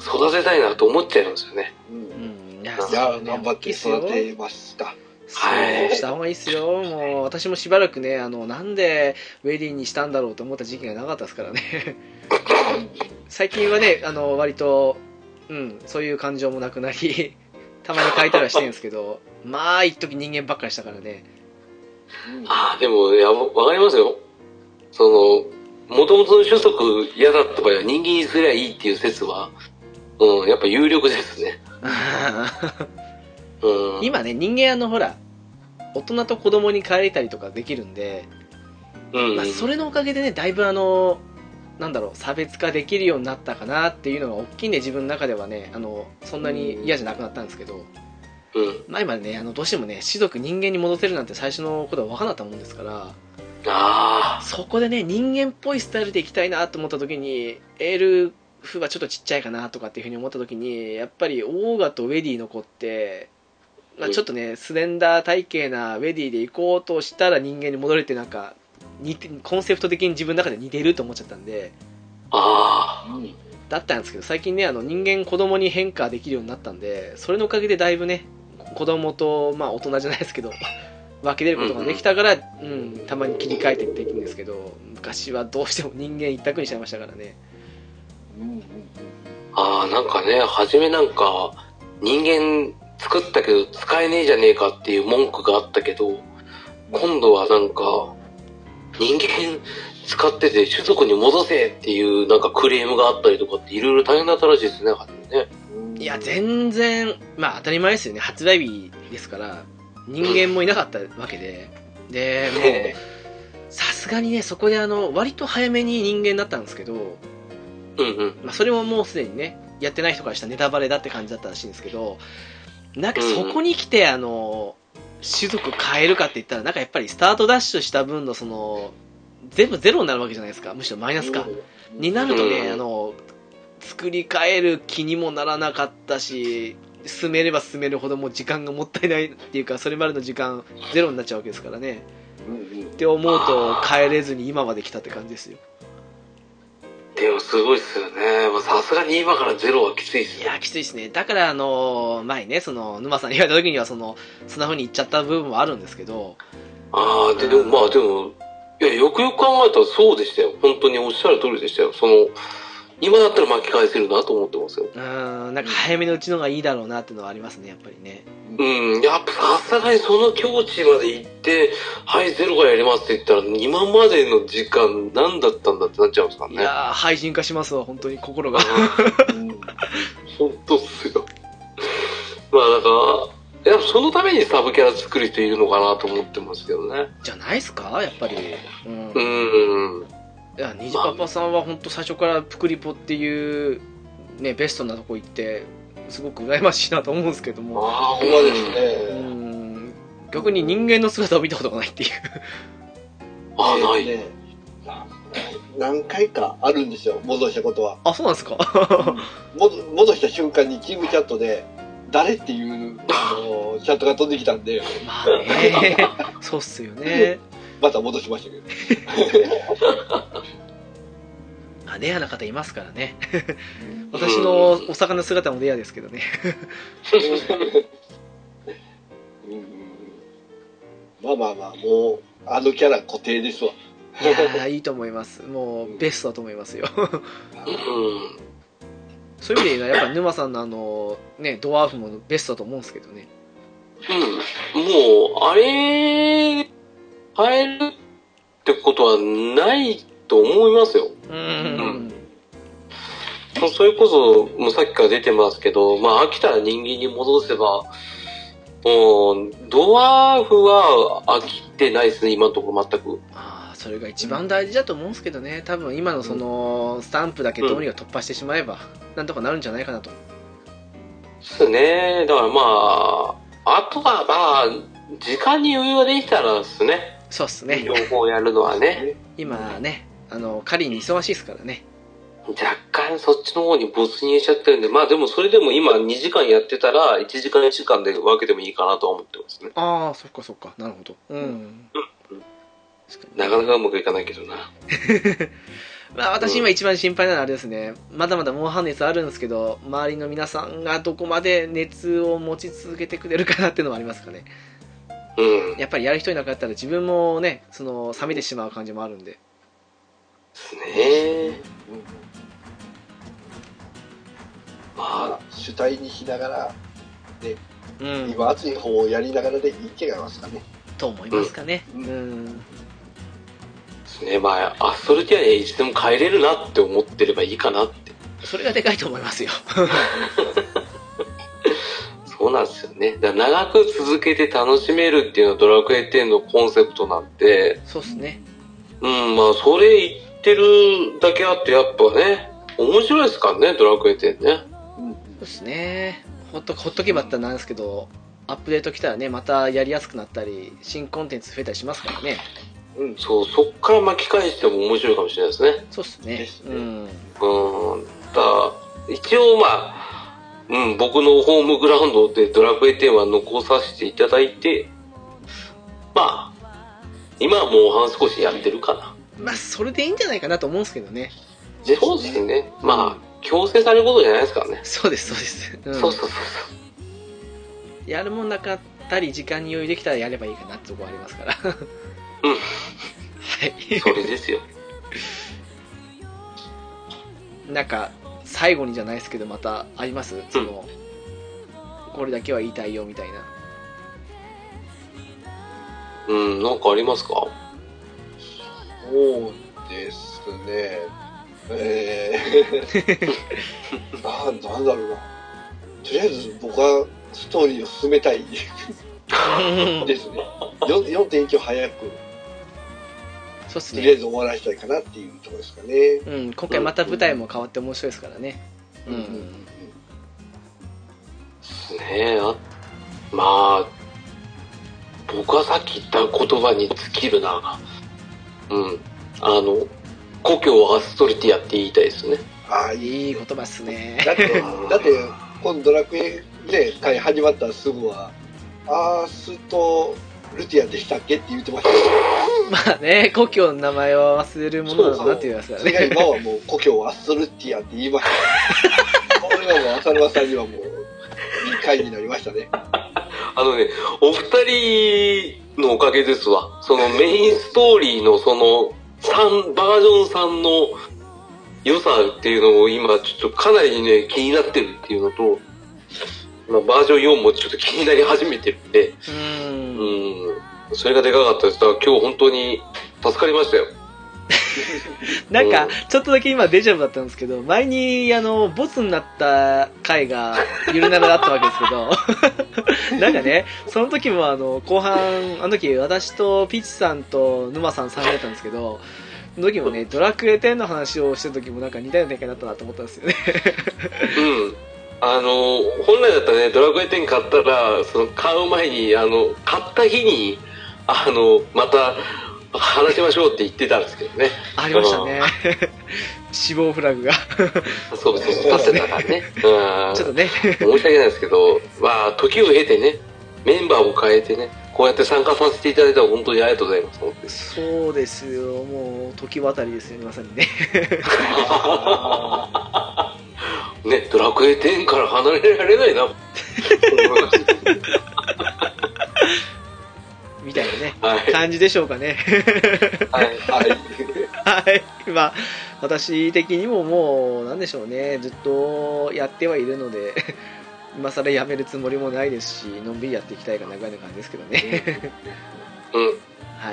S2: 育てたいなと思っちゃいますよね。
S5: う
S1: うんん。いや
S2: い
S5: いや
S1: そうね
S5: 頑張って育てました
S1: そうした方がいいですよ、もう私もしばらくねあのなんでウェディにしたんだろうと思った時期がなかったですからね最近はねあの割と、うん、そういう感情もなくなりたまに変えたりはしてるんですけどまあ一時人間ばっかりしたからね
S2: ああ、でも、いや、わかりますよ。その、もともとの種族嫌だった場合は人間にすりゃいいっていう説は、うん、やっぱ有力ですね。うん。
S1: 今ね人間あのほら大人と子供に変えれたりとかできるんで、
S2: うん、
S1: まあ、それのおかげでねだいぶあのなんだろう差別化できるようになったかなっていうのが大きいんで自分の中ではねあのそんなに嫌じゃなくなったんですけど、
S2: うん。
S1: 前までねあのどうしてもね士族人間に戻せるなんて最初のことは分からなかったもんですから
S2: あ
S1: そこでね人間っぽいスタイルでいきたいなと思った時にエールフはちょっとちっちゃいかなとかっていうふうに思った時にやっぱりオーガとウェディの子って、まあ、
S2: うん
S1: ちょっとねスレンダー体型なウェディで行こうとしたら人間に戻れてなんか似てコンセプト的に自分の中で似てると思っちゃったんで
S2: あ、あ
S1: だったんですけど最近ねあの人間子供に変化できるようになったんでそれのおかげでだいぶね子供とまあ大人じゃないですけど 分けれることができたから、うんたまに切り替えてできるんですけど昔はどうしても人間一択にしちゃいましたからね
S5: うん
S2: あ。ああ、なんかね、初めなんか、人間作ったけど使えねえじゃねえかっていう文句があったけど、今度はなんか、人間使ってて種族に戻せっていうなんかクレームがあったりとかっていろいろ大変だったらしいですね、初めね。
S5: うん
S1: いや全然まあ当たり前ですよね発売日ですから人間もいなかったわけででもうさすがにねそこであの割と早めに人間になったんですけど
S2: うんうん。
S1: まあ、それももうすでにねやってない人からしたらネタバレだって感じだったらしいんですけどなんかそこに来て、あの種族変えるかって言ったらなんかやっぱりスタートダッシュした分のその全部ゼロになるわけじゃないですかむしろマイナスか、になるとね、
S2: うん
S1: あの作り変える気にもならなかったし進めれば進めるほどもう時間がもったいないっていうかそれまでの時間ゼロになっちゃうわけですからね
S5: うんうん
S1: って思うと変えれずに今まで来たって感じですよ
S2: でもすごいっすよね。もうさすがに今からゼロはきついっす
S1: い
S2: ね。
S1: やきついですねだからあの前ねその沼さんに言われた時にはそのそんな風に言っちゃった部分もあるんですけど
S2: ああ、で、でもまあでも、いや、よくよく考えたらそうでしたよ。本当におっしゃる通りでしたよ。その、今だったら巻き返せるなと思ってますよ。
S1: うーんなんか早めのうちのがいいだろうなっていうのはありますねやっぱりね
S2: うん、やっぱさすがにその境地まで行って、はい、ゼロがやりますって言ったら、今までの時間何だったんだってなっちゃいますから
S1: い
S2: ね。
S1: やー廃人化しますわ本当に心が
S5: うん
S2: 本当っすよ。まあなんか、やっぱそのためにサブキャラ作る人いるのかなと思ってますけどね。
S1: じゃないっすかやっぱりうん
S2: う
S1: い
S2: ん。
S1: やニジパパさんは本当最初からプクリポっていうねベストなとこ行ってすごく羨ましいなと思うんですけど
S2: あ
S1: も
S5: ここまでです
S1: うー
S5: ね
S1: ん逆に人間の姿を見たことがないっていう
S2: あ、ない。
S5: ねな何回かあるんですよ戻したことは
S1: あそうなんですか
S5: 戻戻した瞬間にチームチャットで「誰?」っていうあのチャットが飛んできたんで
S1: まあねそうっすよね
S5: また戻しましたけど
S1: まあレアな方いますからね私のお魚姿もレアですけどね
S5: うんうんまあまあまあもうあのキャラ固定ですわ
S1: いやーいいと思いますもうベストだと思いますよ
S2: うん。
S1: そういう意味で言うとやっぱ沼さんのあのねドワーフもベストだと思うんですけどね
S2: うん。もう、あれ、変えるってことはないと思いますよ。
S1: うーん
S2: もうそれこそ、もうさっきから出てますけど、まあ、飽きたら人間に戻せば、うん、ドワーフは飽きてないですね、今のところ全く。
S1: ああそれが一番大事だと思うんですけどね多分今のそのスタンプだけどうにか突破してしまえばなんとかなるんじゃないかなと
S2: そうですね、だからまあ、あとはまあ、時間に余裕ができたらですね、
S1: そうっすね
S2: 両方やるのはね。
S1: 今ねあの狩りに忙しいですからね
S2: 若干そっちの方に没入しちゃってるんで、まあでもそれでも今2時間やってたら、1時間1時間で分けてもいいかなとは思ってますね。
S1: ああそっかそっかなるほどうん確かに
S2: なかなかうまくいかないけどな。
S1: まあ、私今一番心配なのはあれですね、まだまだモンハン熱あるんですけど、周りの皆さんがどこまで熱を持ち続けてくれるかなっていうのもありますかね。
S2: うん。で
S1: やっぱりやる人いなくなったら自分もね、その、冷めてしまう感じもあるんで。
S2: すね。まあ
S5: まあ、主体にしながら、
S1: うん。
S5: 今熱い方をやりながらでいい気がしますかね。
S1: と思いますかね。う。
S5: うんん
S2: ですね。まあ、アストルティアにいつでも帰れるなって思ってればいいかなって。
S1: それがでかいと思いますよ。
S2: そうなんですよね。だから長く続けて楽しめるっていうのはドラクエ10のコンセプトなんで、
S1: そうっすね。
S2: うん、まあそれ言ってるだけあってやっぱね、面白いですからね、ドラクエ10ね。
S1: そうっすね。ほっと、ほっとけばってなんですけど、アップデート来たらね、またやりやすくなったり、新コンテンツ増えたりしますからね。
S5: うん。
S2: そう、そっから巻き返しても面白いかもしれないですね。
S1: そうっすね
S5: で。す
S1: う
S5: ね
S1: ん。
S2: うん、だ一応まあ、うん、僕のホームグラウンドでドラクエ10は残させていただいて、まあ、今はもう半少しやってるかな。
S1: まあ、それでいいんじゃないかなと思うんですけどね。
S5: ですね
S2: そうですね。まあ、強制されることじゃないですからね。
S1: そうです、そうです。ん
S2: そうそうそう
S1: やるもんなかったり時間に余裕できたらやればいいかなってとこありますからうん
S2: そう。それですよ。
S1: はいなんか最後にじゃないですけどまたありますその、これだけは言いたいよみたいな
S2: うん、なんかありますか
S5: そうですね。えー、 ななんだろうな。とりあえず僕はストーリーを進めたい ですね。よ4.1を早く、
S1: そうっす
S5: とりあえ
S1: ね
S5: ず終わらせたいかなっていうところですかね。
S1: うん今回また舞台も変わって面白いですからねうん、
S2: ねえあまあ僕はさっき言った言葉に尽きるなうんあの故郷アストルティアって言いたいですね
S5: ああ、いい。
S1: いい言葉っすね
S5: だって、だって、このドラクエで会始まったらすぐは、アースとルティアでしたっけって言ってましたよ
S1: まあね故郷の名前を忘れるものなのかなって言いますから
S5: それが
S1: ね
S5: 今はもう故郷をアストルティアって言いました。これはもう浅沼さんにはもう、いい回になりましたね。
S2: あのねお二人のおかげですわそのメインストーリーのその3バージョン3の良さっていうのを今ちょっとかなりね気になってるっていうのと、まあ、バージョン4もちょっと気になり始めてるんで
S1: うん
S2: うん、それがでかかったです。だから今日本当に助かりましたよ。
S1: なん
S2: う
S1: か
S2: ん、
S1: ちょっとだけ今デジャブだったんですけど、前に、あの、ボツになった回が、ゆるならだったわけですけ ど、なんかね、その時もあの、後半、あの時、私とピチさんと沼さん3人だったんですけど、その時もね、ドラクエ10の話をしてる時もなんか似たような展開だったなと思ったんです よね。
S2: うん。あの、本来だったらね、ドラクエ10買ったら、その買う前に、あの、買った日に、あの、また話しましょうって言ってたんですけどね。
S1: ありましたね。死亡フラグが。
S2: そうそう、立ってたからね。うん。
S1: ちょっとね、
S2: 申し訳ないですけど、まあ、時を経てね、メンバーを変えてね、こうやって参加させていただいたら本当にありがとうございます。本当に
S1: そうですよ、もう、時渡りですよね、まさに ね。
S2: ね、ドラクエ10から離れられ ないな。
S1: みたいなね、
S2: はい。
S1: 感じでしょうかね。
S2: はい。
S5: はい。
S1: はい、まあ、私的にももう、なんでしょうね、ずっとやってはいるので、 今更やめるつもりもないですし、のんびりやっていきたいが長いな感じですけどね。
S2: うん。
S1: は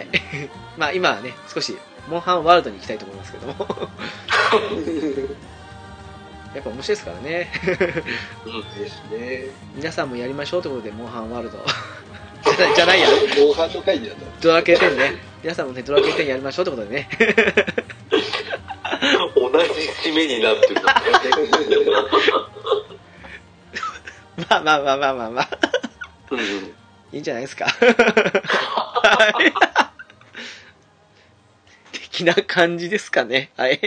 S1: い。 まあ、今は ね、少し、モンハンワールドに行きたいと思いますけども。やっぱ面白いですからね
S5: ですね。
S1: 皆さんもやりましょうということでモンハンワールド じゃないじゃないや
S5: モンハンの会議だと。
S1: ドラケテンね皆さんもねドラケテンやりましょうってことでね
S2: 同じ締めになってる。
S1: まあまあまあまあまあまあ
S2: うん
S1: いいんじゃないですかはい 的な感じですかねはい